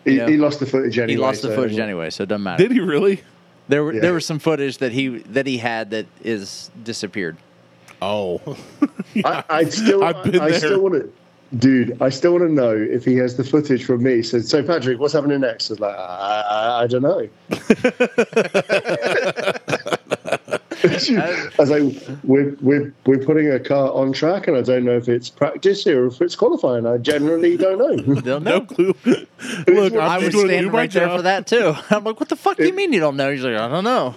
Speaker 4: He,
Speaker 1: know?
Speaker 4: he lost the footage anyway.
Speaker 1: he lost the
Speaker 4: so-
Speaker 1: footage anyway, so it doesn't matter.
Speaker 2: Did he really?
Speaker 1: There were
Speaker 4: Yeah.
Speaker 1: there was some footage that he that he had that is disappeared.
Speaker 2: Oh,
Speaker 4: I, I still,
Speaker 2: I've been
Speaker 4: I,
Speaker 2: there.
Speaker 4: still want to, dude. I still want to know if he has the footage from me. So, so Patrick, what's happening next? It's like I, I, I don't know. I was like, we're, we're we're putting a car on track, and I don't know if it's practice here or if it's qualifying. I generally don't know.
Speaker 1: They'll
Speaker 2: no
Speaker 1: know.
Speaker 2: clue. Look, I'm
Speaker 1: I was
Speaker 2: doing
Speaker 1: standing
Speaker 2: my
Speaker 1: right there
Speaker 2: job.
Speaker 1: for that too. I'm like, what the fuck do you mean you don't know? He's like, I don't know.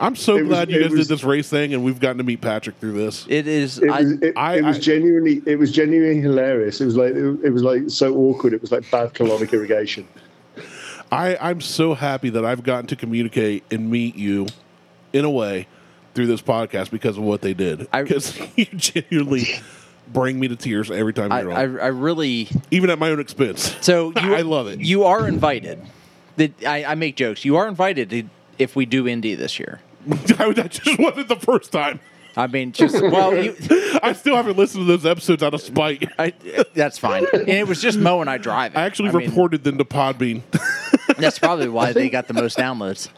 Speaker 2: I'm so
Speaker 4: It was-
Speaker 2: glad you
Speaker 4: it
Speaker 2: guys
Speaker 4: was-
Speaker 2: did this race thing, and we've gotten to meet Patrick through this.
Speaker 1: It is.
Speaker 4: It
Speaker 1: I,
Speaker 4: was, it,
Speaker 2: I-
Speaker 4: it was
Speaker 2: I-
Speaker 4: genuinely it was genuinely hilarious. It was like it, it was like so awkward. It was like bad colonic irrigation.
Speaker 2: I, I'm so happy that I've gotten to communicate and meet you in a way through this podcast because of what they did.
Speaker 1: I-
Speaker 2: Because you genuinely bring me to tears every time
Speaker 1: I,
Speaker 2: you're on,
Speaker 1: I, I really.
Speaker 2: even at my own expense.
Speaker 1: So you,
Speaker 2: I love it.
Speaker 1: You are invited. That I, I make jokes. You are invited to, if we do indie this year.
Speaker 2: I, that just wasn't the first time.
Speaker 1: I mean, just well, you,
Speaker 2: I still haven't listened to those episodes out of spite.
Speaker 1: I, that's fine. And it was just Mo and I driving.
Speaker 2: I actually
Speaker 1: mean,
Speaker 2: reported them to Podbean.
Speaker 1: that's probably why they got the most downloads.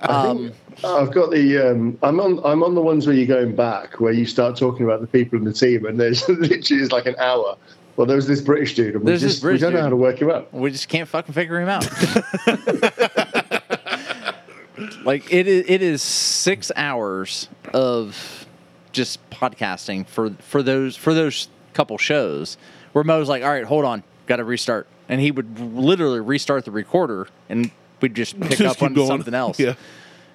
Speaker 1: Um,
Speaker 4: I've got the um, I'm on I'm on the ones where you're going back where you start talking about the people in the team and there's literally is like an hour. Well, there was this British dude and we
Speaker 1: There's this
Speaker 4: just we
Speaker 1: British
Speaker 4: don't know
Speaker 1: dude.
Speaker 4: how to work him out.
Speaker 1: we just can't fucking figure him out. like it is, it is six hours of just podcasting for for those for those couple shows where Mo's like, all right, hold on, got to restart, and he would literally restart the recorder, and we'd just pick
Speaker 2: Just
Speaker 1: up
Speaker 2: keep
Speaker 1: on
Speaker 2: going.
Speaker 1: something else.
Speaker 2: Yeah.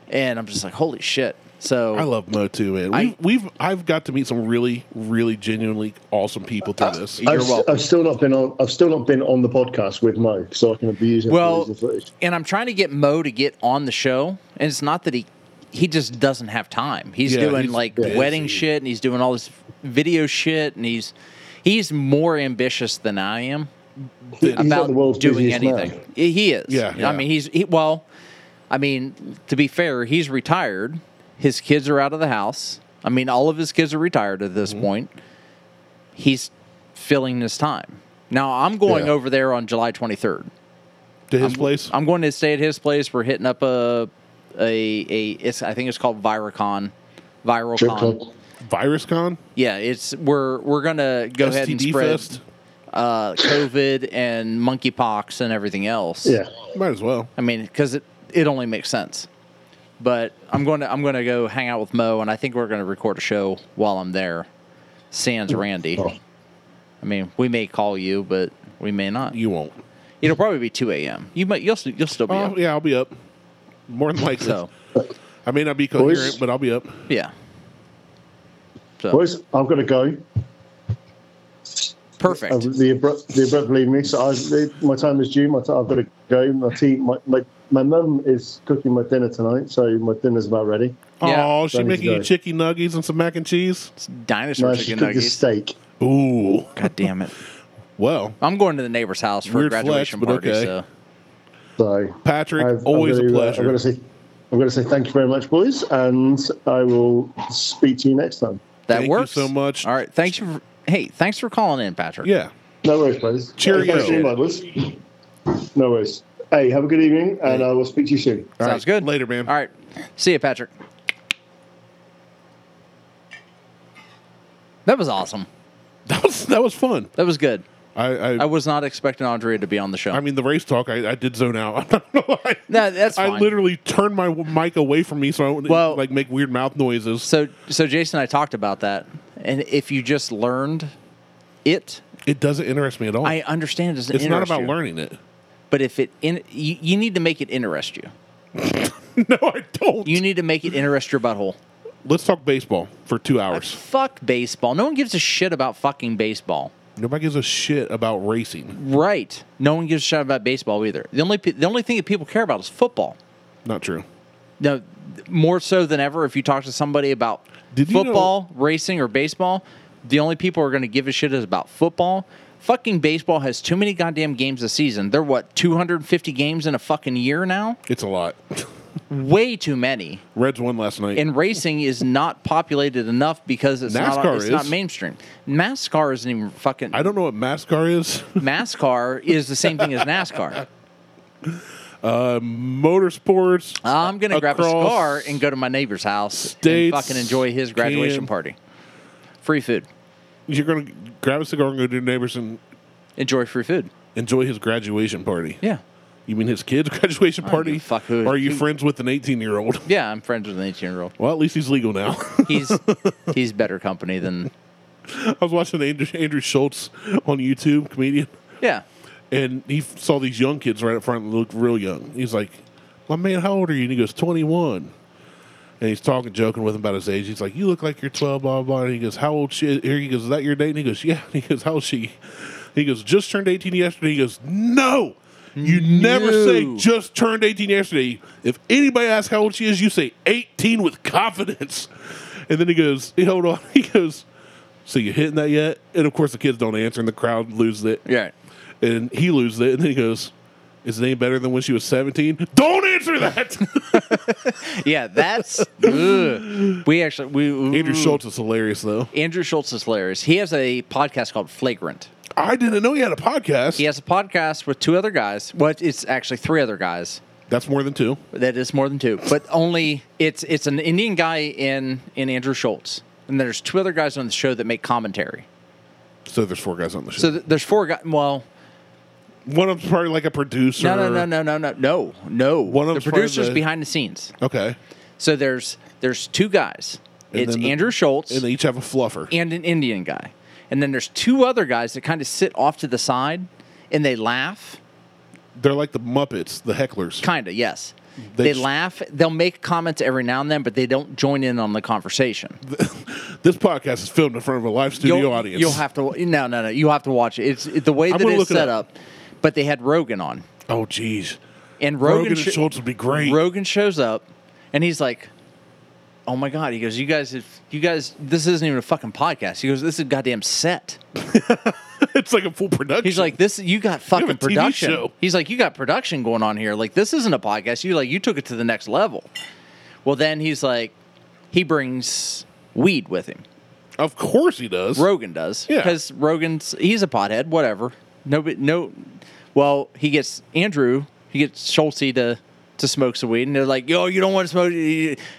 Speaker 1: and I'm just like, holy shit. So
Speaker 2: I love Mo too, man. We've,
Speaker 1: I-
Speaker 2: we've I've got to meet some really, really genuinely awesome people through this.
Speaker 1: You're
Speaker 4: I've, s-
Speaker 1: welcome.
Speaker 4: I've still not been on I've still not been on the podcast with Mo, so I can abuse him for
Speaker 1: Well,
Speaker 4: using footage.
Speaker 1: and I'm trying to get Mo to get on the show, and it's not that he he just doesn't have time. He's
Speaker 2: Yeah,
Speaker 1: doing
Speaker 2: he's
Speaker 1: like
Speaker 2: busy.
Speaker 1: wedding shit, and he's doing all this video shit, and he's he's more ambitious than I am
Speaker 4: He- he's not
Speaker 1: about
Speaker 4: the world's
Speaker 1: doing
Speaker 4: busiest man.
Speaker 1: anything. He he is.
Speaker 2: Yeah, yeah.
Speaker 1: I mean, he's he, well. I mean, to be fair, he's retired. His kids are out of the house. I mean, all of his kids are retired at
Speaker 2: Mm-hmm.
Speaker 1: this point. He's filling his time. Now I'm going
Speaker 2: Yeah.
Speaker 1: over there on July 23rd.
Speaker 2: to his place.
Speaker 1: I'm going to stay at his place. We're hitting up a a a. It's I think it's called Viracon,
Speaker 4: Strip
Speaker 1: Viralcon.
Speaker 4: club.
Speaker 2: VirusCon?
Speaker 1: Yeah, it's we're we're gonna go ahead and
Speaker 2: STD
Speaker 1: spread
Speaker 2: Fest?
Speaker 1: uh, COVID and monkeypox and everything else.
Speaker 4: Yeah.
Speaker 2: Might as well.
Speaker 1: I mean, because it it only makes sense. But I'm going to I'm going to go hang out with Mo, and I think we're going to record a show while I'm there. Sans Randy.
Speaker 4: Oh.
Speaker 1: I mean, we may call you, but we may not.
Speaker 2: You won't.
Speaker 1: It'll probably be 2 a.m. You might you'll st- you'll still be
Speaker 2: Oh,
Speaker 1: up.
Speaker 2: yeah, I'll be up. More than likely.
Speaker 1: So
Speaker 2: I may not be
Speaker 4: Boys?
Speaker 2: coherent, but I'll be up.
Speaker 1: yeah. So
Speaker 4: Boys, I've got to go.
Speaker 1: perfect.
Speaker 4: Uh, the abrupt, the abrupt leave me. So I, the, my time is due. My t- I've got to go. My tea, my my my mum is cooking my dinner tonight, so my dinner's about ready.
Speaker 1: Yeah.
Speaker 2: Oh, she
Speaker 4: That is
Speaker 2: making you
Speaker 4: good.
Speaker 2: chicken nuggies and some mac and cheese?
Speaker 1: dinosaur
Speaker 4: No, she
Speaker 1: chicken
Speaker 4: cooked a
Speaker 1: nuggets.
Speaker 4: steak.
Speaker 2: Ooh.
Speaker 1: God damn it!
Speaker 2: Well,
Speaker 1: I'm going to the neighbor's house for
Speaker 2: Weird
Speaker 1: a
Speaker 2: flex,
Speaker 1: graduation
Speaker 2: but
Speaker 1: party.
Speaker 2: okay.
Speaker 1: So
Speaker 4: So
Speaker 2: Patrick, always
Speaker 4: I've
Speaker 2: a
Speaker 4: got to, uh,
Speaker 2: pleasure.
Speaker 4: I've got to say, I've got to say thank you very much, boys, and I will speak to you next time.
Speaker 1: that
Speaker 2: Thank you
Speaker 1: works
Speaker 2: so much.
Speaker 1: All right, thanks for hey, thanks for calling in, Patrick.
Speaker 2: yeah.
Speaker 4: No worries, boys.
Speaker 2: Cheerio.
Speaker 4: Thanks for your invite, boys. No worries. Hey, have a good evening, and I will speak to you soon.
Speaker 2: All right,
Speaker 1: sounds good.
Speaker 2: Later, man.
Speaker 1: All right, see you, Patrick. That was awesome.
Speaker 2: That was, that was fun.
Speaker 1: That was good.
Speaker 2: I, I,
Speaker 1: I was not expecting Andrea to be on the show.
Speaker 2: I mean, the race talk, I, I did zone out. I don't know why.
Speaker 1: no, that's fine.
Speaker 2: I literally turned my w- mic away from me so I wouldn't
Speaker 1: Well-
Speaker 2: like make weird mouth noises.
Speaker 1: so so Jason and I talked about that, and if you just learned it,
Speaker 2: it doesn't interest me at all.
Speaker 1: I understand. It doesn't
Speaker 2: it's not
Speaker 1: interest
Speaker 2: about
Speaker 1: you.
Speaker 2: learning it.
Speaker 1: but if it in you, you need to make it interest you.
Speaker 2: No, I don't.
Speaker 1: You need to make it interest your butthole.
Speaker 2: Let's talk baseball for two hours.
Speaker 1: Fuck baseball. No one gives a shit about fucking baseball.
Speaker 2: Nobody gives a shit about racing.
Speaker 1: Right. No one gives a shit about baseball either. The only pe- the only thing that people care about is football.
Speaker 2: Not true.
Speaker 1: No, more so than ever. If you talk to somebody about
Speaker 2: Did you know-
Speaker 1: football, racing, or baseball, the only people who are going to give a shit is about football. Fucking baseball has too many goddamn games a season. They're what 250 games in a fucking year now.
Speaker 2: It's a lot.
Speaker 1: Way too many.
Speaker 2: Reds won last night.
Speaker 1: and racing is not populated enough because it's not
Speaker 2: NASCAR
Speaker 1: it's not
Speaker 2: is.
Speaker 1: mainstream. NASCAR isn't even fucking
Speaker 2: I don't know what NASCAR is.
Speaker 1: NASCAR is the same thing as NASCAR.
Speaker 2: Uh, motorsports.
Speaker 1: I'm gonna grab a
Speaker 2: Across
Speaker 1: cigar and go to my neighbor's house and
Speaker 2: states
Speaker 1: fucking enjoy his graduation
Speaker 2: can-
Speaker 1: party. Free food.
Speaker 2: You're going to grab a cigar and go to your neighbors and
Speaker 1: Enjoy free food.
Speaker 2: enjoy his graduation party.
Speaker 1: Yeah.
Speaker 2: You mean his kid's graduation
Speaker 1: don't
Speaker 2: party?
Speaker 1: give a fuck who it-
Speaker 2: Or are you
Speaker 1: who-
Speaker 2: friends with an 18 year old?
Speaker 1: Yeah, I'm friends with an 18 year old.
Speaker 2: Well, at least he's legal now.
Speaker 1: He's he's better company than
Speaker 2: I was watching Andrew, Andrew Schultz on YouTube, comedian,
Speaker 1: yeah.
Speaker 2: and he f- saw these young kids right up front and looked real young. He's like, "My man, how old are you?" And he goes, "21." And he's talking, joking with him about his age. He's like, "You look like you're 12, blah blah." blah. And he goes, "How old she?" Here he goes, "Is that your date?" And he goes, "Yeah." And he goes, "How's she?" He goes, "Just turned 18 yesterday." He goes, "No." You never
Speaker 1: No.
Speaker 2: say just turned 18 yesterday. If anybody asks how old she is, you say 18 with confidence. And then he goes, he hold on. He goes, so you hitting that yet? And of course the kids don't answer and the crowd loses it
Speaker 1: Yeah.
Speaker 2: and he loses it, and then he goes, "Is it any better than when she was 17?" Don't answer that.
Speaker 1: Yeah, that's ugh. we actually we
Speaker 2: Andrew
Speaker 1: ooh.
Speaker 2: Schultz is hilarious, though.
Speaker 1: Andrew Schultz is hilarious. He has a podcast called Flagrant.
Speaker 2: I didn't know he had a podcast.
Speaker 1: He has a podcast with two other guys. Well, it's actually three other guys.
Speaker 2: that's more than two.
Speaker 1: That is more than two, but only it's it's an Indian guy in in Andrew Schultz, and there's two other guys on the show that make commentary.
Speaker 2: So there's four guys on the show.
Speaker 1: So th- there's four guys. Well,
Speaker 2: One of them's probably like a producer.
Speaker 1: no, no, no, no, no, no, no, no.
Speaker 2: One of
Speaker 1: the
Speaker 2: them's part of
Speaker 1: producers
Speaker 2: the-
Speaker 1: behind the scenes.
Speaker 2: Okay,
Speaker 1: So there's there's two guys.
Speaker 2: And
Speaker 1: it's
Speaker 2: then the-
Speaker 1: Andrew Schultz
Speaker 2: and they each have a fluffer.
Speaker 1: and an Indian guy, and then there's two other guys that kind of sit off to the side and they laugh.
Speaker 2: They're like the Muppets, the hecklers.
Speaker 1: Kinda, yes.
Speaker 2: They
Speaker 1: They,
Speaker 2: just-
Speaker 1: laugh. They'll make comments every now and then, but they don't join in on the conversation.
Speaker 2: This podcast is filmed in front of a live studio
Speaker 1: you'll,
Speaker 2: audience.
Speaker 1: You'll have to. No, no, no. You have to watch it. It's it, the way
Speaker 2: I'm
Speaker 1: that
Speaker 2: gonna
Speaker 1: it's
Speaker 2: look it
Speaker 1: set
Speaker 2: up.
Speaker 1: up. But they had Rogan on,
Speaker 2: Oh, jeez.
Speaker 1: and
Speaker 2: Rogan,
Speaker 1: Rogan,
Speaker 2: and
Speaker 1: sho-
Speaker 2: Schultz would be great.
Speaker 1: Rogan shows up, and he's like, "Oh my god!" He goes, "You guys, if you guys, this isn't even a fucking podcast." He goes, "This is a goddamn set."
Speaker 2: it's like a full production.
Speaker 1: He's like, "This, you got fucking
Speaker 2: TV
Speaker 1: production."
Speaker 2: show.
Speaker 1: He's like, "You got production going on here. Like, this isn't a podcast. You like, you took it to the next level." Well, then he's like, he brings weed with him.
Speaker 2: of course he does.
Speaker 1: Rogan does.
Speaker 2: Yeah.
Speaker 1: Because Rogan's he's a pothead, whatever. No but no well, he gets Andrew, he gets Schultze to to smoke some weed and they're like, Yo, you don't want to smoke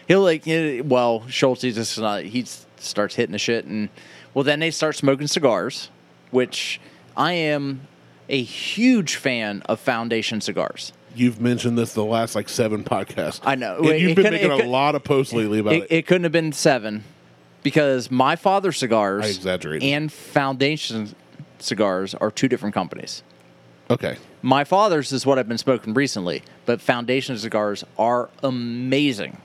Speaker 1: he'll like eh, well, Schultze just not he s- starts hitting the shit and well then they start smoking cigars, which I am a huge fan of foundation cigars.
Speaker 2: You've mentioned this the last like seven podcasts.
Speaker 1: I know.
Speaker 2: And
Speaker 1: It-
Speaker 2: you've
Speaker 1: it
Speaker 2: been
Speaker 1: could-
Speaker 2: making
Speaker 1: it
Speaker 2: a
Speaker 1: could-
Speaker 2: lot of posts lately about it.
Speaker 1: It, it couldn't have been seven because my father's cigars
Speaker 2: I exaggerated.
Speaker 1: and foundation cigars are two different companies.
Speaker 2: Okay.
Speaker 1: My father's is what I've been smoking recently, but Foundation cigars are amazing.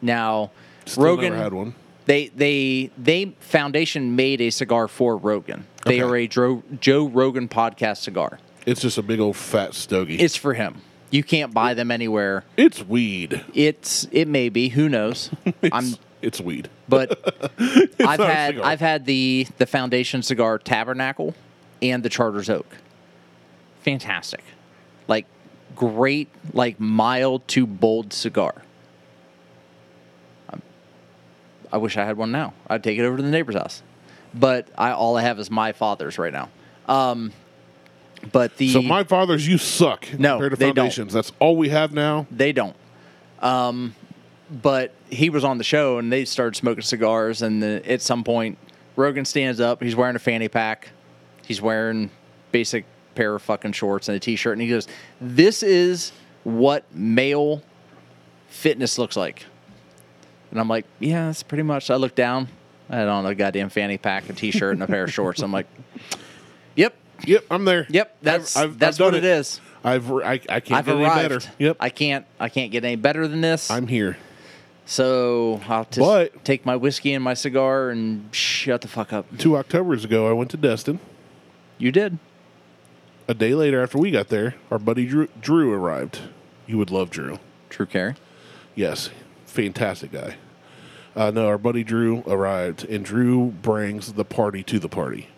Speaker 1: Now,
Speaker 2: Still
Speaker 1: Rogan
Speaker 2: never had one.
Speaker 1: They they they Foundation made a cigar for Rogan. They
Speaker 2: Okay.
Speaker 1: are a Joe, Joe Rogan podcast cigar.
Speaker 2: It's just a big old fat stogie. It's,
Speaker 1: It's for him. You can't buy them anywhere.
Speaker 2: weed.
Speaker 1: It's it may be who knows.
Speaker 2: It's,
Speaker 1: I'm
Speaker 2: it's weed.
Speaker 1: but I've
Speaker 2: not a
Speaker 1: had
Speaker 2: cigar.
Speaker 1: I've had the the Foundation cigar Tabernacle and the Charter's Oak. Fantastic. Like great like mild to bold cigar. Um, I wish I had one now. I'd take it over to the neighbor's house. But I all I have is my father's right now. Um but the
Speaker 2: So my father's, you suck.
Speaker 1: No,
Speaker 2: compared to
Speaker 1: they don't.
Speaker 2: foundations. That's all we have now.
Speaker 1: They don't. Um, but he was on the show and they started smoking cigars. And the, at some point, Rogan stands up. He's wearing a fanny pack. He's wearing basic pair of fucking shorts and a t-shirt. And he goes, "This is what male fitness looks like." And I'm like, "Yeah, that's pretty much." I look down. I had on a goddamn fanny pack, a t-shirt, and a pair of shorts. I'm like, "Yep,
Speaker 2: Yep, I'm there.
Speaker 1: yep, that's that's
Speaker 2: done
Speaker 1: what it is."
Speaker 2: I've I, I can't
Speaker 1: I've
Speaker 2: get
Speaker 1: arrived.
Speaker 2: any better. Yep,
Speaker 1: I can't. I can't get any better than this.
Speaker 2: I'm here.
Speaker 1: So I'll just
Speaker 2: But-
Speaker 1: take my whiskey and my cigar and shut the fuck up.
Speaker 2: Two October's ago, I went to Destin.
Speaker 1: You did.
Speaker 2: A day later, after we got there, our buddy Drew, Drew arrived. You would love Drew.
Speaker 1: True care.
Speaker 2: Yes, fantastic guy. Uh, no, our buddy Drew arrived, and Drew brings the party to the party.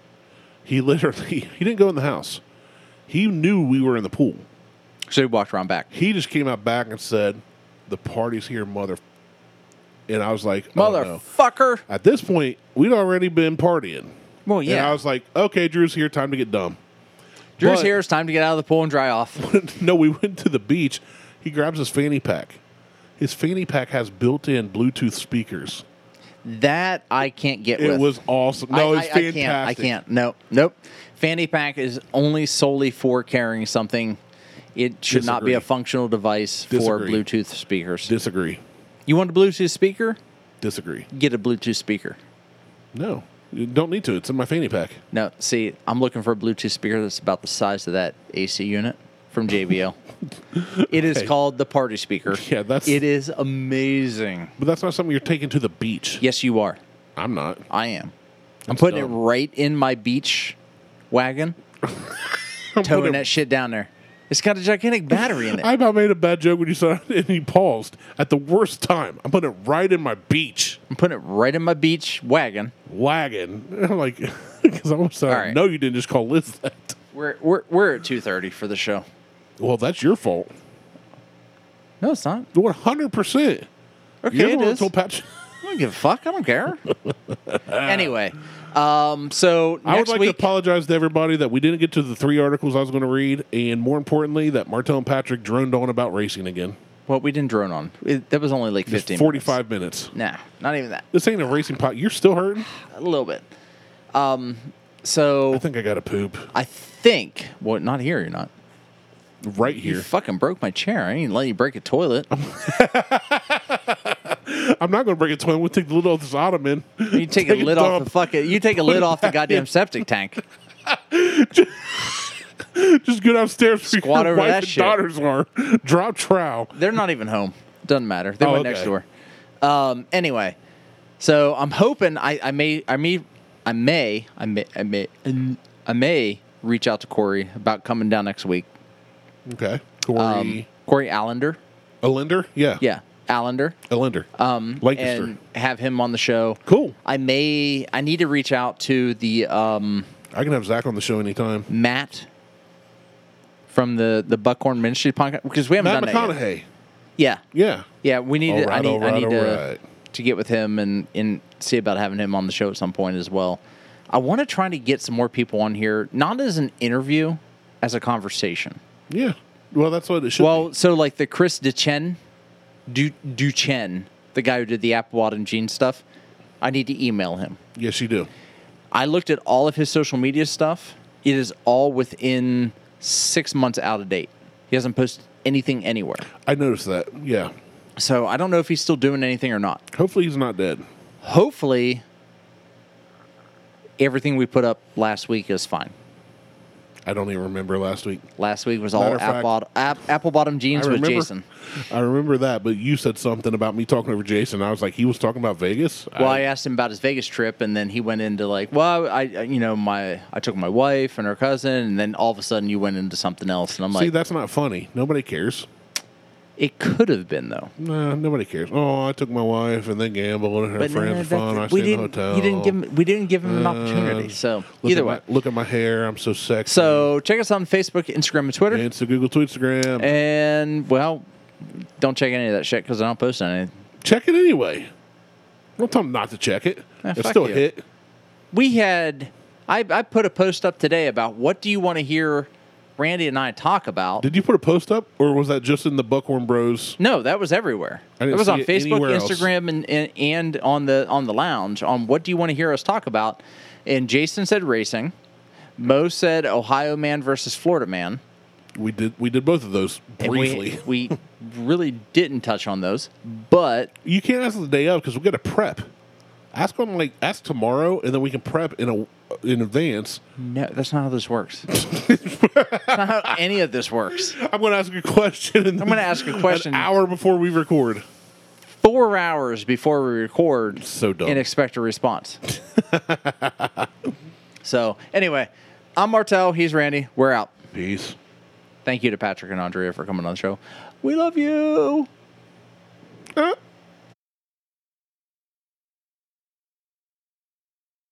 Speaker 2: He literally he didn't go in the house. He knew we were in the pool.
Speaker 1: So he walked around back.
Speaker 2: He just came out back and said, "The party's here, mother." And I was like, "Oh, no."
Speaker 1: Motherfucker.
Speaker 2: At this point, we'd already been partying.
Speaker 1: Well,
Speaker 2: And I
Speaker 1: yeah.
Speaker 2: was like, "Okay, Drew's here. Time to get dumb."
Speaker 1: Drew's
Speaker 2: But-
Speaker 1: here. It's time to get out of the pool and dry off.
Speaker 2: no, we went to the beach. He grabs his fanny pack. His fanny pack has built-in Bluetooth speakers.
Speaker 1: That I can't get
Speaker 2: It
Speaker 1: with.
Speaker 2: was awesome. No,
Speaker 1: I,
Speaker 2: it's
Speaker 1: I- I
Speaker 2: fantastic.
Speaker 1: can't. I can't. No, nope. Fanny pack is only solely for carrying something. It should not be
Speaker 2: Disagree.
Speaker 1: a functional device for
Speaker 2: Disagree.
Speaker 1: Bluetooth speakers.
Speaker 2: Disagree.
Speaker 1: you want a Bluetooth speaker?
Speaker 2: Disagree.
Speaker 1: Get a Bluetooth speaker.
Speaker 2: No, you don't need to. It's in my fanny pack.
Speaker 1: No, see, I'm looking for a Bluetooth speaker that's about the size of that AC unit from JBL. It is
Speaker 2: Okay.
Speaker 1: called the party speaker.
Speaker 2: Yeah, that's-
Speaker 1: It is amazing.
Speaker 2: But that's not something you're taking to the beach.
Speaker 1: Yes, you are.
Speaker 2: I'm not.
Speaker 1: I am. I'm
Speaker 2: That's
Speaker 1: putting
Speaker 2: dumb.
Speaker 1: it right in my beach wagon, towing that shit down there. It's got a gigantic battery in it.
Speaker 2: I about made a bad joke when you said and he paused at the worst time. I'm putting it right in my beach
Speaker 1: I'm putting it right in my beach wagon.
Speaker 2: wagon. I'm like, because I'm sorry.
Speaker 1: All right.
Speaker 2: No, you didn't just call Liz that.
Speaker 1: We're we're, we're at two thirty for the show.
Speaker 2: Well, that's your fault.
Speaker 1: No, it's not.
Speaker 2: 100. percent
Speaker 1: Okay,
Speaker 2: the
Speaker 1: it
Speaker 2: one
Speaker 1: is.
Speaker 2: told Pat.
Speaker 1: I don't give a fuck. I don't care. anyway, um, so next
Speaker 2: I would like
Speaker 1: week,
Speaker 2: to apologize to everybody that we didn't get to the three articles I was going to read, and more importantly, that Martel and Patrick droned on about racing again.
Speaker 1: well, we didn't drone on. It, that was only like
Speaker 2: Just
Speaker 1: fifteen.
Speaker 2: 45 minutes.
Speaker 1: Minutes. Nah, not even that.
Speaker 2: This ain't a racing pot. You're still hurting.
Speaker 1: A little bit. Um, so
Speaker 2: I think I got to poop
Speaker 1: I think. Well, not here. You're not.
Speaker 2: right
Speaker 1: You
Speaker 2: here.
Speaker 1: fucking broke my chair. I ain't letting you break a toilet.
Speaker 2: I'm not going to break a twin. We'll take the lid off this ottoman.
Speaker 1: You take a lid off the fucking. You take a lid off the goddamn septic tank.
Speaker 2: Just go downstairs. where
Speaker 1: Squat
Speaker 2: your
Speaker 1: over
Speaker 2: wife
Speaker 1: that
Speaker 2: and
Speaker 1: shit.
Speaker 2: daughters are. Drop trowel.
Speaker 1: They're not even home. Doesn't matter. They
Speaker 2: Oh,
Speaker 1: went
Speaker 2: okay.
Speaker 1: next door. Um, anyway, so I'm hoping I, I may I may I may I may I may I may reach out to Corey about coming down next week.
Speaker 2: Okay. Corey.
Speaker 1: Um, Corey Allender,
Speaker 2: Allender? Yeah.
Speaker 1: yeah, Allender,
Speaker 2: Allender.
Speaker 1: um,
Speaker 2: Lancaster.
Speaker 1: and have him on the show.
Speaker 2: cool.
Speaker 1: I may I need to reach out to the um,
Speaker 2: I can have Zach on the show anytime.
Speaker 1: Matt from the the Buckhorn Ministry podcast because we haven't
Speaker 2: Matt
Speaker 1: done that. Yet.
Speaker 2: McConaughey.
Speaker 1: Yeah,
Speaker 2: Yeah.
Speaker 1: Yeah, we need. to, I
Speaker 2: Alright,
Speaker 1: need. I
Speaker 2: alright,
Speaker 1: need to,
Speaker 2: alright.
Speaker 1: to get with him and and see about having him on the show at some point as well. I want to try to get some more people on here, not as an interview, as a conversation.
Speaker 2: Yeah. Well, that's what it should
Speaker 1: well,
Speaker 2: be.
Speaker 1: so like the Chris Duchen, Du Duchen, the guy who did the Applewatt and Gene stuff. I need to email him.
Speaker 2: Yes, you do.
Speaker 1: I looked at all of his social media stuff. It is all within six months out of date. He hasn't posted anything anywhere.
Speaker 2: I noticed that. Yeah.
Speaker 1: So I don't know if he's still doing anything or not.
Speaker 2: Hopefully he's not dead.
Speaker 1: hopefully everything we put up last week is fine.
Speaker 2: I don't even remember last week.
Speaker 1: Last week was
Speaker 2: Matter
Speaker 1: all
Speaker 2: of fact,
Speaker 1: apple, bottom, ap, apple bottom jeans
Speaker 2: I
Speaker 1: with
Speaker 2: remember,
Speaker 1: Jason.
Speaker 2: I remember that, but you said something about me talking over Jason. I was like, he was talking about Vegas.
Speaker 1: Well, I asked him about his Vegas trip, and then he went into like, well, I, I- you know, my I took my wife and her cousin, and then all of a sudden you went into something else, and I'm
Speaker 2: see
Speaker 1: like,
Speaker 2: that's not funny. Nobody cares.
Speaker 1: it could have been though.
Speaker 2: Nah, nobody cares. Oh, I took my wife and then gambled and her
Speaker 1: But no,
Speaker 2: friends
Speaker 1: that's-
Speaker 2: fun. I stayed
Speaker 1: we
Speaker 2: in a
Speaker 1: didn't,
Speaker 2: hotel.
Speaker 1: you didn't give him, we didn't give him an
Speaker 2: Uh,
Speaker 1: opportunity. So
Speaker 2: look
Speaker 1: either
Speaker 2: at
Speaker 1: way,
Speaker 2: my, look at my hair. I'm so sexy.
Speaker 1: so check us on Facebook, Instagram, and Twitter,
Speaker 2: it's the Google Instagram.
Speaker 1: Eh. and well, don't check any of that shit because I don't post anything.
Speaker 2: check it anyway. Don't tell them not to check it.
Speaker 1: Ah,
Speaker 2: it's
Speaker 1: fuck
Speaker 2: still a
Speaker 1: you.
Speaker 2: hit.
Speaker 1: we had I, I put a post up today about what do you want to hear randy and i talk about
Speaker 2: Did you put a post up, or was that just in the Buckhorn Bros?
Speaker 1: no that was everywhere
Speaker 2: I
Speaker 1: it
Speaker 2: didn't
Speaker 1: was
Speaker 2: see
Speaker 1: on
Speaker 2: it
Speaker 1: facebook
Speaker 2: anywhere else.
Speaker 1: instagram and, and and on the on the lounge on what do you want to hear us talk about and jason said racing mo said ohio man versus florida man
Speaker 2: We did. We did both of those
Speaker 1: And
Speaker 2: briefly.
Speaker 1: we, we really didn't touch on those but
Speaker 2: you can't ask the day of because we got to prep. Ask on like ask tomorrow, and then we can prep in a in advance.
Speaker 1: no that's not how this works that's not how any of this works
Speaker 2: I'm going to ask a question.
Speaker 1: I'm gonna ask a question.
Speaker 2: an hour before we record.
Speaker 1: four hours before we record
Speaker 2: So dumb.
Speaker 1: and expect a response. so, anyway, I'm Martel. He's Randy. We're out.
Speaker 2: Peace.
Speaker 1: Thank you to Patrick and Andrea for coming on the show. We love you.
Speaker 2: Uh,